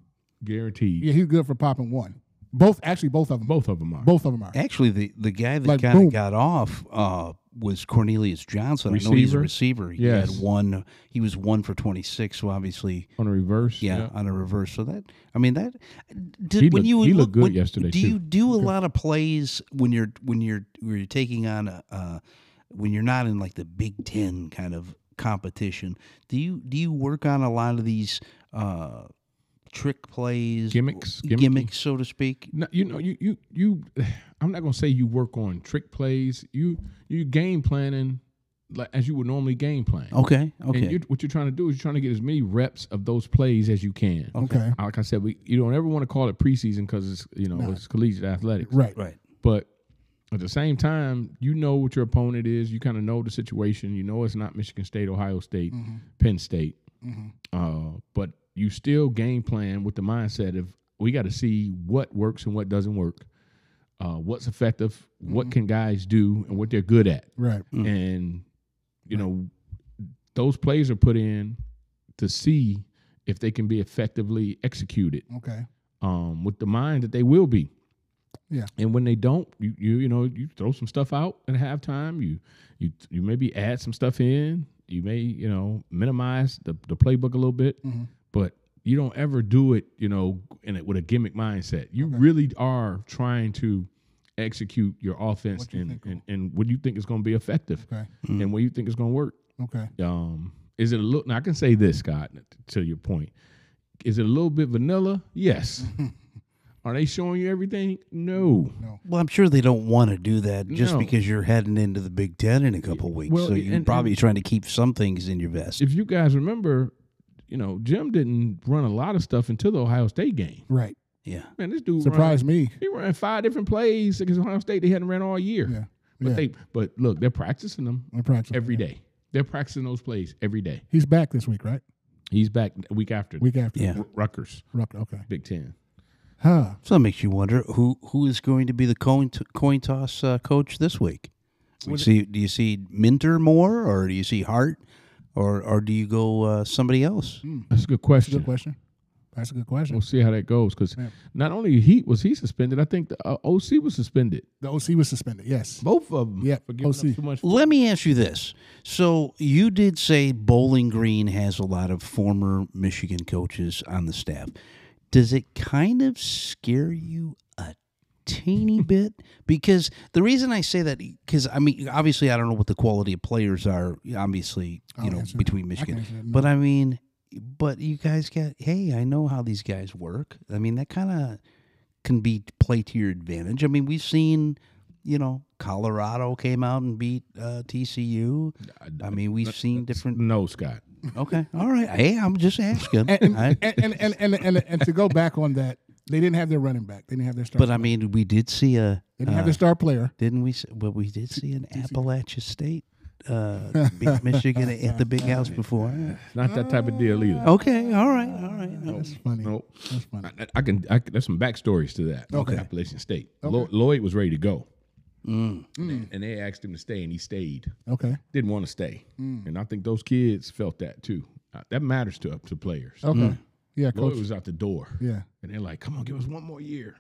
Speaker 2: guaranteed.
Speaker 6: Yeah, he's good for popping one. Both actually, both of them. Both,
Speaker 2: Both of them are.
Speaker 6: of them are.
Speaker 5: Actually, the, the guy that
Speaker 6: Like,
Speaker 5: kind
Speaker 6: boom.
Speaker 5: of got off uh, was Cornelius Johnson. I know he's a receiver. He
Speaker 2: Yes.
Speaker 5: had one. He was one for twenty six. So obviously,
Speaker 2: on a reverse.
Speaker 5: yeah, on a reverse. So that I mean that. Did,
Speaker 2: He
Speaker 5: when
Speaker 2: looked-
Speaker 5: you
Speaker 2: he
Speaker 5: look-
Speaker 2: looked good
Speaker 5: when-
Speaker 2: yesterday,
Speaker 5: Do
Speaker 2: too.
Speaker 5: you do a lot of plays when you're when you're when you're taking on a uh, when you're not in like the Big Ten kind of competition? Do you do you work on a lot of these? Uh, Trick plays,
Speaker 2: Gimmicks, gimmicky.
Speaker 5: gimmicks, so to speak.
Speaker 2: No, you know, you you you. I'm not gonna say you work on trick plays. You you game planning like as you would normally game plan.
Speaker 5: Okay, okay.
Speaker 2: And you, what you're trying to do is you're trying to get as many reps of those plays as you can.
Speaker 6: Okay.
Speaker 2: Like I said, we you don't ever want to call it preseason because it's you know it's collegiate athletics.
Speaker 6: Right.
Speaker 5: right.
Speaker 2: But at the same time, you know what your opponent is. You kind of know the situation. You know it's not Michigan State, Ohio State, Penn State. Uh, but you still game plan with the mindset of we got to see what works and what doesn't work, uh, what's effective, what can guys do, and what they're good at.
Speaker 6: Right.
Speaker 2: And you know those plays are put in to see if they can be effectively executed
Speaker 6: Okay.
Speaker 2: um, with the mind that they will be.
Speaker 6: Yeah.
Speaker 2: And when they don't, you you you know you throw some stuff out at halftime. You you you maybe add some stuff in. You may you know minimize the, the playbook a little bit,
Speaker 6: Mm-hmm.
Speaker 2: but you don't ever do it you know in it with a gimmick mindset. You really are trying to execute your offense
Speaker 6: What you
Speaker 2: and,
Speaker 6: think
Speaker 2: and and what you think is going to be effective
Speaker 6: Okay.
Speaker 2: and what you think is going to work
Speaker 6: Okay.
Speaker 2: um is it a little now i can say this scott to your point is it a little bit vanilla yes Are they showing you everything? No. No.
Speaker 5: Well, I'm sure they don't want to do that just
Speaker 2: No.
Speaker 5: because you're heading into the Big Ten in a couple weeks.
Speaker 2: well,
Speaker 5: so you're
Speaker 2: and-
Speaker 5: probably
Speaker 2: and-
Speaker 5: trying to keep some things in your vest.
Speaker 2: If you guys remember, you know, Jim didn't run a lot of stuff until the Ohio State game.
Speaker 6: Right.
Speaker 5: Yeah.
Speaker 2: Man, this dude
Speaker 6: Surprised
Speaker 2: ran-
Speaker 6: me.
Speaker 2: He ran five different plays against Ohio State. They hadn't ran all year.
Speaker 6: Yeah.
Speaker 2: But
Speaker 6: Yeah.
Speaker 2: they but look, they're practicing them
Speaker 6: They're practicing,
Speaker 2: every day. They're practicing those plays every day.
Speaker 6: He's back this week, right?
Speaker 2: He's back week after.
Speaker 6: Week after.
Speaker 5: Yeah.
Speaker 2: R- Rutgers.
Speaker 6: Ruck- Okay.
Speaker 2: Big Ten.
Speaker 6: Huh.
Speaker 5: So that makes you wonder who who is going to be the coin t- coin toss uh, coach this week. Do you see, do you see Minter more, or do you see Hart, or or do you go uh, somebody else?
Speaker 6: Hmm.
Speaker 2: That's a good
Speaker 6: That's a
Speaker 2: question.
Speaker 6: good question. That's a good question.
Speaker 2: We'll see how that goes because
Speaker 6: Yeah.
Speaker 2: not only he was he suspended, I think the uh, OC was suspended.
Speaker 6: The OC was suspended. Yes.
Speaker 2: Both of them.
Speaker 6: Yeah,
Speaker 2: for giving
Speaker 6: OC.
Speaker 2: up too much.
Speaker 5: Let me ask you this: So you did say Bowling Green has a lot of former Michigan coaches on the staff. Does it kind of scare you a teeny bit? Because the reason I say that, because I mean, obviously, I don't know what the quality of players are. Obviously, you
Speaker 6: I'll
Speaker 5: know,
Speaker 6: answer that. Oh, I
Speaker 5: between
Speaker 6: can
Speaker 5: Michigan,
Speaker 6: answer that.
Speaker 5: but I mean, but you guys got. Hey, I know how these guys work. I mean, that kind of can be play to your advantage. I mean, we've seen, you know, Colorado came out and beat uh, TCU. I mean, we've seen different.
Speaker 2: No, Scott.
Speaker 5: Okay, all right. Hey, I'm just asking.
Speaker 6: And,
Speaker 5: I-
Speaker 6: and, and, and, and, and, and to go back on that, they didn't have their running back. They didn't have their star.
Speaker 5: but I mean, we did see a.
Speaker 6: they didn't
Speaker 5: uh,
Speaker 6: have their star player.
Speaker 5: didn't we? s- Well, we did see an Appalachia State uh, beat Michigan at the Big House before.
Speaker 2: It's not that type of deal either.
Speaker 5: Okay, all right, all right. all right.
Speaker 6: That's funny.
Speaker 2: No.
Speaker 6: Oh. That's funny.
Speaker 2: I, I can. I, can- there's some backstories to that. Okay. Appalachian State. Lo- Lloyd was ready to go,
Speaker 5: Mm.
Speaker 2: And, and they asked him to stay, and he stayed.
Speaker 6: Okay.
Speaker 2: Didn't want to stay,
Speaker 6: Mm.
Speaker 2: and I think those kids felt that too. Uh, that matters to up to players.
Speaker 6: Okay. Yeah,
Speaker 2: Lloyd
Speaker 6: Oh, coach.
Speaker 2: was out the door,
Speaker 6: Yeah.
Speaker 2: and they're like, "Come on, give us one more year."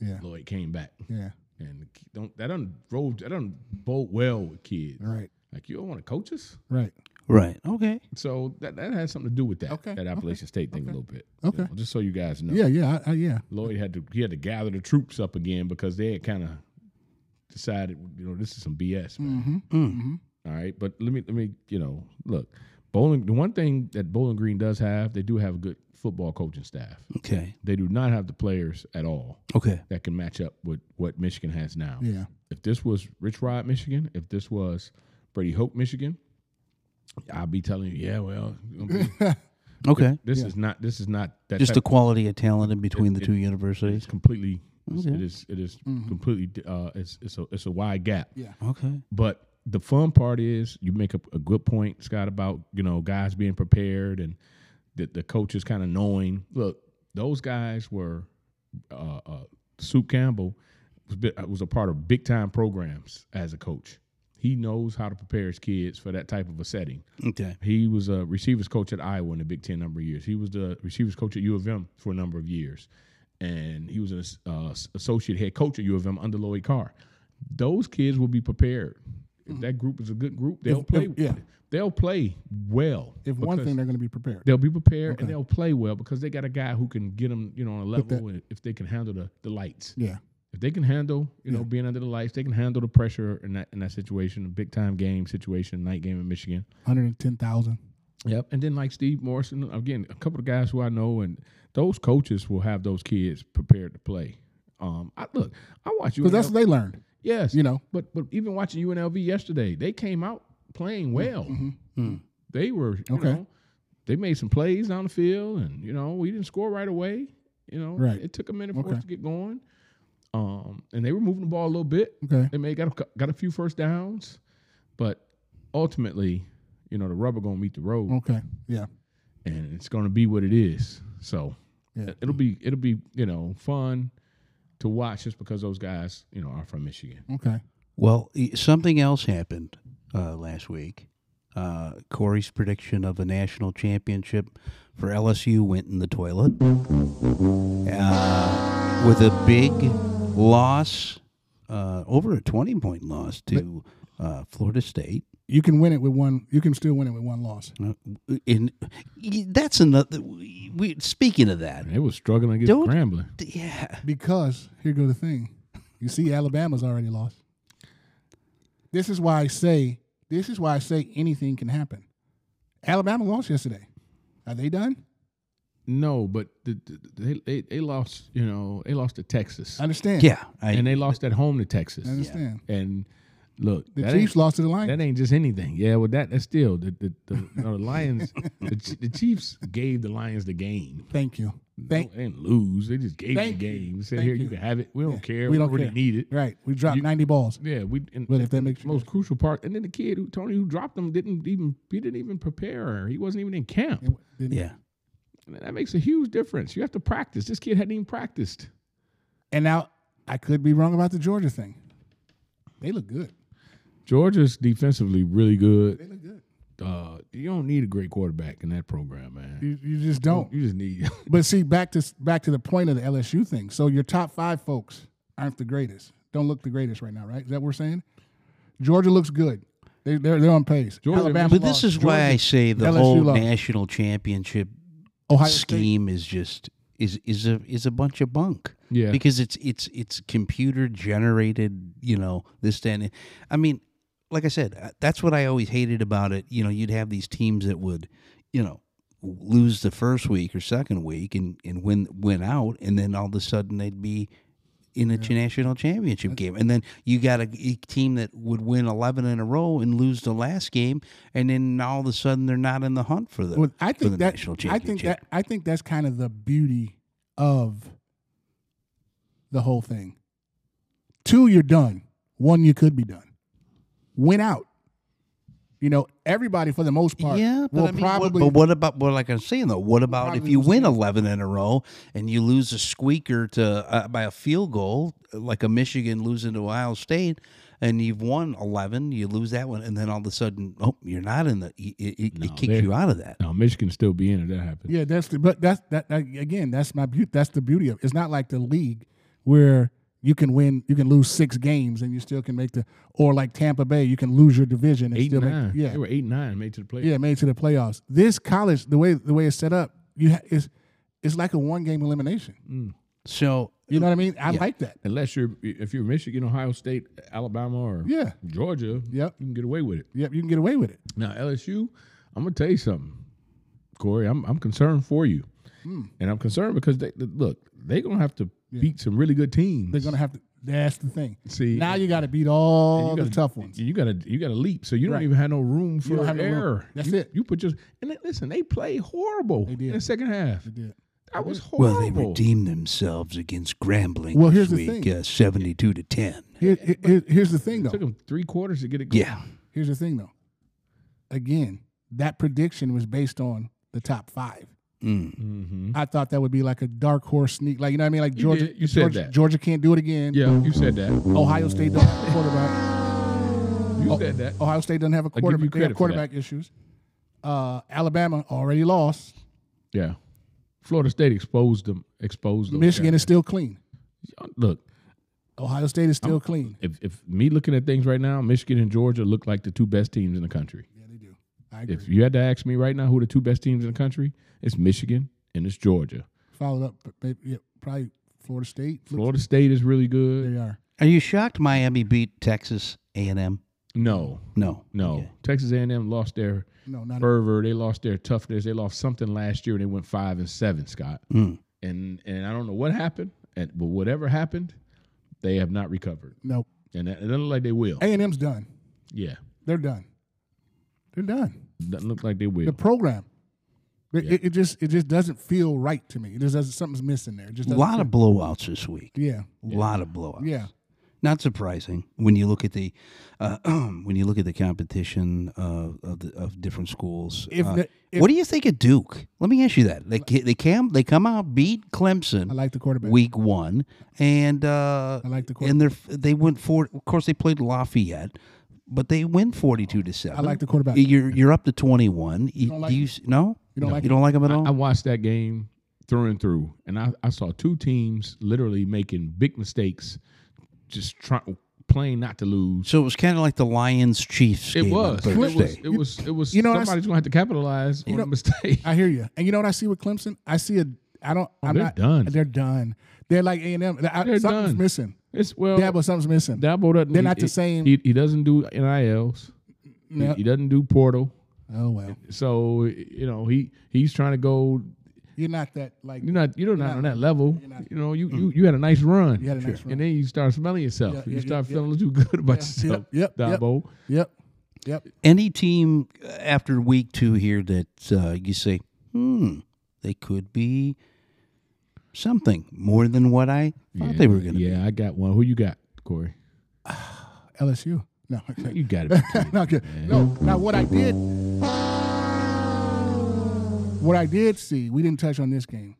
Speaker 6: Yeah.
Speaker 2: Lloyd came back,
Speaker 6: Yeah.
Speaker 2: and don't that don't roll that don't bode well with kids.
Speaker 6: Right.
Speaker 2: Like you don't want to coach us,
Speaker 6: Right.
Speaker 5: Right. Okay.
Speaker 2: so that that has something to do with that.
Speaker 6: Okay,
Speaker 2: That Appalachian State thing a little bit. you
Speaker 6: Okay.
Speaker 2: know, just so you guys know.
Speaker 6: Yeah. Yeah. I, I, yeah.
Speaker 2: Lloyd had to he had to gather the troops up again because they had kind of decided, you know, this is some BS, man.
Speaker 6: Mm-hmm,
Speaker 2: Mm. All right, but let me let me you know look, bowling. The one thing that Bowling Green does have, they do have a good football coaching staff.
Speaker 5: Okay.
Speaker 2: They do not have the players at all
Speaker 5: Okay.
Speaker 2: that can match up with what Michigan has now.
Speaker 6: Yeah.
Speaker 2: If this was Rich Rod, Michigan, if this was Brady Hope, Michigan, I'd be telling you, yeah, well, you're gonna be-
Speaker 5: Okay.
Speaker 2: this is not this is not that
Speaker 5: Just
Speaker 2: type
Speaker 5: the quality of talent in between the two
Speaker 2: it's
Speaker 5: universities.
Speaker 2: completely it's- it is it is completely uh it's it's a it's a wide gap
Speaker 5: Okay.
Speaker 2: but the fun part is you make a, a good point scott about you know guys being prepared and the, the coaches kind of knowing look those guys were uh, uh soup campbell was, bi- was a part of big time programs as a coach he knows how to prepare his kids for that type of a setting
Speaker 5: Okay.
Speaker 2: he was a receivers coach at Iowa in the Big Ten number of years. He was the receivers coach at U of M for a number of years, and he was an ass- uh, s- associate head coach at U of M under Lloyd Carr. Those kids will be prepared. If that group is a good group, they'll play.
Speaker 6: Mm. yeah.
Speaker 2: they'll play well.
Speaker 6: If one
Speaker 2: because
Speaker 6: thing, they're going to be prepared.
Speaker 2: they'll be prepared and they'll play well because they got a guy who can get them, you know, on a level. and if they can handle the, the lights,
Speaker 6: Yeah.
Speaker 2: if they can handle, you know, being under the lights, they can handle the pressure in that in that situation, a big time game situation, night game in Michigan.
Speaker 6: 110,000.
Speaker 2: Yep. And then like Steve Morrison, again, a couple of guys who I know, and those coaches will have those kids prepared to play. Um, I look, I watch you.
Speaker 6: Because that's what they learned.
Speaker 2: yes,
Speaker 6: you know.
Speaker 2: but but even watching UNLV yesterday, they came out playing well. They were you
Speaker 6: Mm-hmm. Okay.
Speaker 2: know, they made some plays down the field, and you know we didn't score right away. You know,
Speaker 6: Right.
Speaker 2: It took a minute for
Speaker 6: Okay.
Speaker 2: us to get going. Um, and they were moving the ball a little bit.
Speaker 6: Okay.
Speaker 2: They may got a, cou- got a few first downs, but ultimately, you know, the rubber gonna meet the road
Speaker 6: Okay. Yeah.
Speaker 2: and it's going to be what it is. So
Speaker 6: Yeah.
Speaker 2: it- it'll be it'll be you know fun to watch just because those guys you know are from Michigan.
Speaker 6: Okay.
Speaker 5: Well, e- something else happened uh, last week. Uh, Corey's prediction of a national championship for LSU went in the toilet uh, with a big loss, uh, over a 20 point loss to uh, Florida State.
Speaker 6: You can win it with one. You can still win it with one loss.
Speaker 5: Uh, In, y- that's another. We, we- speaking of that,
Speaker 2: They was struggling against
Speaker 5: Don't-
Speaker 2: Grambling.
Speaker 5: yeah,
Speaker 6: Because here go the thing. You see, Alabama's already lost. This is why I say this is why I say anything can happen. Alabama lost yesterday. Are they done?
Speaker 2: No, but the, the- they, they they lost. You know, they lost to Texas.
Speaker 6: I understand. Yeah, I-
Speaker 2: and they lost at home to Texas.
Speaker 6: I understand.
Speaker 2: And look,
Speaker 6: The
Speaker 2: that
Speaker 6: Chiefs
Speaker 2: ain't-
Speaker 6: lost to the Lions.
Speaker 2: That ain't just anything. Yeah, well, that that's still the the, the, no, the Lions. the, Ch- the Chiefs gave the Lions the game.
Speaker 6: Thank you. Thank-
Speaker 2: no, they didn't lose. They just gave
Speaker 6: Thank
Speaker 2: you
Speaker 6: you.
Speaker 2: the game. Said
Speaker 6: Thank
Speaker 2: here, you.
Speaker 6: you.
Speaker 2: can have it. We don't
Speaker 6: Yeah,
Speaker 2: care.
Speaker 6: we
Speaker 2: We
Speaker 6: don't
Speaker 2: don't really
Speaker 6: care.
Speaker 2: need it.
Speaker 6: Right. We dropped 90 balls.
Speaker 2: Yeah, we. And,
Speaker 6: But if that makes you
Speaker 2: most crucial part, and then the kid who Tony who dropped him didn't even he didn't even prepare. He wasn't even in camp.
Speaker 5: Yeah.
Speaker 2: And that makes a huge difference. You have to practice. This kid hadn't even practiced.
Speaker 6: And now I could be wrong about the Georgia thing. They look good.
Speaker 2: Georgia's defensively really good. They look good. Uh, you don't need a great quarterback in that program, man.
Speaker 6: You, you just don't.
Speaker 2: You just need.
Speaker 6: But see, back to back to the point of the LSU thing. So your top five folks aren't the greatest. Don't look the greatest right now, right? Is that what we're saying? Georgia looks good. They, they're they're on pace. Alabama
Speaker 5: but this
Speaker 6: lost.
Speaker 5: is why I
Speaker 6: Georgia-
Speaker 5: say the
Speaker 6: LSU
Speaker 5: whole
Speaker 6: lost.
Speaker 5: national championship
Speaker 6: Ohio State.
Speaker 5: scheme is just is is a is a bunch of bunk.
Speaker 2: Yeah.
Speaker 5: because it's it's it's computer generated. You know this that, and I mean, like I said, uh, that's what I always hated about it. You know, you'd have these teams that would, you know, lose the first week or second week and and win win out, and then all of a sudden they'd be in a national championship game. And then you got a, a team that would win 11 in a row and lose the last game. And then all of a sudden they're not in the hunt for the,
Speaker 6: Well, I
Speaker 5: for the
Speaker 6: think that
Speaker 5: national
Speaker 6: I
Speaker 5: championship.
Speaker 6: think that I think that's kind of the beauty of the whole thing. Two, you're done. One, you could be done. Win out. You know, everybody for the most part
Speaker 5: yeah, but,
Speaker 6: will
Speaker 5: I mean, what-
Speaker 6: probably
Speaker 5: but what about, well, like I'm saying though, what about if
Speaker 6: probably
Speaker 5: you
Speaker 6: lose
Speaker 5: win 11 in a row and you lose a squeaker to uh, by a field goal, like a Michigan losing to Ohio State, and you've won 11, you lose that one, and then all of a sudden, oh, you're not in the, it, it, it kicks
Speaker 2: they're-
Speaker 5: you out of that.
Speaker 2: Now Michigan still be in if that happened.
Speaker 6: Yeah, that's the but that's that, that again. That's my beauty. That's the beauty of it. it's not like the league where you can win, you can lose six games and you still can make the or like Tampa Bay, you can lose your division and
Speaker 2: Eight
Speaker 6: still
Speaker 2: nine.
Speaker 6: make yeah
Speaker 2: they were eight nine made to the playoffs.
Speaker 6: yeah made it to the playoffs. This college, the way the way it's set up, you ha- is it's like a one game elimination.
Speaker 5: So,
Speaker 6: You know what I mean? I like that.
Speaker 2: Unless you're if you're Michigan, Ohio State, Alabama, or
Speaker 6: Yeah.
Speaker 2: Georgia,
Speaker 6: Yep.
Speaker 2: you can get away with it.
Speaker 6: Yep, you can get away with it.
Speaker 2: Now LSU, I'm gonna tell you something, Corey. I'm I'm concerned for you,
Speaker 6: Hmm.
Speaker 2: and I'm concerned because they look they're gonna have to beat some really good teams.
Speaker 6: They're gonna have to. That's the thing.
Speaker 2: See,
Speaker 6: now
Speaker 2: and
Speaker 6: you got to beat
Speaker 2: you
Speaker 6: all the
Speaker 2: gotta-
Speaker 6: tough ones.
Speaker 2: You gotta you gotta leap, so you don't
Speaker 6: Right.
Speaker 2: even have no room
Speaker 6: You
Speaker 2: for
Speaker 6: don't have no room.
Speaker 2: error.
Speaker 6: That's
Speaker 2: You-
Speaker 6: it.
Speaker 2: You put your and they- listen, they played horrible
Speaker 6: did.
Speaker 2: in the second half.
Speaker 6: They did.
Speaker 2: That was horrible.
Speaker 5: Well, they redeemed themselves against Grambling
Speaker 6: Well, here's
Speaker 5: this
Speaker 6: the
Speaker 5: week,
Speaker 6: thing.
Speaker 5: Uh, 72 to 10.
Speaker 6: Here- here- here- here's the thing,
Speaker 2: It took
Speaker 6: though.
Speaker 2: them three quarters to get it going.
Speaker 5: Yeah.
Speaker 6: Here's the thing, though. Again, that prediction was based on the top five.
Speaker 5: Mm.
Speaker 2: Mm-hmm.
Speaker 6: I thought that would be like a dark horse sneak, like you know what I mean, like
Speaker 2: You
Speaker 6: Georgia.
Speaker 2: did. You said
Speaker 6: Georgia,
Speaker 2: that.
Speaker 6: Georgia can't do it again.
Speaker 2: Yeah, you said that. You
Speaker 6: Ohio State doesn't have a quarterback.
Speaker 2: said that.
Speaker 6: Ohio State doesn't have a
Speaker 2: give you
Speaker 6: quarterback. They
Speaker 2: credit
Speaker 6: have
Speaker 2: for
Speaker 6: quarterback issues. Uh, Alabama already lost.
Speaker 2: Yeah. Florida State exposed them. Exposed them.
Speaker 6: Michigan is still clean.
Speaker 2: Look,
Speaker 6: Ohio State is still clean.
Speaker 2: if, if me looking at things right now, Michigan and Georgia look like the two best teams in the country.
Speaker 6: Yeah, they do. I agree.
Speaker 2: If you had to ask me right now who the two best teams in the country, it's Michigan and it's Georgia.
Speaker 6: Followed up, but maybe, yeah, probably Florida State.
Speaker 2: Florida State is really
Speaker 6: They
Speaker 2: good.
Speaker 6: are.
Speaker 5: Are you shocked Miami beat Texas A&M?
Speaker 2: No,
Speaker 5: No.
Speaker 2: no. Texas A&M lost their
Speaker 6: No, not
Speaker 2: fervor. They lost their toughness. They lost something last year and they went five and seven, Scott.
Speaker 5: Mm.
Speaker 2: And and I don't know what happened, and, but whatever happened, they have not recovered,
Speaker 6: no.
Speaker 2: and that, it doesn't look like they will.
Speaker 6: A and M's done.
Speaker 2: yeah,
Speaker 6: They're done. They're done.
Speaker 2: doesn't look like they will.
Speaker 6: The program. It, it, it just it just doesn't feel right to me. It just doesn't, something's missing there. It just
Speaker 5: A
Speaker 6: doesn't
Speaker 5: lot of
Speaker 6: feel-
Speaker 5: blowouts this week.
Speaker 6: yeah
Speaker 5: A lot of blowouts.
Speaker 6: yeah.
Speaker 5: Not surprising when you look at the uh, when you look at the competition uh, of the, of different schools.
Speaker 6: If
Speaker 5: Uh,
Speaker 6: the- if-
Speaker 5: what do you think of Duke? Let me ask you that. They ca- they come they come out beat Clemson.
Speaker 6: I like the quarterback.
Speaker 5: week one, and uh,
Speaker 6: I like the
Speaker 5: and they they went for. Of course, they played Lafayette, but they win forty two to seven.
Speaker 6: I like the quarterback.
Speaker 2: E
Speaker 5: You're you're up to twenty one. You,
Speaker 6: don't like
Speaker 5: do you
Speaker 6: him?
Speaker 5: s- no?
Speaker 6: You don't
Speaker 5: No.
Speaker 6: like
Speaker 5: you don't like him at all.
Speaker 2: I watched that game through and through, and I, I saw two teams literally making big mistakes, just trying playing not to lose.
Speaker 5: so it was kind of like the Lions Chiefs.
Speaker 2: It
Speaker 5: game on
Speaker 2: was, it was,
Speaker 5: Thursday.
Speaker 2: it was, it was,
Speaker 6: You know, I s-
Speaker 2: somebody's gonna have to capitalize on
Speaker 6: know,
Speaker 2: a mistake.
Speaker 6: I hear you. And you know what I see with Clemson? I see a. I don't. I'm
Speaker 2: Oh, they're
Speaker 6: not.
Speaker 2: done.
Speaker 6: They're done. They're like A and M.
Speaker 2: They're
Speaker 6: Something's
Speaker 2: done.
Speaker 6: missing.
Speaker 2: it's well,
Speaker 6: Yeah, but something's missing.
Speaker 2: Dabo doesn't.
Speaker 6: They're
Speaker 2: he-
Speaker 6: not the
Speaker 2: he-
Speaker 6: same.
Speaker 2: He, he doesn't do nils. He-
Speaker 6: Yep.
Speaker 2: He, doesn't do portal.
Speaker 6: Oh well.
Speaker 2: So you know he he's trying to go.
Speaker 6: You're not that like
Speaker 2: you're not you're not on that level. You know, you, you you had a nice run.
Speaker 6: Mm. You had a nice Sure. run.
Speaker 2: And then you start smelling yourself.
Speaker 6: Yeah,
Speaker 2: you
Speaker 6: yeah,
Speaker 2: start
Speaker 6: yeah,
Speaker 2: feeling
Speaker 6: yeah.
Speaker 2: too good about
Speaker 6: Yeah,
Speaker 2: yourself.
Speaker 6: yep, yep, yep.
Speaker 2: Dabo.
Speaker 6: Yep. Yep.
Speaker 5: Any team uh, after week two here that uh, you say, hmm, they could be something more than what I thought they were going to
Speaker 2: Yeah, I got one. Who you got, Corey?
Speaker 6: LSU. No,
Speaker 2: You got it.
Speaker 6: no, okay. no. Now what I did, what I did see, we didn't touch on this game.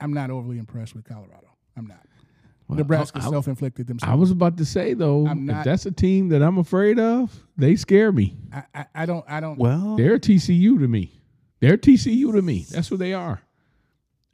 Speaker 6: I'm not overly impressed with Colorado. I'm not. Nebraska
Speaker 2: I- I-
Speaker 6: self-inflicted
Speaker 2: I
Speaker 6: themselves.
Speaker 2: was about to say though,
Speaker 6: I'm
Speaker 2: if
Speaker 6: not-
Speaker 2: that's a team that I'm afraid of, they scare me.
Speaker 6: I, I, I don't. I don't.
Speaker 5: Well,
Speaker 2: They're TCU to me. They're TCU to me. That's what they are.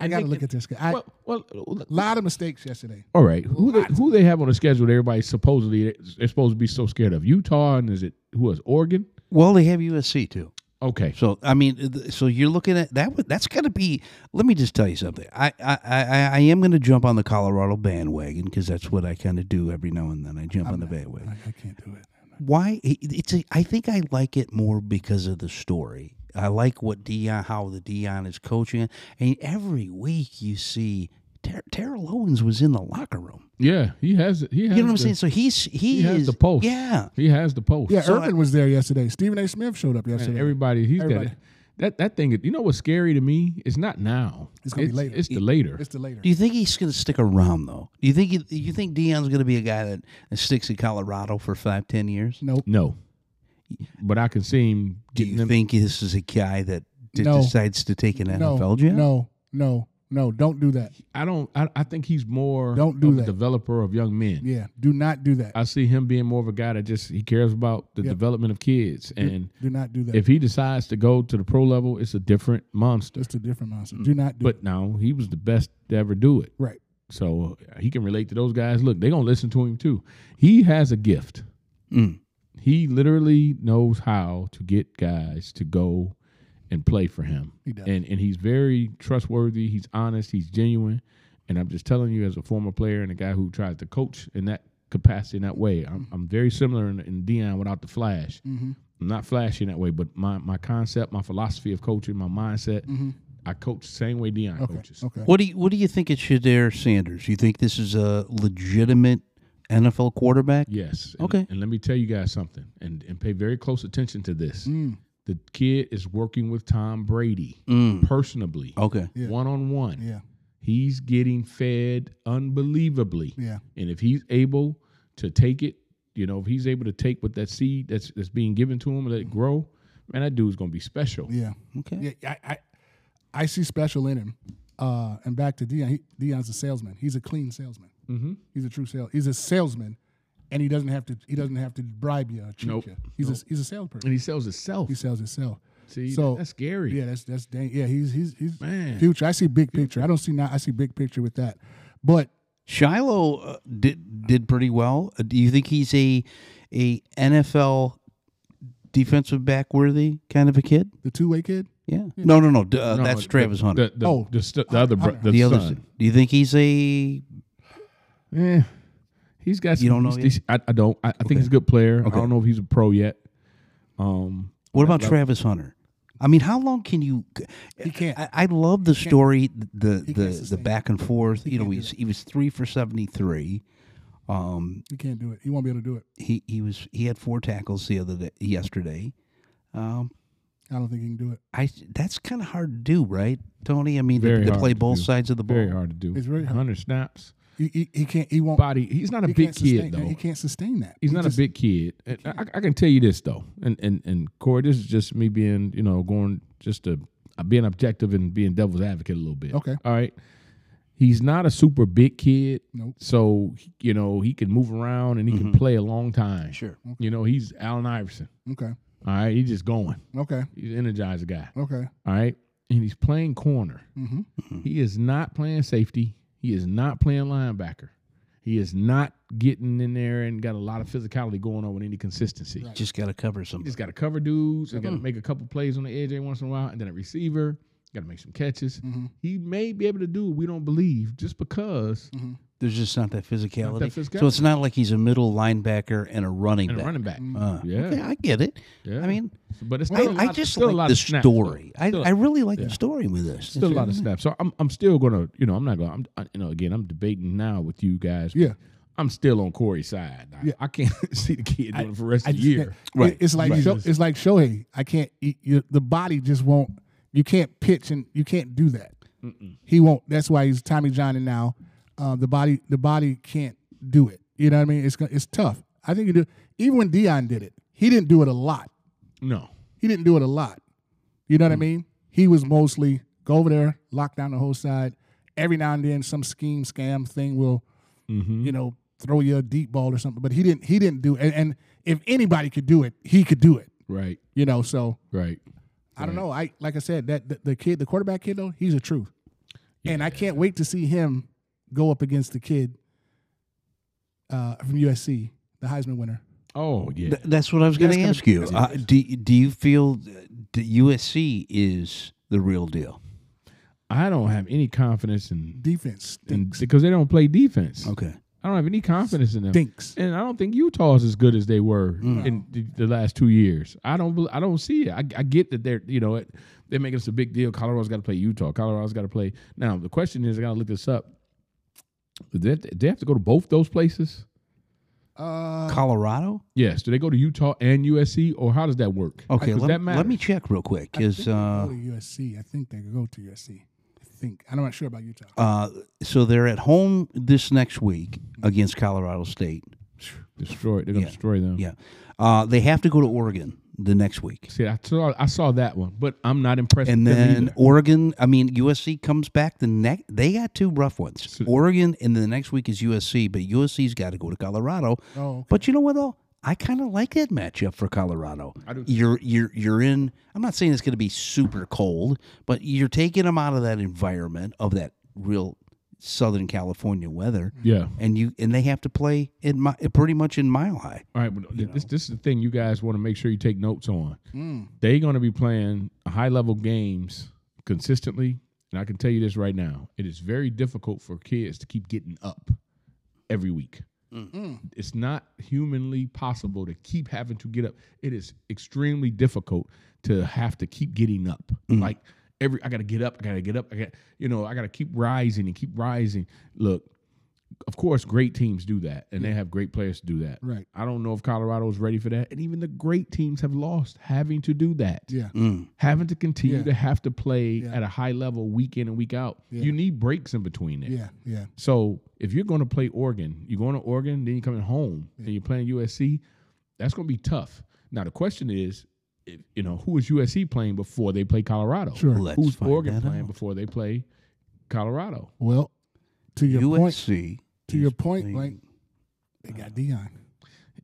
Speaker 6: I got to look at this guy. A
Speaker 2: Well, well, l-
Speaker 6: lot of mistakes yesterday.
Speaker 2: all right. Who they, who they have on the schedule? That everybody supposedly they're supposed to be so scared of Utah and is it who is Oregon?
Speaker 5: Well, they have USC too.
Speaker 2: Okay,
Speaker 5: So I mean, th- so you're looking at that. would- That's going to be. Let me just tell you something. I I I, I am going to jump on the Colorado bandwagon because that's what I kind of do every now and then. I jump on the bandwagon.
Speaker 6: I can't do it.
Speaker 5: Why? it- It's. A, I think I like it more because of the story. I like what Dion, how the Dion is coaching, and every week you see. Ter- Terrell Owens was in the locker room.
Speaker 2: yeah, he has it. He has
Speaker 5: You know what I'm
Speaker 2: the-
Speaker 5: saying? So he's he,
Speaker 2: He has
Speaker 5: is
Speaker 2: the post.
Speaker 5: Yeah,
Speaker 2: He has the post.
Speaker 6: Yeah,
Speaker 5: So
Speaker 6: Irvin was there yesterday. Stephen A. Smith showed up
Speaker 2: Man,
Speaker 6: yesterday.
Speaker 2: everybody, he's
Speaker 6: Everybody.
Speaker 2: got it. That that thing. You know what's scary to me? It's not now.
Speaker 6: It's gonna be later.
Speaker 2: It's the later.
Speaker 6: it's the later.
Speaker 5: Do you think he's going to stick around though? Do you think he, you think Dion's going to be a guy that, that sticks in Colorado for five, ten years?
Speaker 6: Nope.
Speaker 2: no, but I can see him
Speaker 5: Do
Speaker 2: getting
Speaker 5: you
Speaker 2: them.
Speaker 5: think this is a guy that d-
Speaker 6: No.
Speaker 5: decides to take an
Speaker 6: No.
Speaker 5: NFL job?
Speaker 6: No. No. No. Don't do that.
Speaker 2: I don't. I, I think he's more
Speaker 6: Don't do
Speaker 2: of a
Speaker 6: that.
Speaker 2: developer of young men.
Speaker 6: Yeah. Do not do that.
Speaker 2: I see him being more of a guy that just he cares about the
Speaker 6: Yeah.
Speaker 2: development of kids, and
Speaker 6: do not do that.
Speaker 2: if he decides to go to the pro level, it's a different monster.
Speaker 6: It's a different monster. Do not do it.
Speaker 2: But now he was the best to ever do it,
Speaker 6: Right.
Speaker 2: so uh, he can relate to those guys. Look, they're gonna listen to him too. He has a gift.
Speaker 5: Mm.
Speaker 2: He literally knows how to get guys to go and play for him.
Speaker 6: He does.
Speaker 2: And and he's very trustworthy. He's honest. He's genuine. And I'm just telling you, as a former player and a guy who tries to coach in that capacity, in that way, I'm,
Speaker 6: Mm-hmm.
Speaker 2: I'm very similar in, in Dion without the flash. I'm not flashy in that way, but my, my concept, my philosophy of coaching, my mindset, I coach the same way Dion coaches.
Speaker 6: Mm-hmm. Okay.
Speaker 5: What do you What do you think of Shadir Sanders? You think this is a legitimate NFL quarterback?
Speaker 2: Yes. And-
Speaker 5: Okay.
Speaker 2: And let me tell you guys something, and and pay very close attention to this.
Speaker 5: Mm.
Speaker 2: The kid is working with Tom Brady personably,
Speaker 5: Mm. Okay.
Speaker 6: Yeah.
Speaker 2: one on one.
Speaker 6: Yeah.
Speaker 2: He's getting fed unbelievably.
Speaker 6: Yeah.
Speaker 2: And if he's able to take it, you know, if he's able to take what that seed that's that's being given to him and let it grow, man, that dude's gonna be special.
Speaker 6: Yeah.
Speaker 5: Okay.
Speaker 6: Yeah. I, I I see special in him. Uh, and back to Dion. He, Dion's a salesman. He's a clean salesman. Mm-hmm. He's a true sales. He's a salesman, and he doesn't have to. He doesn't have to bribe you or cheat
Speaker 2: Nope.
Speaker 6: you. He's a he's a salesperson.
Speaker 2: And he sells himself.
Speaker 6: He sells himself.
Speaker 2: See,
Speaker 6: so-
Speaker 2: that's scary.
Speaker 6: Yeah, that's that's dang, yeah. He's he's he's
Speaker 2: Man.
Speaker 6: future. I see big picture. I don't see now. I see big picture with that. But
Speaker 5: Shiloh uh, did did pretty well. Uh, Do you think he's a a NFL defensive back worthy kind of a kid?
Speaker 6: the two way kid,
Speaker 5: Yeah. No, no, no. d- Uh,
Speaker 2: No,
Speaker 5: that's
Speaker 2: the-
Speaker 5: Travis Hunter.
Speaker 2: The, the,
Speaker 6: Oh.
Speaker 2: the, st- the other bro- the,
Speaker 5: the other.
Speaker 2: son.
Speaker 5: Do you think he's a?
Speaker 2: Yeah, Eh, he's got. Some,
Speaker 5: You don't know
Speaker 2: he's-
Speaker 5: yet?
Speaker 2: he's- I, I don't. I, I think he's a good player. I don't know if he's a pro yet. Um,
Speaker 5: What about Travis Hunter? I mean, how long can you?
Speaker 6: He can't.
Speaker 5: I, I love the story, the
Speaker 6: He
Speaker 5: the
Speaker 6: can't
Speaker 5: the
Speaker 6: sustain
Speaker 5: back and forth. you know,
Speaker 6: can't do
Speaker 5: he's, he was three for seventy three. Um,
Speaker 6: he can't do it. He won't be able to do it.
Speaker 5: he he was he had four tackles the other day yesterday. Um,
Speaker 6: I don't think he can do it.
Speaker 5: I that's kind of hard to do, right, Tony? I mean, to-
Speaker 2: Very
Speaker 5: to,
Speaker 2: hard
Speaker 5: play
Speaker 2: to
Speaker 5: both
Speaker 2: do.
Speaker 5: sides of the ball.
Speaker 2: very hard to do.
Speaker 6: It's very hard.
Speaker 2: Hundred snaps.
Speaker 6: He, he, he can't. He won't.
Speaker 2: Body. He's not a
Speaker 6: he
Speaker 2: big
Speaker 6: can't sustain
Speaker 2: kid
Speaker 6: that.
Speaker 2: though.
Speaker 6: He can't sustain that.
Speaker 2: He's
Speaker 6: He
Speaker 2: not
Speaker 6: just-
Speaker 2: a big kid. And I, I can tell you this though, and and and Corey, this is just me being, you know, going just to uh, being objective and being devil's advocate a little bit.
Speaker 6: Okay.
Speaker 2: All right. He's not a super big kid.
Speaker 6: Nope.
Speaker 2: So you know he can move around and he
Speaker 5: Mm-hmm.
Speaker 2: can play a long time.
Speaker 5: Sure.
Speaker 2: You know he's Allen Iverson.
Speaker 6: Okay.
Speaker 2: All right. He's just going.
Speaker 6: Okay.
Speaker 2: He's an energized guy.
Speaker 6: Okay.
Speaker 2: All right. And he's playing corner.
Speaker 5: Mm-hmm.
Speaker 2: He is not playing safety. He is not playing linebacker. He is not getting in there and got a lot of physicality going on with any consistency.
Speaker 5: Just got to cover some.
Speaker 2: He just got to cover dudes and got
Speaker 5: Mm-hmm.
Speaker 2: to make a couple plays on the edge every once in a while and then a receiver. Got to make some catches. He may be able to do what we don't believe just because
Speaker 5: There's just not that physicality.
Speaker 2: Not that
Speaker 5: So it's
Speaker 2: physicality.
Speaker 5: not like he's a middle linebacker and a running
Speaker 2: And a
Speaker 5: back.
Speaker 2: running back.
Speaker 5: Uh,
Speaker 2: Yeah.
Speaker 5: okay, I get it.
Speaker 2: Yeah.
Speaker 5: I mean,
Speaker 2: but it's
Speaker 5: I-
Speaker 2: still a
Speaker 5: I
Speaker 2: lot-
Speaker 5: just
Speaker 2: still a
Speaker 5: like
Speaker 2: lot
Speaker 5: the
Speaker 2: of snaps, though.
Speaker 5: story. I-
Speaker 2: Still-
Speaker 5: I really like
Speaker 2: yeah.
Speaker 5: the story with this.
Speaker 2: Still a lot of
Speaker 5: It's-
Speaker 2: snaps. So I'm I'm still gonna you know I'm not gonna I'm, I- you know again I'm debating now with you guys.
Speaker 6: Yeah.
Speaker 2: I'm still on Corey's side. I,
Speaker 6: Yeah.
Speaker 2: I can't see the kid doing it for the rest
Speaker 6: I
Speaker 2: of the
Speaker 6: just
Speaker 2: year.
Speaker 6: can't- it- It's like Sho- it's like Shohei. I can't. You, you, the body just won't. You can't pitch and you can't do that. He won't. That's why he's Tommy John and now. Um, the body the body can't do it. You know what I mean? It's gonna- it's tough. I think you do. Even when Dion did it, he didn't do it a lot.
Speaker 2: No.
Speaker 6: He didn't do it a lot. You
Speaker 2: Mm.
Speaker 6: know what I mean? He was mostly go over there, lock down the whole side. Every now and then, some scheme scam thing will
Speaker 2: Mm-hmm.
Speaker 6: you know, throw you a deep ball or something. But he didn't. He didn't do. And, and if anybody could do it, he could do it.
Speaker 2: Right.
Speaker 6: You know. So
Speaker 2: Right.
Speaker 6: I don't know. I like I said that the, the kid, the quarterback kid though, he's a truth. And I can't wait to see him go up against the kid uh, from USC, the Heisman winner.
Speaker 2: Oh yeah.
Speaker 5: Th- that's what I was going to
Speaker 6: That's gonna-
Speaker 5: ask you.
Speaker 6: that's
Speaker 5: Uh,
Speaker 6: gonna-
Speaker 5: do Do you feel that USC is the real deal?
Speaker 2: I don't have any confidence in,
Speaker 6: Defense
Speaker 2: in
Speaker 6: stinks.
Speaker 2: because they don't play defense.
Speaker 5: Okay.
Speaker 2: I don't have any confidence in them.
Speaker 6: Stinks.
Speaker 2: And I don't think Utah's as good as they were
Speaker 5: Mm.
Speaker 2: in the, the last two years. I don't. bel- I don't see it. I, I get that they're you know it, they're making us a big deal. Colorado's got to play Utah. Colorado's got to play. Now the question is, I got to look this up. Do they, have to, they have to go to both those places?
Speaker 6: Uh,
Speaker 5: Colorado.
Speaker 2: Yes. Do they go to Utah and USC, or how does that work?
Speaker 5: Okay.
Speaker 2: Does
Speaker 5: Let,
Speaker 2: that
Speaker 5: let me
Speaker 2: matter?
Speaker 5: check real quick.
Speaker 6: I think
Speaker 5: Is
Speaker 6: they go
Speaker 5: uh,
Speaker 6: to USC? I think they go to USC. I think I'm not sure about Utah.
Speaker 5: uh, so they're at home this next week against Colorado State.
Speaker 2: destroy. it. They're gonna
Speaker 5: Yeah.
Speaker 2: destroy them.
Speaker 5: Yeah. Uh, they have to go to Oregon the next week.
Speaker 2: See, I saw I saw that one, but I'm not impressed.
Speaker 5: And
Speaker 2: with them
Speaker 5: then
Speaker 2: either.
Speaker 5: Oregon, I mean USC comes back the next. They got two rough ones. Oregon, and the next week is USC. But USC's got to go to Colorado.
Speaker 6: Oh, okay.
Speaker 5: But you know what though? I kind of like that matchup for Colorado. I do. You're you're you're in. I'm not saying it's going to be super cold, but you're taking them out of that environment of that real Southern California weather.
Speaker 2: yeah.
Speaker 5: And you and they have to play in my, pretty much in Mile High.
Speaker 2: All right, but th- this this is the thing you guys want to make sure you take notes on. They're going to be playing high level games consistently, and I can tell you this right now: it is very difficult for kids to keep getting up every week. It's not humanly possible to keep having to get up. It is extremely difficult to have to keep getting up. Like every, I got to get up. I got to get up. I got, you know, I got to keep rising and keep rising. Look, of course, great teams do that, and they have great players to do that.
Speaker 6: Right.
Speaker 2: I don't know if Colorado is ready for that, and even the great teams have lost having to do that.
Speaker 6: Yeah.
Speaker 5: Mm.
Speaker 2: Having to continue
Speaker 6: Yeah.
Speaker 2: to have to play
Speaker 6: Yeah.
Speaker 2: at a high level week in and week out. You need breaks in between there.
Speaker 6: Yeah. Yeah.
Speaker 2: So if you're going to play Oregon, you're going to Oregon, then you're coming home, and you're playing USC. That's going to be tough. Now the question is, if, you know, who is USC playing before they play Colorado?
Speaker 6: Sure.
Speaker 5: Let's
Speaker 2: Who's
Speaker 5: find
Speaker 2: Oregon
Speaker 5: that
Speaker 2: playing
Speaker 5: out.
Speaker 2: before they play Colorado?
Speaker 6: Well, to your point,
Speaker 5: USC.
Speaker 6: to
Speaker 5: is
Speaker 6: your point,
Speaker 5: playing- Uh,
Speaker 6: like they got Dion.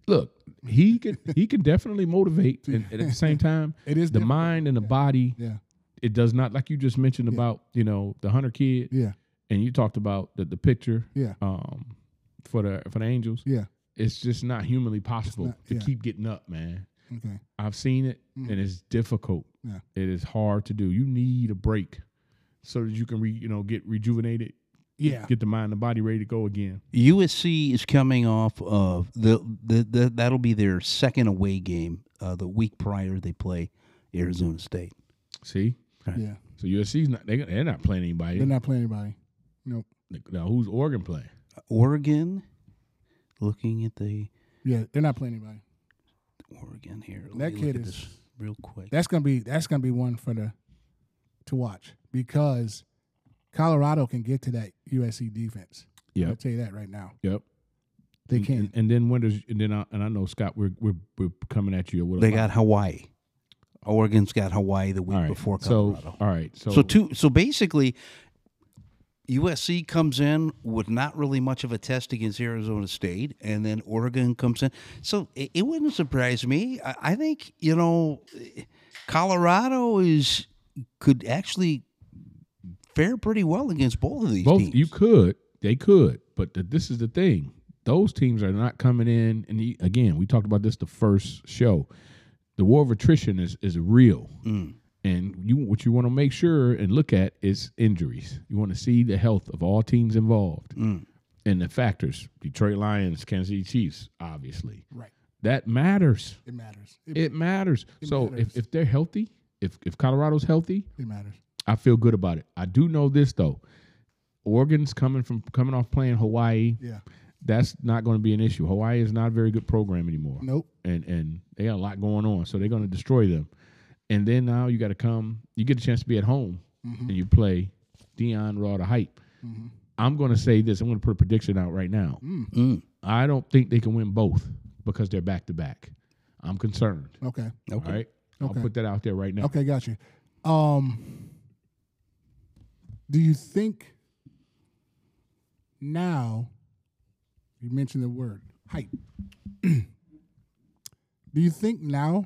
Speaker 2: Look, he could he could definitely motivate, and, and at the same time,
Speaker 6: It is
Speaker 2: the
Speaker 6: difficult.
Speaker 2: mind and the body.
Speaker 6: Yeah.
Speaker 2: It does not like you just mentioned about you know the hunter kid,
Speaker 6: Yeah.
Speaker 2: and you talked about the, the picture
Speaker 6: Yeah.
Speaker 2: um, for the for the Angels.
Speaker 6: Yeah.
Speaker 2: It's just not humanly possible
Speaker 6: not-
Speaker 2: to
Speaker 6: yeah.
Speaker 2: keep getting up, man.
Speaker 6: Okay.
Speaker 2: I've seen it, and it's difficult.
Speaker 6: Yeah.
Speaker 2: It is hard to do. You need a break so that you can re, you know get rejuvenated.
Speaker 6: Yeah.
Speaker 2: Get the mind and the body ready to go again.
Speaker 5: USC is coming off of the, the, the that'll be their second away game. Uh, the week prior, they play Arizona State.
Speaker 2: See,
Speaker 6: Yeah.
Speaker 2: so USC's not they, they're not playing anybody.
Speaker 6: They're not playing anybody. Nope.
Speaker 2: now who's Oregon playing?
Speaker 5: Oregon, looking at the
Speaker 6: Yeah, they're not playing anybody.
Speaker 5: Oregon here. Let
Speaker 6: That
Speaker 5: me
Speaker 6: kid
Speaker 5: look at
Speaker 6: is-
Speaker 5: this real quick.
Speaker 6: That's gonna be that's gonna be one for the to watch because Colorado can get to that USC defense. I'll
Speaker 2: Yep,
Speaker 6: tell you that right now.
Speaker 2: yep.
Speaker 5: Mm-hmm.
Speaker 6: They
Speaker 2: And-
Speaker 6: can.
Speaker 2: And, and then when does and then I, and I know Scott, we're we're, we're coming at you. What
Speaker 5: They got Hawaii. Oregon's got Hawaii the week before Colorado.
Speaker 2: So all right, so,
Speaker 5: So two. So basically, USC comes in with not really much of a test against Arizona State, and then Oregon comes in. So it, it wouldn't surprise me. I, I think you know, Colorado is could actually fare pretty well against both of these
Speaker 2: both
Speaker 5: teams.
Speaker 2: you could they could, but the, this is the thing: those teams are not coming in. And you, again, we talked about this the first show. The war of attrition is is real,
Speaker 5: Mm.
Speaker 2: and you what you want to
Speaker 5: Mm.
Speaker 2: make sure and look at is injuries. You want to see the health of all teams involved. and the factors Detroit Lions, Kansas City Chiefs, obviously.
Speaker 6: Right.
Speaker 2: That matters.
Speaker 6: It matters.
Speaker 2: It, matters.
Speaker 6: it
Speaker 2: so
Speaker 6: matters.
Speaker 2: If, if they're healthy, if, if Colorado's healthy,
Speaker 6: It matters.
Speaker 2: I feel good about it. I do know this though. Oregon's coming from coming off playing Hawaii.
Speaker 6: Yeah.
Speaker 2: That's not going to be an issue. Hawaii is not a very good program anymore.
Speaker 6: Nope.
Speaker 2: And and they got a lot going on, so they're going to destroy them. And then now you got to come. You get a chance to be at home,
Speaker 6: Mm-hmm.
Speaker 2: and you play Dion Raw to hype. I'm going to say this. I'm going to put a prediction out right now.
Speaker 6: Mm.
Speaker 2: I don't think they can win both because they're back to back. I'm concerned.
Speaker 6: Okay.
Speaker 2: All
Speaker 6: Okay.
Speaker 2: right. I'll put that out there right now.
Speaker 6: Okay, got you. Um, do you think now you mentioned the word hype? do you think now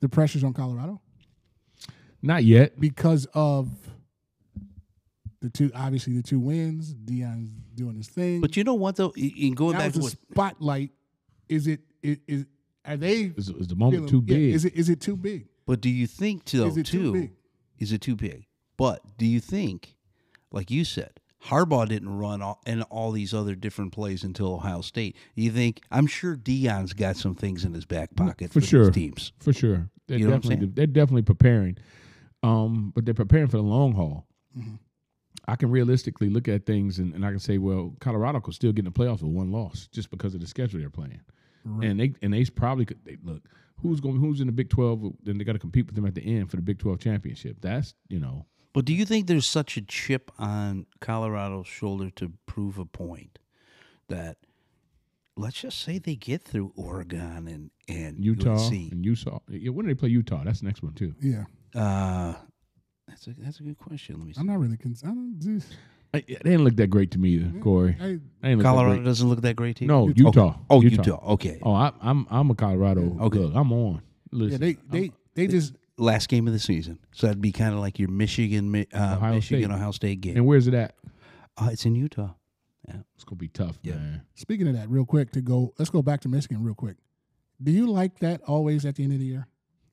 Speaker 6: the pressure's on Colorado
Speaker 2: Not yet.
Speaker 6: because of the two? Obviously, the two wins. Dion's doing his thing.
Speaker 5: But you know what though? In in going
Speaker 6: now
Speaker 5: back
Speaker 6: it's
Speaker 5: to
Speaker 6: the
Speaker 5: what,
Speaker 6: spotlight. Is it? Is, is are they?
Speaker 2: Is, is the moment
Speaker 6: feeling-
Speaker 2: too
Speaker 6: yeah,
Speaker 2: big?
Speaker 6: is it? Is it too big?
Speaker 5: But do you think though
Speaker 6: Is it too
Speaker 5: too,
Speaker 6: big?
Speaker 5: is it too big? But do you think, like you said, Harbaugh didn't run all, in all these other different plays until Ohio State? You think I'm sure Dion's got some things in his back
Speaker 6: Mm,
Speaker 5: pocket
Speaker 2: for
Speaker 5: these
Speaker 2: sure.
Speaker 5: teams.
Speaker 2: For sure. They're
Speaker 5: You know what I'm
Speaker 2: definitely
Speaker 5: saying?
Speaker 2: they're definitely preparing. Um, but they're preparing for the long haul.
Speaker 6: Mm-hmm.
Speaker 2: I can realistically look at things and, and I can say, well, Colorado could still get in the playoffs with one loss just because of the schedule they're playing. And they and they probably could they, look who's going who's in the Big Twelve then they got to compete with them at the end for the Big Twelve championship. That's you know
Speaker 5: But do you think there's such a chip on Colorado's shoulder to prove a point that let's just say they get through Oregon and and
Speaker 2: Utah
Speaker 5: UNC.
Speaker 2: and Utah. Yeah, when do they play Utah? That's the next one too.
Speaker 6: Yeah,
Speaker 5: Uh, that's a that's a good question. Let me see.
Speaker 6: I'm not really concerned.
Speaker 5: Uh,
Speaker 2: I, they didn't look that great to me either,
Speaker 6: Mm-hmm.
Speaker 2: Corey.
Speaker 6: I,
Speaker 2: They didn't look that
Speaker 5: Colorado
Speaker 2: great.
Speaker 5: doesn't look that great to you?
Speaker 2: No,
Speaker 5: Okay.
Speaker 2: Utah.
Speaker 5: Oh, Utah.
Speaker 2: Utah.
Speaker 5: Okay.
Speaker 2: Oh, I, I'm I'm a Colorado.
Speaker 5: Okay.
Speaker 2: Look, I'm on.
Speaker 6: yeah,
Speaker 2: Listen,
Speaker 6: they they they just
Speaker 5: last game of the season. So that'd be kind of like your Michigan, Mi- uh,
Speaker 2: Ohio
Speaker 5: Michigan,
Speaker 2: State.
Speaker 5: Ohio State game.
Speaker 2: And where's it at?
Speaker 5: uh, it's in Utah.
Speaker 2: It's gonna be tough,
Speaker 5: Yeah.
Speaker 2: man.
Speaker 6: Speaking of that, real quick to go, let's go back to Michigan real quick. Do you like that always at the end of the year?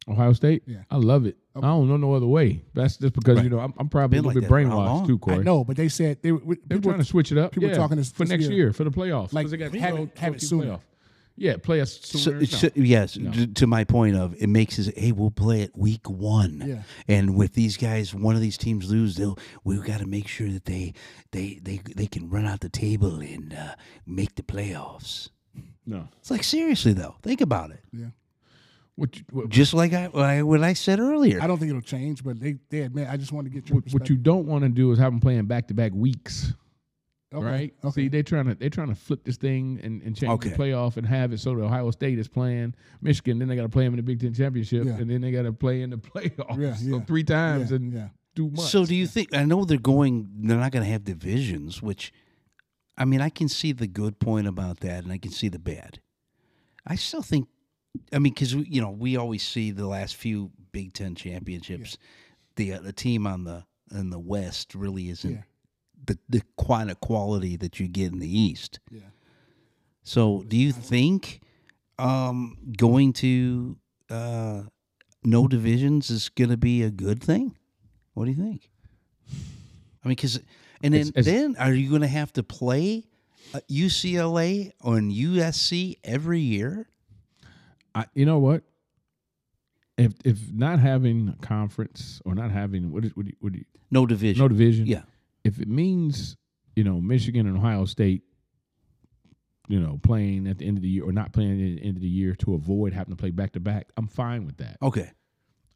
Speaker 2: Ohio State.
Speaker 6: Yeah.
Speaker 2: I love it.
Speaker 6: Okay.
Speaker 2: I don't know no other way. That's just because you know I'm, I'm probably a
Speaker 5: Been
Speaker 2: little
Speaker 5: like
Speaker 2: bit
Speaker 5: that for how long?
Speaker 2: brainwashed too,
Speaker 6: I
Speaker 2: Corey.
Speaker 6: know, but they said they were
Speaker 2: They're
Speaker 6: people-
Speaker 2: trying to switch it up.
Speaker 6: people
Speaker 2: yeah,
Speaker 6: talking this-
Speaker 2: for
Speaker 6: this
Speaker 2: next
Speaker 6: year.
Speaker 2: year. for the playoffs. 'cause
Speaker 6: Like,
Speaker 2: they
Speaker 6: have
Speaker 2: got
Speaker 6: it-
Speaker 2: 12,
Speaker 6: have it
Speaker 2: 14
Speaker 6: sooner.
Speaker 2: Playoff. Yeah, play us
Speaker 5: So,
Speaker 2: sooner.
Speaker 5: so- yes, d- to my point of it makes us. Hey, we'll play it week one,
Speaker 6: Yeah.
Speaker 5: and with these guys, one of these teams lose, they'll we've got to make sure that they they they they can run out the table and uh, make the playoffs.
Speaker 2: no. no.
Speaker 5: It's like seriously though, think about it.
Speaker 2: What you, what,
Speaker 5: Just like I, I what I said earlier.
Speaker 6: I don't think it'll change, but they they admit. I just want to get your
Speaker 2: what, what you
Speaker 6: perspective.
Speaker 2: don't want to do is have them playing back to back weeks,
Speaker 6: Okay,
Speaker 2: right?
Speaker 6: Okay.
Speaker 2: See, they're trying to they're trying to flip this thing and, and change
Speaker 5: Okay.
Speaker 2: the playoff and have it so that Ohio State is playing Michigan, then they got to play them in the Big Ten championship,
Speaker 6: Yeah.
Speaker 2: and then they got to play in the playoffs
Speaker 6: Yeah,
Speaker 2: so
Speaker 6: yeah.
Speaker 2: three times
Speaker 6: Yeah,
Speaker 2: and
Speaker 6: yeah.
Speaker 2: two months.
Speaker 5: So do you think I know they're going they're not going to have divisions which I mean I can see the good point about that and I can see the bad. I still think I mean cuz you know we always see the last few Big 10 championships the uh, the team on the in the west really isn't
Speaker 6: Yeah.
Speaker 5: the the kind of quality that you get in the east.
Speaker 6: Yeah.
Speaker 5: So do you think um going to uh no divisions is going to be a good thing? What do you think? I mean, because and then
Speaker 2: It's- it's-
Speaker 5: then are you going to have to play uh, UCLA or an USC every year?
Speaker 2: I, you know what? If if not having a conference or not having what is what, do you- what do you,
Speaker 5: No division.
Speaker 2: no division,
Speaker 5: Yeah.
Speaker 2: If it means you know Michigan and Ohio State, you know playing at the end of the year or not playing at the end of the year to avoid having to play back to back, I'm fine with that.
Speaker 5: Okay.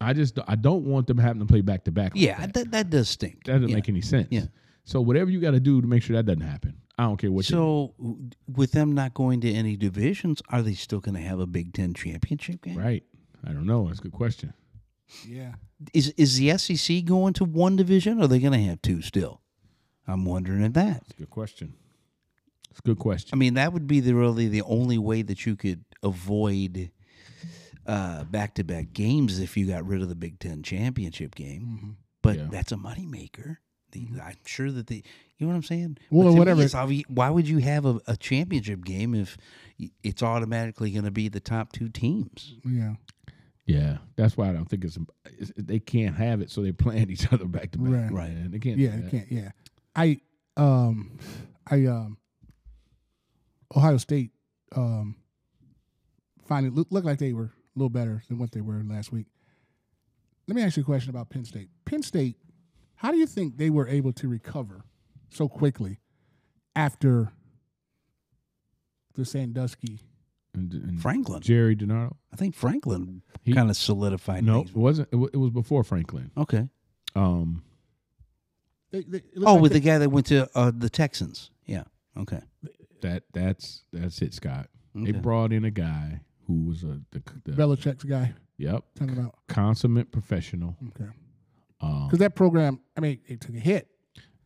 Speaker 2: I just I don't want them having to play back to back.
Speaker 5: Yeah,
Speaker 2: that,
Speaker 5: that that does stink.
Speaker 2: that doesn't
Speaker 5: Yeah.
Speaker 2: make any sense.
Speaker 5: Yeah.
Speaker 2: So whatever you got to do to make sure that doesn't happen, I don't care what. you
Speaker 5: So w- with them not going to any divisions, are they still going to have a Big Ten championship game?
Speaker 2: right? I don't know. That's a good question.
Speaker 6: yeah.
Speaker 5: Is is the SEC going to one division? Or are they going to have two still? I'm wondering at that.
Speaker 2: It's a good question. It's a good question.
Speaker 5: I mean, that would be the really the only way that you could avoid uh, back-to-back games if you got rid of the Big Ten championship game.
Speaker 6: Mm-hmm.
Speaker 5: But
Speaker 2: Yeah.
Speaker 5: that's a moneymaker. The- I'm sure that the you know what I'm saying. But
Speaker 6: Well,
Speaker 5: to me,
Speaker 6: whatever.
Speaker 5: it's obvi- why would you have a, a championship game if y- it's automatically going to be the top two teams?
Speaker 6: Yeah.
Speaker 2: Yeah, that's why I don't think it's, it's they can't have it, so they're playing each other back to back.
Speaker 6: Right.
Speaker 2: man. they can't. do
Speaker 6: Yeah. It
Speaker 2: that.
Speaker 6: can't. Yeah. I um, I um, Ohio State um, finally look, looked like they were a little better than what they were last week. Let me ask you a question about Penn State. Penn State, how do you think they were able to recover so quickly after the Sandusky?
Speaker 2: And, and
Speaker 5: Franklin.
Speaker 2: Jerry Donato.
Speaker 5: I think Franklin kind of solidified.
Speaker 2: No,
Speaker 5: things.
Speaker 2: it wasn't. It, wa- it was before Franklin.
Speaker 5: Okay.
Speaker 2: Um,
Speaker 6: They, they, it looked
Speaker 5: Oh,
Speaker 6: like
Speaker 5: with
Speaker 6: they-
Speaker 5: the guy that went to uh, the Texans. Yeah. Okay.
Speaker 2: that that's that's it, Scott. They
Speaker 5: Okay.
Speaker 2: brought in a guy who was a the, the
Speaker 6: Belichick's guy
Speaker 2: yep
Speaker 6: talking about
Speaker 2: consummate professional.
Speaker 6: okay
Speaker 2: Um,
Speaker 6: because that program. I mean, it took a hit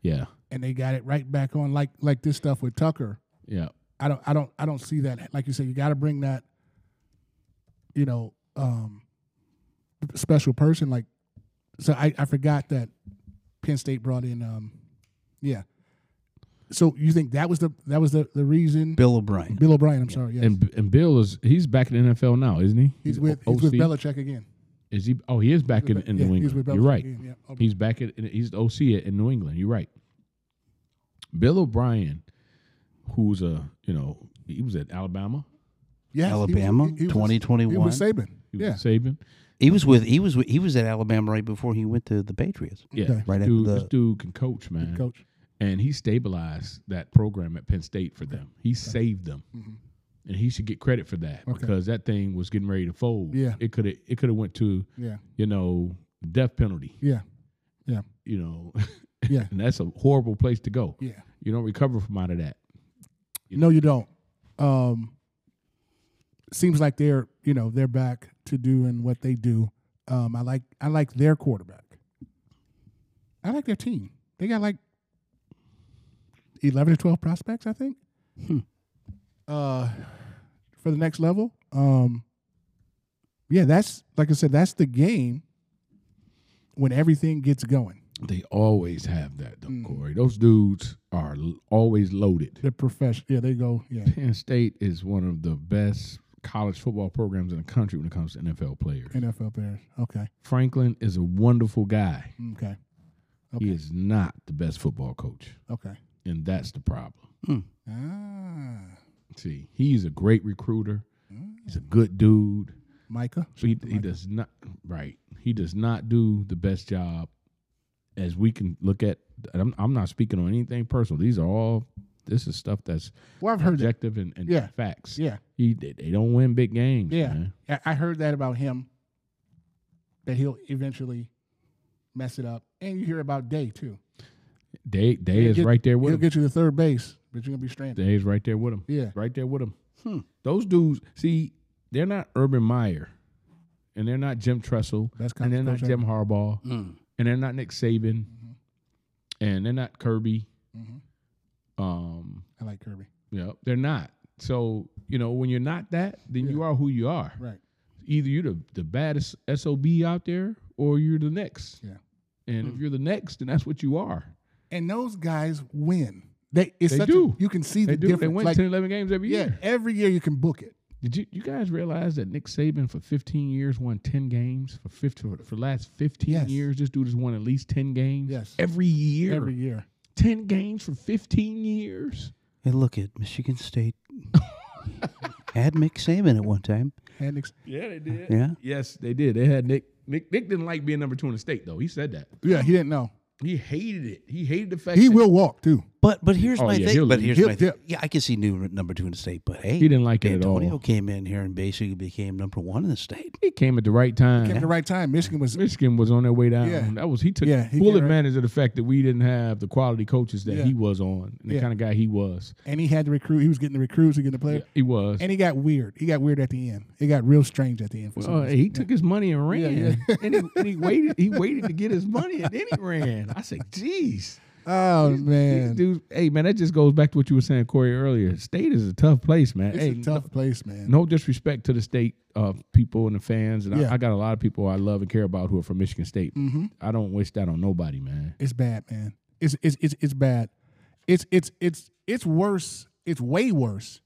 Speaker 2: yeah,
Speaker 6: and they got it right back on like like this stuff with Tucker.
Speaker 2: yeah,
Speaker 6: I don't I don't I don't see that. Like you said, you got to bring that, you know, um, special person. Like, so I I forgot that Penn State brought in. Um, yeah. So you think that was the that was the the reason Bill,
Speaker 5: Bill O'Brien.
Speaker 6: O'Brien? I'm sorry. Yes.
Speaker 2: and and Bill is he's back in the NFL now, isn't he?
Speaker 6: he's with he's with Belichick again.
Speaker 2: Is he? Oh, he is back in, in
Speaker 6: Yeah,
Speaker 2: New
Speaker 6: he's with
Speaker 2: England. You're
Speaker 6: Belichick
Speaker 2: right.
Speaker 6: again, yeah.
Speaker 2: He's back at he's the OC at- in New England. You're right. Bill O'Brien, who's a you know he was at Alabama.
Speaker 6: Yes, he was-
Speaker 5: Alabama,
Speaker 6: he- he was-
Speaker 5: 2021.
Speaker 6: He was Saban.
Speaker 2: He was
Speaker 6: Yeah.
Speaker 2: at Saban.
Speaker 5: He was with he was with, he was at Alabama right before he went to the Patriots.
Speaker 2: Yeah,
Speaker 6: Okay.
Speaker 2: this
Speaker 5: Right after
Speaker 2: dude,
Speaker 5: the-
Speaker 2: this dude can coach, man.
Speaker 6: coach.
Speaker 2: and he stabilized that program at Penn State for them. He saved them, and he should get credit for that
Speaker 6: Mm-hmm. Okay.
Speaker 2: because that thing was getting ready to fold.
Speaker 6: Yeah.
Speaker 2: it could have it could have went to
Speaker 6: Yeah.
Speaker 2: you know death penalty.
Speaker 6: Yeah. Yeah.
Speaker 2: You know,
Speaker 6: Yeah.
Speaker 2: and that's a horrible place to go.
Speaker 6: Yeah.
Speaker 2: You don't recover from out of that.
Speaker 6: No, you don't. Um, seems like they're you know they're back to doing what they do. Um, I like I like their quarterback. I like their team. They got like eleven or twelve prospects, I think. Uh, for the next level. Um, yeah, that's like I said. That's the game when everything gets going.
Speaker 2: They always have that
Speaker 6: Mm.
Speaker 2: though, Corey. Those dudes are l- always loaded.
Speaker 6: They're professional. Yeah, they go. Yeah,
Speaker 2: Penn State is one of the best college football programs in the country when it comes to NFL players.
Speaker 6: NFL players. Okay.
Speaker 2: Franklin is a wonderful guy.
Speaker 6: Mm, Okay.
Speaker 2: He is not the best football coach,
Speaker 6: Okay.
Speaker 2: and that's the problem.
Speaker 6: Ah,
Speaker 2: See, he's a great recruiter.
Speaker 6: Mm.
Speaker 2: He's a good dude.
Speaker 6: Micah.
Speaker 2: So he, he does not right. He does not do the best job as we can look at. And I'm, I'm not speaking on anything personal. These are all. This is stuff that's
Speaker 6: Well, I've heard that.
Speaker 2: objective and, and
Speaker 6: Yeah.
Speaker 2: facts.
Speaker 6: Yeah,
Speaker 2: He they they don't win big games.
Speaker 6: yeah.
Speaker 2: man.
Speaker 6: I- I heard that about him. That he'll eventually mess it up, and you hear about Day too.
Speaker 2: Day Day
Speaker 6: He'll
Speaker 2: is
Speaker 6: get-
Speaker 2: right there with
Speaker 6: He'll
Speaker 2: him.
Speaker 6: get you to third base, but you're gonna be stranded.
Speaker 2: Dave's right there with him.
Speaker 6: Yeah. Hmm.
Speaker 2: Right there with him. Those dudes, see, they're not Urban Meyer. And they're not Jim Tressel.
Speaker 6: That's Hmm.
Speaker 2: and they're not
Speaker 6: coach
Speaker 2: Jim Harbaugh. And they're not Nick Saban.
Speaker 6: Mm-hmm.
Speaker 2: And they're not Kirby.
Speaker 6: Mm-hmm.
Speaker 2: Um,
Speaker 6: I like Kirby.
Speaker 2: yeah, they're not. So, you know, when you're not that, then you are who you are.
Speaker 6: Right.
Speaker 2: Either you're the, the baddest SOB out there or you're the next.
Speaker 6: Yeah. Hmm.
Speaker 2: And if you're the next, then that's what you are.
Speaker 6: And those guys win. They it's
Speaker 2: They
Speaker 6: such
Speaker 2: do.
Speaker 6: A, you can see
Speaker 2: They
Speaker 6: the
Speaker 2: do.
Speaker 6: difference.
Speaker 2: They win
Speaker 6: like,
Speaker 2: 10, 11 games every
Speaker 6: yeah,
Speaker 2: year.
Speaker 6: every year you can book it.
Speaker 2: Did you you guys realize that Nick Saban for 15 years won 10 games for 15 for the last 15
Speaker 6: Yes.
Speaker 2: years? This dude has won at least 10 games.
Speaker 6: Yes.
Speaker 2: Every year.
Speaker 6: Every year.
Speaker 2: 10 games for 15 years.
Speaker 5: Hey, look at Michigan State. had Mick Saban at one time.
Speaker 6: And ex-
Speaker 2: Yeah, they did.
Speaker 5: Yeah.
Speaker 2: Yes, they did. They had Nick. Nick Nick didn't like being number two in the state though. He said that.
Speaker 6: yeah, he didn't know.
Speaker 2: He hated it. He hated the fact
Speaker 6: He
Speaker 2: that
Speaker 6: will walk too.
Speaker 5: But but here's
Speaker 2: Oh,
Speaker 5: my
Speaker 2: yeah, he'll-
Speaker 5: thing. But here's
Speaker 6: he'll-
Speaker 5: my thing.
Speaker 6: he'll-
Speaker 5: Yeah, I guess he knew number two in the state. But hey,
Speaker 2: he didn't like it at all.
Speaker 5: Antonio came in here and basically became number one in the state.
Speaker 2: He came at the right time.
Speaker 6: Came at the right time. Michigan was
Speaker 2: Michigan was on their way down.
Speaker 6: Yeah.
Speaker 2: That was he took
Speaker 6: Yeah, he
Speaker 2: full
Speaker 6: did, right.
Speaker 2: advantage of the fact that we didn't have the quality coaches that
Speaker 6: Yeah.
Speaker 2: he was on and the
Speaker 6: Yeah.
Speaker 2: kind of guy he was.
Speaker 6: and he had to recruit. He was getting the recruits, he was getting the players.
Speaker 2: He was.
Speaker 6: And he got weird. He got weird at the end. It got real strange at the end. For some
Speaker 2: Oh,
Speaker 6: reason.
Speaker 2: he took his money and ran, and, he, and he waited. He waited to get his money, and then he ran. I say, "Geez,
Speaker 6: Oh
Speaker 2: these
Speaker 6: man,
Speaker 2: dudes, hey man, that just goes back to what you were saying, Corey, earlier. State is a tough place, man.
Speaker 6: it's
Speaker 2: hey,
Speaker 6: a tough place, man.
Speaker 2: no, no disrespect to the state uh, people and the fans, and
Speaker 6: Yeah. Mm-hmm.
Speaker 2: I, I got a lot of people I love and care about who are from Michigan State. I don't wish that on nobody, man.
Speaker 6: It's bad, man. It's it's it's it's bad. It's it's it's it's worse. It's way worse.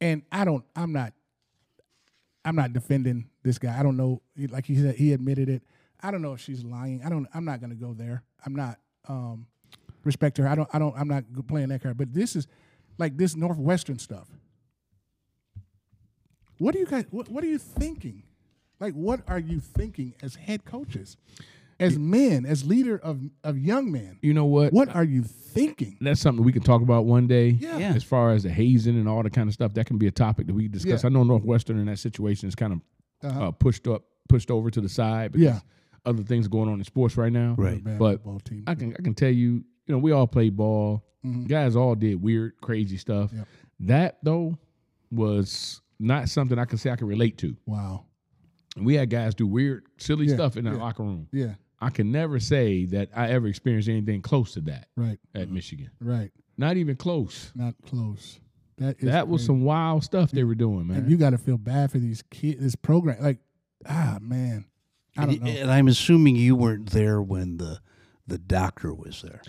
Speaker 6: And I don't. I'm not. I'm not defending this guy. I don't know. He- Like he said, he admitted it. I don't know if she's lying. I don't. I'm not gonna go there. I'm not. Um, respect to her. I don't. I don't. I'm not playing that card. But this is like this Northwestern stuff. What do you guys? What, what are you thinking? Like, what are you thinking as head coaches, as men, as leader of of young men?
Speaker 2: You know what?
Speaker 6: What are you thinking?
Speaker 2: That's something we can talk about one day.
Speaker 6: Yeah. Yeah.
Speaker 2: As far as the hazing and all that kind of stuff, that can be a topic that we discuss.
Speaker 6: Yeah.
Speaker 2: I know Northwestern in that situation is kind of
Speaker 6: Uh-huh.
Speaker 2: uh, pushed up, pushed over to the side because
Speaker 6: Yeah.
Speaker 2: other things going on in sports right now.
Speaker 5: Right.
Speaker 6: Bad
Speaker 2: But
Speaker 6: football team. Mm-hmm.
Speaker 2: I can I can tell you, you know, we all played ball. Guys all did weird, crazy stuff.
Speaker 6: Yep.
Speaker 2: That though was not something I can say I can relate to.
Speaker 6: Wow.
Speaker 2: We had guys do weird, silly
Speaker 6: Yeah,
Speaker 2: stuff in our
Speaker 6: yeah.
Speaker 2: locker room.
Speaker 6: Yeah.
Speaker 2: I can never say that I ever experienced anything close to that
Speaker 6: Right.
Speaker 2: at Michigan.
Speaker 6: Right.
Speaker 2: Not even close.
Speaker 6: Not close. That is
Speaker 2: that was
Speaker 6: crazy.
Speaker 2: some wild stuff they were doing, man.
Speaker 6: And you got to feel bad for these kids. This program, like, ah, man, I don't know.
Speaker 5: And I'm assuming you weren't there when the the doctor was there.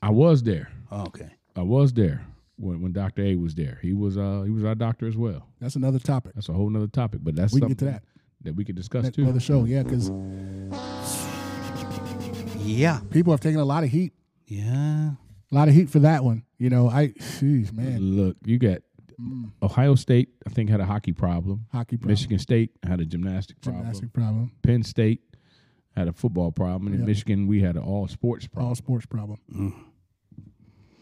Speaker 2: I was there.
Speaker 5: Okay.
Speaker 2: I was there when, when Dr. A was there. He was uh he was our doctor as well.
Speaker 6: That's another topic.
Speaker 2: That's a whole nother topic, but that's
Speaker 6: We can get to
Speaker 2: something
Speaker 6: that.
Speaker 2: that we could discuss
Speaker 6: That
Speaker 2: too.
Speaker 6: another show, yeah, because
Speaker 5: Yeah.
Speaker 6: people have taken a lot of heat,
Speaker 5: Yeah.
Speaker 6: a lot of heat for that one. You know, I, jeez, man,
Speaker 2: Look, you got Ohio State, I think, had a hockey problem.
Speaker 6: hockey problem,
Speaker 2: Michigan State had a gymnastic problem.
Speaker 6: gymnastic problem,
Speaker 2: Penn State had a football problem. And in
Speaker 6: Yep.
Speaker 2: Michigan, we had an all sports problem.
Speaker 6: all sports problem.
Speaker 5: Mm.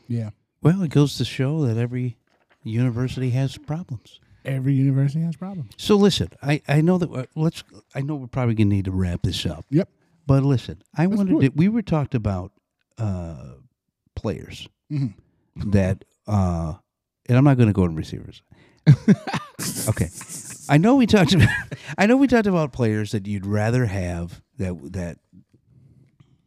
Speaker 6: Yeah,
Speaker 5: Well, it goes to show that every university has problems.
Speaker 6: every university has problems.
Speaker 5: So listen, I, I know that uh, let's I know we're probably gonna need to wrap this up.
Speaker 6: Yep.
Speaker 5: But listen, I
Speaker 6: do
Speaker 5: wanted
Speaker 6: it.
Speaker 5: to, we were talked about uh, players
Speaker 6: Mhm.
Speaker 5: that uh, and I'm not going to go to receivers. okay, I know we talked about I know we talked about players that you'd rather have that that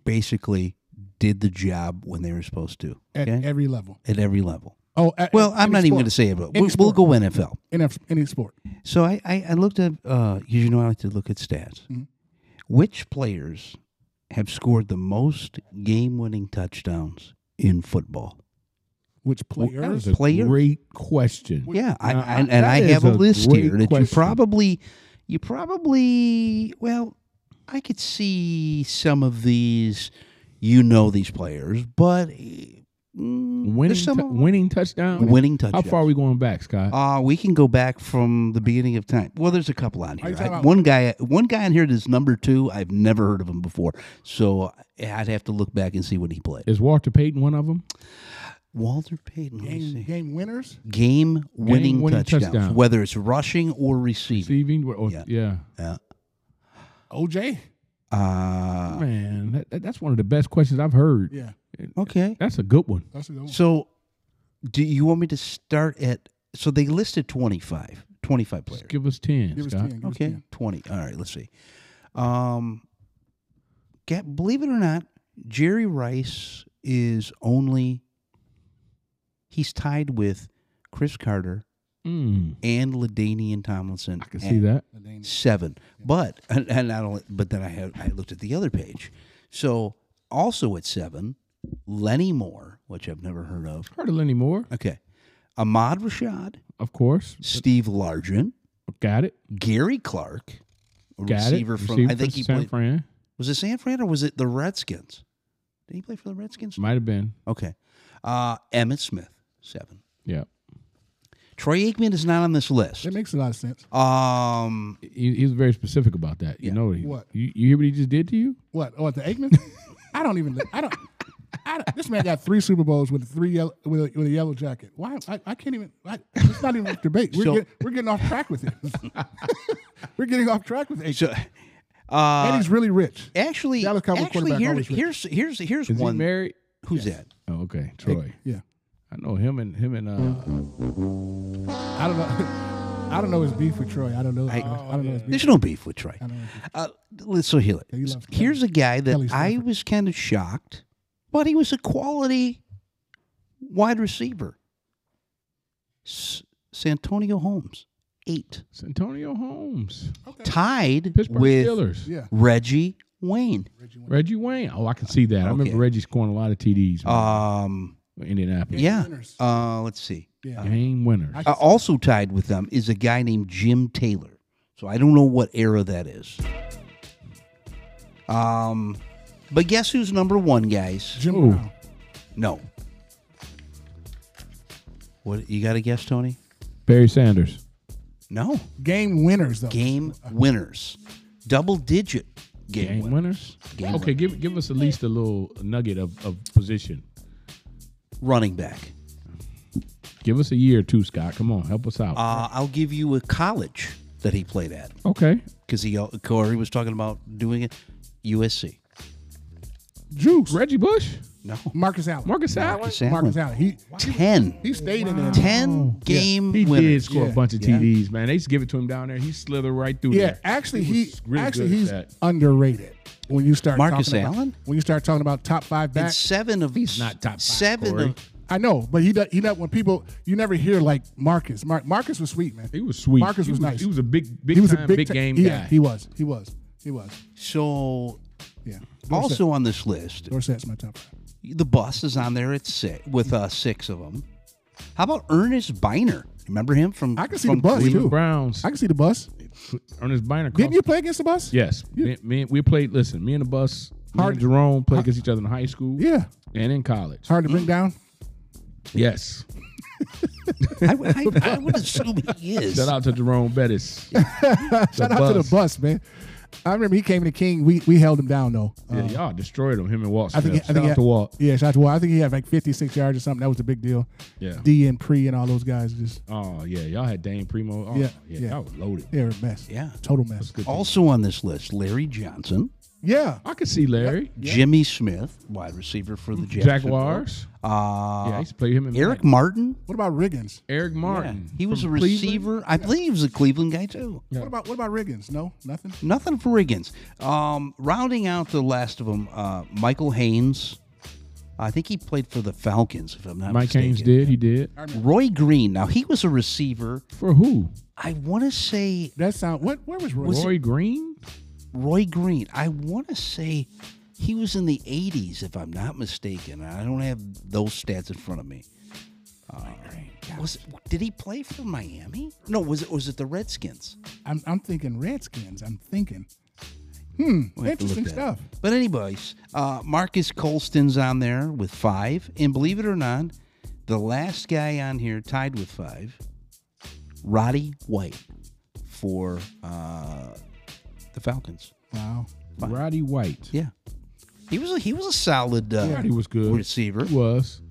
Speaker 5: basically did the job when they were supposed to
Speaker 6: At
Speaker 5: okay?
Speaker 6: every level.
Speaker 5: at every level.
Speaker 6: Oh, at,
Speaker 5: Well, I'm not even going to
Speaker 6: to
Speaker 5: say it, but
Speaker 6: Any
Speaker 5: we'll, we'll
Speaker 6: sport.
Speaker 5: go NFL.
Speaker 6: any, any sport.
Speaker 5: So I, I, I looked at, uh, you know, I like to look at stats.
Speaker 2: Mm-hmm.
Speaker 5: Which players have scored the most game winning touchdowns in football?
Speaker 6: Which
Speaker 2: That
Speaker 6: players?
Speaker 2: is a
Speaker 5: Player?
Speaker 2: great question.
Speaker 5: yeah, I,
Speaker 2: Now,
Speaker 5: I- and,
Speaker 2: uh, that
Speaker 5: I
Speaker 2: is
Speaker 5: have a
Speaker 2: a
Speaker 5: list
Speaker 2: great
Speaker 5: here that you
Speaker 2: question.
Speaker 5: probably, you probably, well, I could see some of these, you know, these players, but mm,
Speaker 2: Winning,
Speaker 5: there's some
Speaker 2: tou-
Speaker 5: of them-
Speaker 2: winning touchdown.
Speaker 5: winning
Speaker 2: How
Speaker 5: touchdowns.
Speaker 2: far are we going back, Scott?
Speaker 5: Uh, we can go back from the beginning of time. Well, there's a couple on
Speaker 6: Are
Speaker 5: here.
Speaker 6: you talking
Speaker 5: I-
Speaker 6: about-
Speaker 5: one guy, one guy on here that's number two. I've never heard of him before, so uh, I'd have to look back and see what he played.
Speaker 2: Is Walter Payton one of them?
Speaker 5: Walter Payton, let me
Speaker 6: game,
Speaker 5: see.
Speaker 6: game winners.
Speaker 5: game winning
Speaker 2: Game-winning
Speaker 5: touchdowns,
Speaker 2: touchdown.
Speaker 5: whether it's rushing or receiving.
Speaker 2: Receiving? Or,
Speaker 5: Yeah.
Speaker 2: yeah.
Speaker 5: Yeah.
Speaker 6: OJ.
Speaker 5: Uh,
Speaker 2: Man, that- that, that's one of the best questions I've heard.
Speaker 6: Yeah,
Speaker 5: okay.
Speaker 2: That's a good one.
Speaker 6: that's a good one.
Speaker 5: So, do you want me to start at? So they listed 25, 25 players.
Speaker 2: Just give us 10,
Speaker 6: Give us
Speaker 2: Scott.
Speaker 6: ten. give us
Speaker 5: Okay,
Speaker 6: 10.
Speaker 5: twenty. All right, let's see. Um, ga- believe it or not, Jerry Rice is only he's tied with Chris Carter
Speaker 2: Mm,
Speaker 5: and Ladainian Tomlinson.
Speaker 2: I can
Speaker 5: at
Speaker 2: see that.
Speaker 5: seven. But and, and not only, but then I had I looked at the other page. So also at seven, Lenny Moore, which I've never heard of.
Speaker 2: Heard of Lenny Moore,
Speaker 5: Okay, Ahmad Rashad,
Speaker 2: of course.
Speaker 5: Steve Largent,
Speaker 2: Got it.
Speaker 5: Gary Clark. a
Speaker 2: Got
Speaker 5: receiver
Speaker 2: it.
Speaker 5: from
Speaker 2: Receiver
Speaker 5: I think he
Speaker 2: San
Speaker 5: played
Speaker 2: Fran.
Speaker 5: Was it San Fran or was it the Redskins? Did he play for the
Speaker 6: Mm.
Speaker 5: Redskins?
Speaker 2: Might have been.
Speaker 5: Okay. Uh, Emmett Smith, seven.
Speaker 2: Yeah.
Speaker 5: Troy Aikman is not on this list.
Speaker 6: That makes a lot of sense.
Speaker 5: Um,
Speaker 2: He, he was very specific about that. You
Speaker 5: Yeah.
Speaker 2: know he-
Speaker 6: What?
Speaker 2: You, you hear what he just did to you?
Speaker 6: What? Oh, at the Aikman? I don't even. I don't. I don't this man got three Super Bowls with three yellow, with, a, with a yellow jacket. Why? I, I can't even. I, it's not even a debate. We're,
Speaker 5: So-
Speaker 6: get, we're getting off track with it. we're getting off track with Aikman.
Speaker 5: so,
Speaker 6: and
Speaker 5: uh,
Speaker 6: he's really rich.
Speaker 5: actually,
Speaker 6: Dallas Cowboy
Speaker 5: actually
Speaker 6: quarterback
Speaker 5: here-
Speaker 6: always wins.
Speaker 5: here's here's here's
Speaker 2: Is
Speaker 5: one.
Speaker 2: he married?
Speaker 5: Who's that?
Speaker 2: Oh, okay. Troy.
Speaker 6: Yeah.
Speaker 2: I know him and him and
Speaker 5: Mm-hmm.
Speaker 2: uh,
Speaker 6: I don't know. I don't know his beef with Troy. I don't know. I, don't know his beef.
Speaker 5: There's no beef with Troy.
Speaker 6: I don't know his beef.
Speaker 5: Uh, let's so here.
Speaker 6: Yeah, you love Kelly-
Speaker 5: Here's a guy that
Speaker 6: Kelly
Speaker 5: I
Speaker 6: Stafford.
Speaker 5: was kind of shocked, but he was a quality wide receiver. S- Santonio Holmes, eight.
Speaker 2: Santonio Holmes.
Speaker 5: tied
Speaker 2: Pittsburgh
Speaker 5: with
Speaker 2: Steelers.
Speaker 6: Yeah.
Speaker 5: Reggie Wayne.
Speaker 2: Reggie Wayne. Oh, I can see that. I
Speaker 5: Okay.
Speaker 2: remember Reggie scoring a lot of TDs. man,
Speaker 5: Um,
Speaker 2: in Indianapolis.
Speaker 5: yeah.
Speaker 6: winners.
Speaker 5: Uh, let's see.
Speaker 6: Yeah.
Speaker 2: Game winners.
Speaker 6: I-
Speaker 5: Uh, also tied with them is a guy named Jim Taylor. So I don't know what era that is. Um, but guess who's number one, guys?
Speaker 6: Jim
Speaker 2: Ooh.
Speaker 6: Brown.
Speaker 5: No. What you got a guess, Tony?
Speaker 2: Barry Sanders.
Speaker 5: No.
Speaker 6: Game winners though.
Speaker 5: Game winners. Double digit game,
Speaker 2: Game
Speaker 5: winners.
Speaker 2: winners.
Speaker 5: Game
Speaker 2: okay, give give us at least a little nugget of, of position.
Speaker 5: Running back.
Speaker 2: Give us a year or two, Scott. Come on, help us out.
Speaker 5: Uh, I'll give you a college that he played at
Speaker 2: okay,
Speaker 5: because he uh, Corey was talking about doing it. USC.
Speaker 6: Juice.
Speaker 2: Reggie Bush,
Speaker 5: No.
Speaker 6: Marcus Allen.
Speaker 2: Marcus Allen.
Speaker 5: Marcus Allen.
Speaker 6: Marcus Allen. He
Speaker 5: Ten.
Speaker 6: he stayed in there.
Speaker 5: Ten game
Speaker 2: Oh, He did
Speaker 5: winners.
Speaker 2: score a
Speaker 6: Oh, Yeah.
Speaker 2: bunch of
Speaker 5: Yeah.
Speaker 2: TDs, man. They used to give it to him down there. He slithered right through
Speaker 6: Yeah,
Speaker 2: there.
Speaker 6: actually
Speaker 2: He
Speaker 6: he,
Speaker 2: was really
Speaker 6: actually
Speaker 2: good at
Speaker 6: he's
Speaker 2: that.
Speaker 6: underrated when you start
Speaker 5: Marcus
Speaker 6: talking about-
Speaker 5: Allen?
Speaker 6: when you start talking about top five
Speaker 5: And
Speaker 6: backs.
Speaker 5: seven of
Speaker 2: He's not top five,
Speaker 5: Seven
Speaker 2: Corey.
Speaker 5: of
Speaker 6: I know, but he does, he does, when people you never hear like Marcus. Mar- Marcus was sweet, man.
Speaker 2: He was sweet.
Speaker 6: Marcus
Speaker 2: he
Speaker 6: was nice.
Speaker 2: He was a big, big
Speaker 6: He was
Speaker 2: time,
Speaker 6: a
Speaker 2: big,
Speaker 6: ti-
Speaker 2: game
Speaker 6: yeah,
Speaker 2: guy.
Speaker 6: He was. He was. He was.
Speaker 5: so.
Speaker 6: Yeah.
Speaker 5: Also on this list,
Speaker 6: Dorsett's my top five.
Speaker 5: the bus is on there at six with uh, six of them. How about Ernest Biner? Remember him from?
Speaker 6: I can see
Speaker 5: from
Speaker 6: the bus
Speaker 5: Cleveland?
Speaker 6: too.
Speaker 2: Browns.
Speaker 6: I can see the bus.
Speaker 2: Ernest Biner.
Speaker 6: Didn't you play against the bus?
Speaker 2: Yes, me, me- we played. Listen, me and the bus, me
Speaker 6: Hard-
Speaker 2: and Jerome played against each other in high school,
Speaker 6: Yeah.
Speaker 2: and in college.
Speaker 6: Hard to bring down.
Speaker 2: Yes,
Speaker 5: I, I- I would assume he is.
Speaker 2: shout out to Jerome Bettis.
Speaker 6: Shout out to the bus, man. I remember he came to King. We we held him down though. Uh,
Speaker 2: Yeah, y'all destroyed him. Him and Walt.
Speaker 6: I think,
Speaker 2: Smith.
Speaker 6: I
Speaker 2: shout
Speaker 6: think
Speaker 2: out
Speaker 6: he,
Speaker 2: to Walt.
Speaker 6: Yeah, shout out to Walt. I think he had like 56 yards or something. That was the big deal.
Speaker 2: Yeah.
Speaker 6: D and Pre and all those guys just
Speaker 2: Oh yeah, y'all had Dane Primo. Oh, yeah,
Speaker 6: Yeah,
Speaker 2: yeah,
Speaker 6: yeah.
Speaker 2: y'all was loaded.
Speaker 6: they were a mess.
Speaker 5: Yeah.
Speaker 6: Total mess.
Speaker 5: Also on this list, Larry Johnson,
Speaker 6: Yeah.
Speaker 2: I could see Larry
Speaker 5: Jimmy Smith, wide receiver for the Jacksonville.
Speaker 2: Jaguars.
Speaker 5: Uh,
Speaker 2: yeah, I used to play him. In
Speaker 5: Eric Martin.
Speaker 6: What about Riggins?
Speaker 2: Eric
Speaker 5: Yeah,
Speaker 2: Martin.
Speaker 5: he was a
Speaker 2: from Cleveland.
Speaker 5: receiver. I believe he was a Cleveland guy too.
Speaker 6: What about what about Riggins? No, nothing.
Speaker 5: Nothing for Riggins. Um, rounding out the last of them, uh, Michael Haynes. I think he played for the Falcons, if I'm not
Speaker 2: Mike
Speaker 5: mistaken.
Speaker 2: Haynes did. He did.
Speaker 5: Roy Green. Now he was a receiver.
Speaker 2: For who?
Speaker 5: I want to say
Speaker 6: That sound. What? Where was Roy?
Speaker 2: Roy Green.
Speaker 5: Roy Green. I want to say he was in the 80s, if I'm not mistaken. I don't have those stats in front of me. Uh, was did he play for Miami? No, was it was it the Redskins?
Speaker 6: I'm, I'm thinking Redskins. I'm thinking. Hmm.
Speaker 5: We'll have to look
Speaker 6: Interesting
Speaker 5: that up.
Speaker 6: stuff.
Speaker 5: But anyways, uh, Marcus Colston's on there with five, and believe it or not, the last guy on here tied with five, Roddy White for uh, the Falcons.
Speaker 6: Wow.
Speaker 2: Roddy White.
Speaker 5: Yeah, he was a, he was a solid. Uh,
Speaker 2: Roddy was good.
Speaker 5: Receiver.
Speaker 2: He was.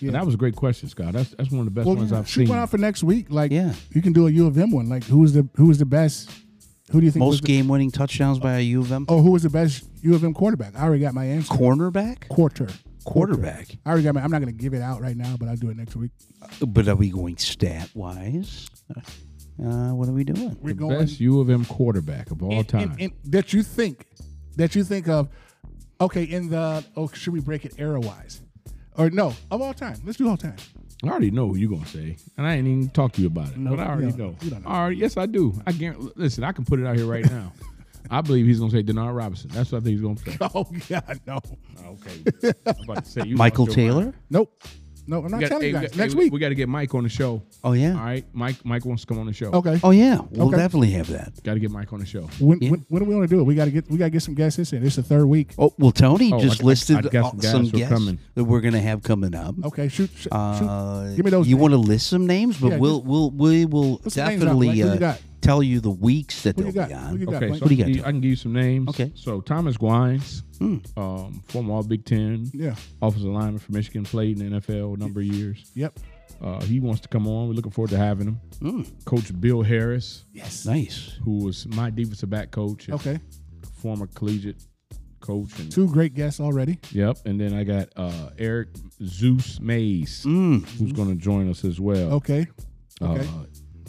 Speaker 6: Yeah.
Speaker 2: That was a great question, Scott. That's that's one of the best
Speaker 6: Well,
Speaker 2: ones I've
Speaker 6: shoot
Speaker 2: seen.
Speaker 6: one out for next week. Like,
Speaker 5: Yeah.
Speaker 6: you can do a U of M one. Like, who was the who was the best? Who do you think was
Speaker 5: Most
Speaker 6: the,
Speaker 5: game-winning touchdowns by a U of M
Speaker 6: Oh, who was the best U of M quarterback? I already got my answer.
Speaker 5: cornerback.
Speaker 6: Quarter.
Speaker 5: Quarterback.
Speaker 6: I already got my. I'm not gonna give it out right now, but I'll do it next week.
Speaker 5: But are we going stat-wise? Uh, what are we doing?
Speaker 6: We're
Speaker 2: the
Speaker 6: going
Speaker 2: best U of M quarterback of all
Speaker 6: and-
Speaker 2: time.
Speaker 6: and- and that you think that you think of. Okay, in the oh, should we break it era wise, or no of all time? Let's do all time.
Speaker 2: I already know who you're gonna say, and I ain't even talk to you about it. but I already
Speaker 6: you don't-
Speaker 2: know.
Speaker 6: you don't know.
Speaker 2: All right, yes, I do. I guarantee. Listen, I can put it out here right now. I believe he's gonna say Denard Robinson. That's what I think he's gonna say. Ah,
Speaker 6: Oh yeah, no,
Speaker 2: okay. I'm about to say you
Speaker 5: Michael
Speaker 2: lost your mind.
Speaker 5: Taylor.
Speaker 6: nope, no. I'm not
Speaker 2: We got-
Speaker 6: telling
Speaker 2: hey,
Speaker 6: you
Speaker 2: we
Speaker 6: guys
Speaker 2: got-
Speaker 6: next
Speaker 2: hey, we-
Speaker 6: week.
Speaker 2: we got to get Mike on the show.
Speaker 5: Oh yeah.
Speaker 2: All right, Mike. Mike wants to come on the show.
Speaker 6: okay.
Speaker 5: Oh yeah. We'll
Speaker 6: Okay.
Speaker 5: definitely have that.
Speaker 2: Got to get Mike on the show.
Speaker 6: When,
Speaker 5: Yeah.
Speaker 6: when, when do we want to do it? We got to get we got to get some guests in. It's the third week.
Speaker 5: Oh well, Tony
Speaker 2: Oh,
Speaker 5: just
Speaker 2: I- I-
Speaker 5: listed
Speaker 2: I got some
Speaker 5: all-
Speaker 2: guys
Speaker 5: some
Speaker 2: who are
Speaker 5: guests
Speaker 2: coming.
Speaker 5: that we're gonna have coming up.
Speaker 6: Okay, shoot, shoot,
Speaker 5: Uh,
Speaker 6: shoot. give me those.
Speaker 5: You
Speaker 6: names.
Speaker 5: want to list some names, but
Speaker 6: Yeah,
Speaker 5: we'll
Speaker 6: just-
Speaker 5: we'll we will
Speaker 6: Put some names out,
Speaker 5: definitely
Speaker 6: Blake. Who you
Speaker 5: uh,
Speaker 6: got?
Speaker 5: tell you the weeks that
Speaker 6: Who you
Speaker 5: they'll
Speaker 6: got?
Speaker 5: be
Speaker 6: Who
Speaker 5: on.
Speaker 6: you uh, got?
Speaker 2: Okay,
Speaker 6: Blake?
Speaker 2: so
Speaker 5: What do you
Speaker 2: I can
Speaker 5: got,
Speaker 2: give- I can give you some names.
Speaker 5: Okay. Hmm.
Speaker 2: So Thomas Gwines, um, former All Big Ten,
Speaker 6: Yeah.
Speaker 2: offensive lineman for Michigan, played in the NFL a number of years.
Speaker 6: Yep.
Speaker 2: Uh, he wants to come on. We're looking forward to having him.
Speaker 6: Mm.
Speaker 2: Coach Bill Harris,
Speaker 6: Yes.
Speaker 5: Nice.
Speaker 2: who was my defensive back coach, and
Speaker 6: Okay.
Speaker 2: former collegiate coach, and
Speaker 6: Two great guests already.
Speaker 2: yep. And then I got uh, Eric Zeus Mays, who's going to join us as well.
Speaker 6: Mm. Okay. Okay.
Speaker 2: Uh,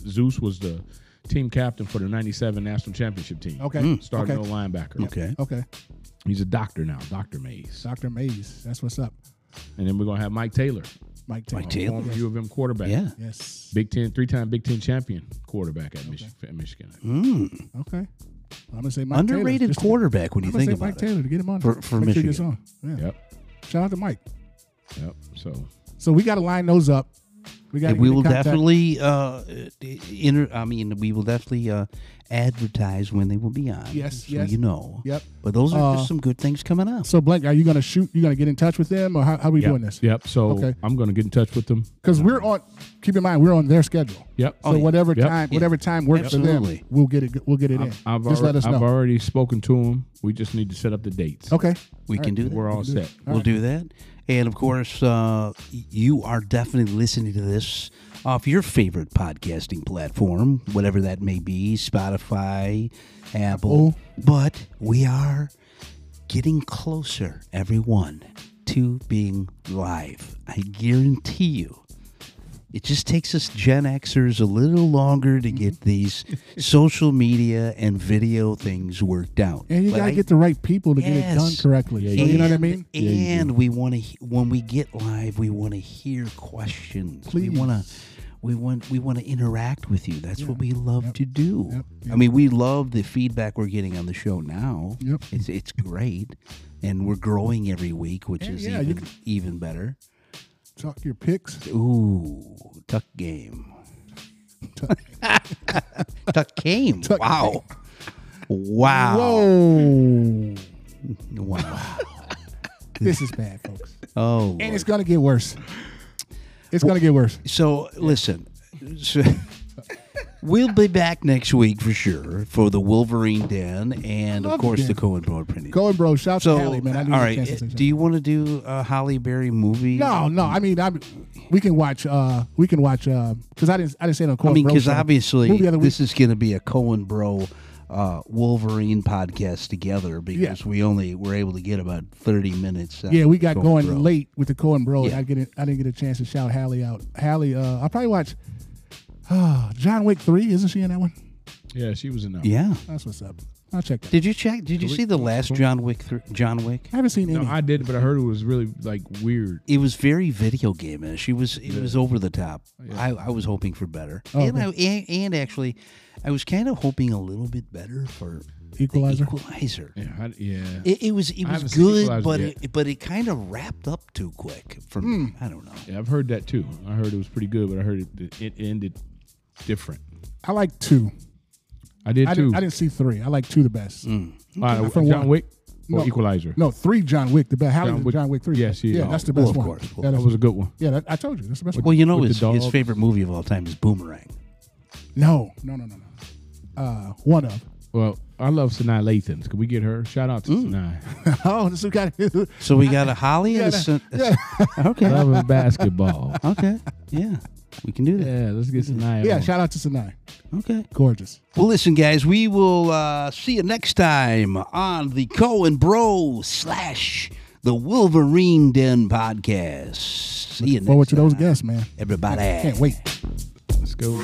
Speaker 2: Zeus was the team captain for the '97 national championship team.
Speaker 6: Okay.
Speaker 5: hmm.
Speaker 6: Mm.
Speaker 2: starting
Speaker 6: Okay.
Speaker 2: no linebacker.
Speaker 5: Okay.
Speaker 6: Okay.
Speaker 2: He's a doctor now, Doctor Mays.
Speaker 6: Dr. Mays. That's what's up.
Speaker 2: And then we're gonna have Mike Taylor,
Speaker 6: Mike Taylor.
Speaker 5: Mike Taylor.
Speaker 2: former U of M quarterback.
Speaker 5: Yeah.
Speaker 6: Yes.
Speaker 2: Big Ten, three-time Big Ten champion quarterback at, Mich- at Michigan.
Speaker 6: Mm. Okay. I'm gonna say Mike Taylor.
Speaker 5: Underrated
Speaker 6: Just-
Speaker 5: quarterback when
Speaker 6: I'm
Speaker 5: you
Speaker 6: gonna
Speaker 5: think about
Speaker 6: say Mike
Speaker 5: it.
Speaker 6: Taylor to get him on
Speaker 5: For- for
Speaker 6: Make sure he gets
Speaker 5: Michigan.
Speaker 6: on. Yeah.
Speaker 2: Yep,
Speaker 6: Shout out to Mike.
Speaker 2: yep. So
Speaker 6: So we got to line those up. We
Speaker 5: And
Speaker 6: got.
Speaker 5: we will definitely, uh, inter- I mean, we will definitely uh, advertise when they will be on.
Speaker 6: Yes,
Speaker 5: so
Speaker 6: yes.
Speaker 5: you know.
Speaker 6: Yep.
Speaker 5: But those are
Speaker 6: Uh,
Speaker 5: just some good things coming up.
Speaker 6: So Blake, are you going to shoot? You going to get in touch with them, or how, how are we
Speaker 2: Yep,
Speaker 6: doing this?
Speaker 2: Yep. So
Speaker 6: Okay.
Speaker 2: I'm going to get in touch with them.
Speaker 6: Because we're on. Keep in mind, we're on their schedule.
Speaker 2: Yep.
Speaker 5: Oh,
Speaker 6: So whatever time, whatever time works for
Speaker 5: Absolutely.
Speaker 6: them, we'll get it. We'll get it in.
Speaker 2: I've, I've,
Speaker 6: Just
Speaker 2: alre-
Speaker 6: let us know.
Speaker 2: I've already spoken to them. We just need to set up the dates.
Speaker 6: okay.
Speaker 5: We
Speaker 6: All
Speaker 5: can
Speaker 6: right.
Speaker 5: do that.
Speaker 2: We're all set.
Speaker 5: We'll do that. And of course, uh, y- you are definitely listening to this off your favorite podcasting platform, whatever that may be Spotify, Apple.
Speaker 6: Apple.
Speaker 5: But we are getting closer, everyone, to being live. I guarantee you. It just takes us Gen Xers a little longer to get these social media and video things worked out.
Speaker 6: And you
Speaker 5: But
Speaker 6: gotta
Speaker 5: I-
Speaker 6: get the right people to get it done
Speaker 5: Yes.
Speaker 6: correctly. so you know what I mean?
Speaker 5: and we want to when we get live, we want to hear questions. We want to we want we want to interact with you. That's what we love to do. I mean, we love the feedback we're getting on the show now.
Speaker 6: Yep.
Speaker 5: It's it's great and we're growing every week, which
Speaker 6: Yeah,
Speaker 5: is
Speaker 6: yeah, you
Speaker 5: even
Speaker 6: can-
Speaker 5: even better.
Speaker 6: Talk your picks.
Speaker 5: Ooh, tuck game. tuck game. wow. Wow.
Speaker 6: Whoa.
Speaker 5: Wow.
Speaker 6: this is bad, folks.
Speaker 5: Oh.
Speaker 6: And it's gonna get worse. It's gonna get worse.
Speaker 5: So listen, so we'll be back next week for sure for the Wolverine Den and of
Speaker 6: Love
Speaker 5: course
Speaker 6: Den.
Speaker 5: the Cohen Broad printing.
Speaker 6: Cohen bro, shout
Speaker 5: so
Speaker 6: to Hallie, man. I need
Speaker 5: all
Speaker 6: a
Speaker 5: right,
Speaker 6: chance to say something.
Speaker 5: do you want to do a Holly Berry movie?
Speaker 6: No, no. I mean, I we can watch. uh We can watch because I didn't. I didn't say no.
Speaker 5: I
Speaker 6: Coen
Speaker 5: mean
Speaker 6: Bro
Speaker 5: because
Speaker 6: show.
Speaker 5: obviously
Speaker 6: Movie of the week.
Speaker 5: this is going to be a Cohen Bro. Uh, Wolverine podcast together because we only were able to get about thirty minutes. out
Speaker 6: yeah,
Speaker 5: of
Speaker 6: we got
Speaker 5: Coen
Speaker 6: going
Speaker 5: Bro.
Speaker 6: late with the Cohen Bro. and
Speaker 5: Yeah.
Speaker 6: I get. I didn't get a chance to shout Hallie out. Hallie, uh, I'll probably watch. Uh, John Wick three, isn't she in that one?
Speaker 2: Yeah, she was in that.
Speaker 5: Yeah,
Speaker 6: That's what's up. I'll check that.
Speaker 5: did you check? Did you see the last John Wick? Th- John Wick?
Speaker 6: I haven't seen
Speaker 2: No,
Speaker 6: any.
Speaker 2: I did, but I heard it was really like weird.
Speaker 5: it was very video game ish. It was it was over the top.
Speaker 2: Oh,
Speaker 5: I, I was hoping for better, and I and, and actually, I was kind of hoping a little bit better for the
Speaker 6: Equalizer?
Speaker 5: Equalizer.
Speaker 2: Yeah, I, yeah.
Speaker 5: It, it was it
Speaker 2: I haven't
Speaker 5: was
Speaker 2: seen
Speaker 5: good,
Speaker 2: Equalizer
Speaker 5: but
Speaker 2: yet. Hmm.
Speaker 5: it, but it kind of wrapped up too quick for me. I don't know.
Speaker 2: yeah, I've heard that too. I heard it was pretty good, but I heard it it ended different.
Speaker 6: I like two.
Speaker 2: I did
Speaker 6: I
Speaker 2: too.
Speaker 6: didn't, I didn't see three. I like two the best.
Speaker 5: Mm.
Speaker 2: Uh,
Speaker 6: From
Speaker 2: John
Speaker 6: one.
Speaker 2: Wick or
Speaker 6: No.
Speaker 2: Equalizer.
Speaker 6: No, three John Wick the best. Hallie
Speaker 2: John
Speaker 6: John
Speaker 2: Wick-
Speaker 6: Wick, John Wick three.
Speaker 2: yes, yeah.
Speaker 6: yeah, that's the
Speaker 5: Well,
Speaker 6: best
Speaker 5: of
Speaker 6: one.
Speaker 5: course, of
Speaker 6: Yeah,
Speaker 5: course.
Speaker 2: That
Speaker 6: that's-
Speaker 2: was a good one.
Speaker 6: yeah, that, I told you that's the best
Speaker 5: Well,
Speaker 6: one.
Speaker 5: you know
Speaker 2: with
Speaker 5: his,
Speaker 2: the
Speaker 5: his
Speaker 2: dog.
Speaker 5: favorite movie of all time is Boomerang.
Speaker 6: No, no, no, no, no. Uh, one of.
Speaker 2: Well, I love Sinai Lathan. Can we get her? Shout out to Sinai.
Speaker 6: oh, this is kind of.
Speaker 5: So we got a Holly and a Sin- okay,
Speaker 2: Loving basketball.
Speaker 5: okay, yeah, we can do that.
Speaker 2: Yeah, let's get Sinai.
Speaker 6: Yeah,
Speaker 2: on.
Speaker 6: shout out to Sinai.
Speaker 5: Okay.
Speaker 6: Gorgeous.
Speaker 5: Well, listen, guys, we will uh, see you next time on the Cohen Bro slash the Wolverine Den podcast. See you next
Speaker 6: Forward to
Speaker 5: time,
Speaker 6: those guests, man.
Speaker 5: everybody.
Speaker 6: Can't wait.
Speaker 2: Let's go.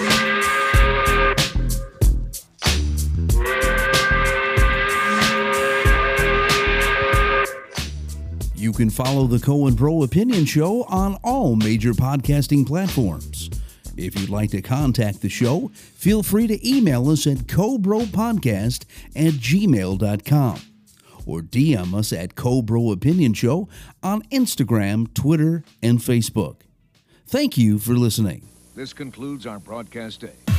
Speaker 5: You can follow the Cohen Bro Opinion Show on all major podcasting platforms. If you'd like to contact the show, feel free to email us at cobropodcast at gmail.com or DM us at Cobro Opinion Show on Instagram, Twitter, and Facebook. Thank you for listening.
Speaker 11: This concludes our broadcast day.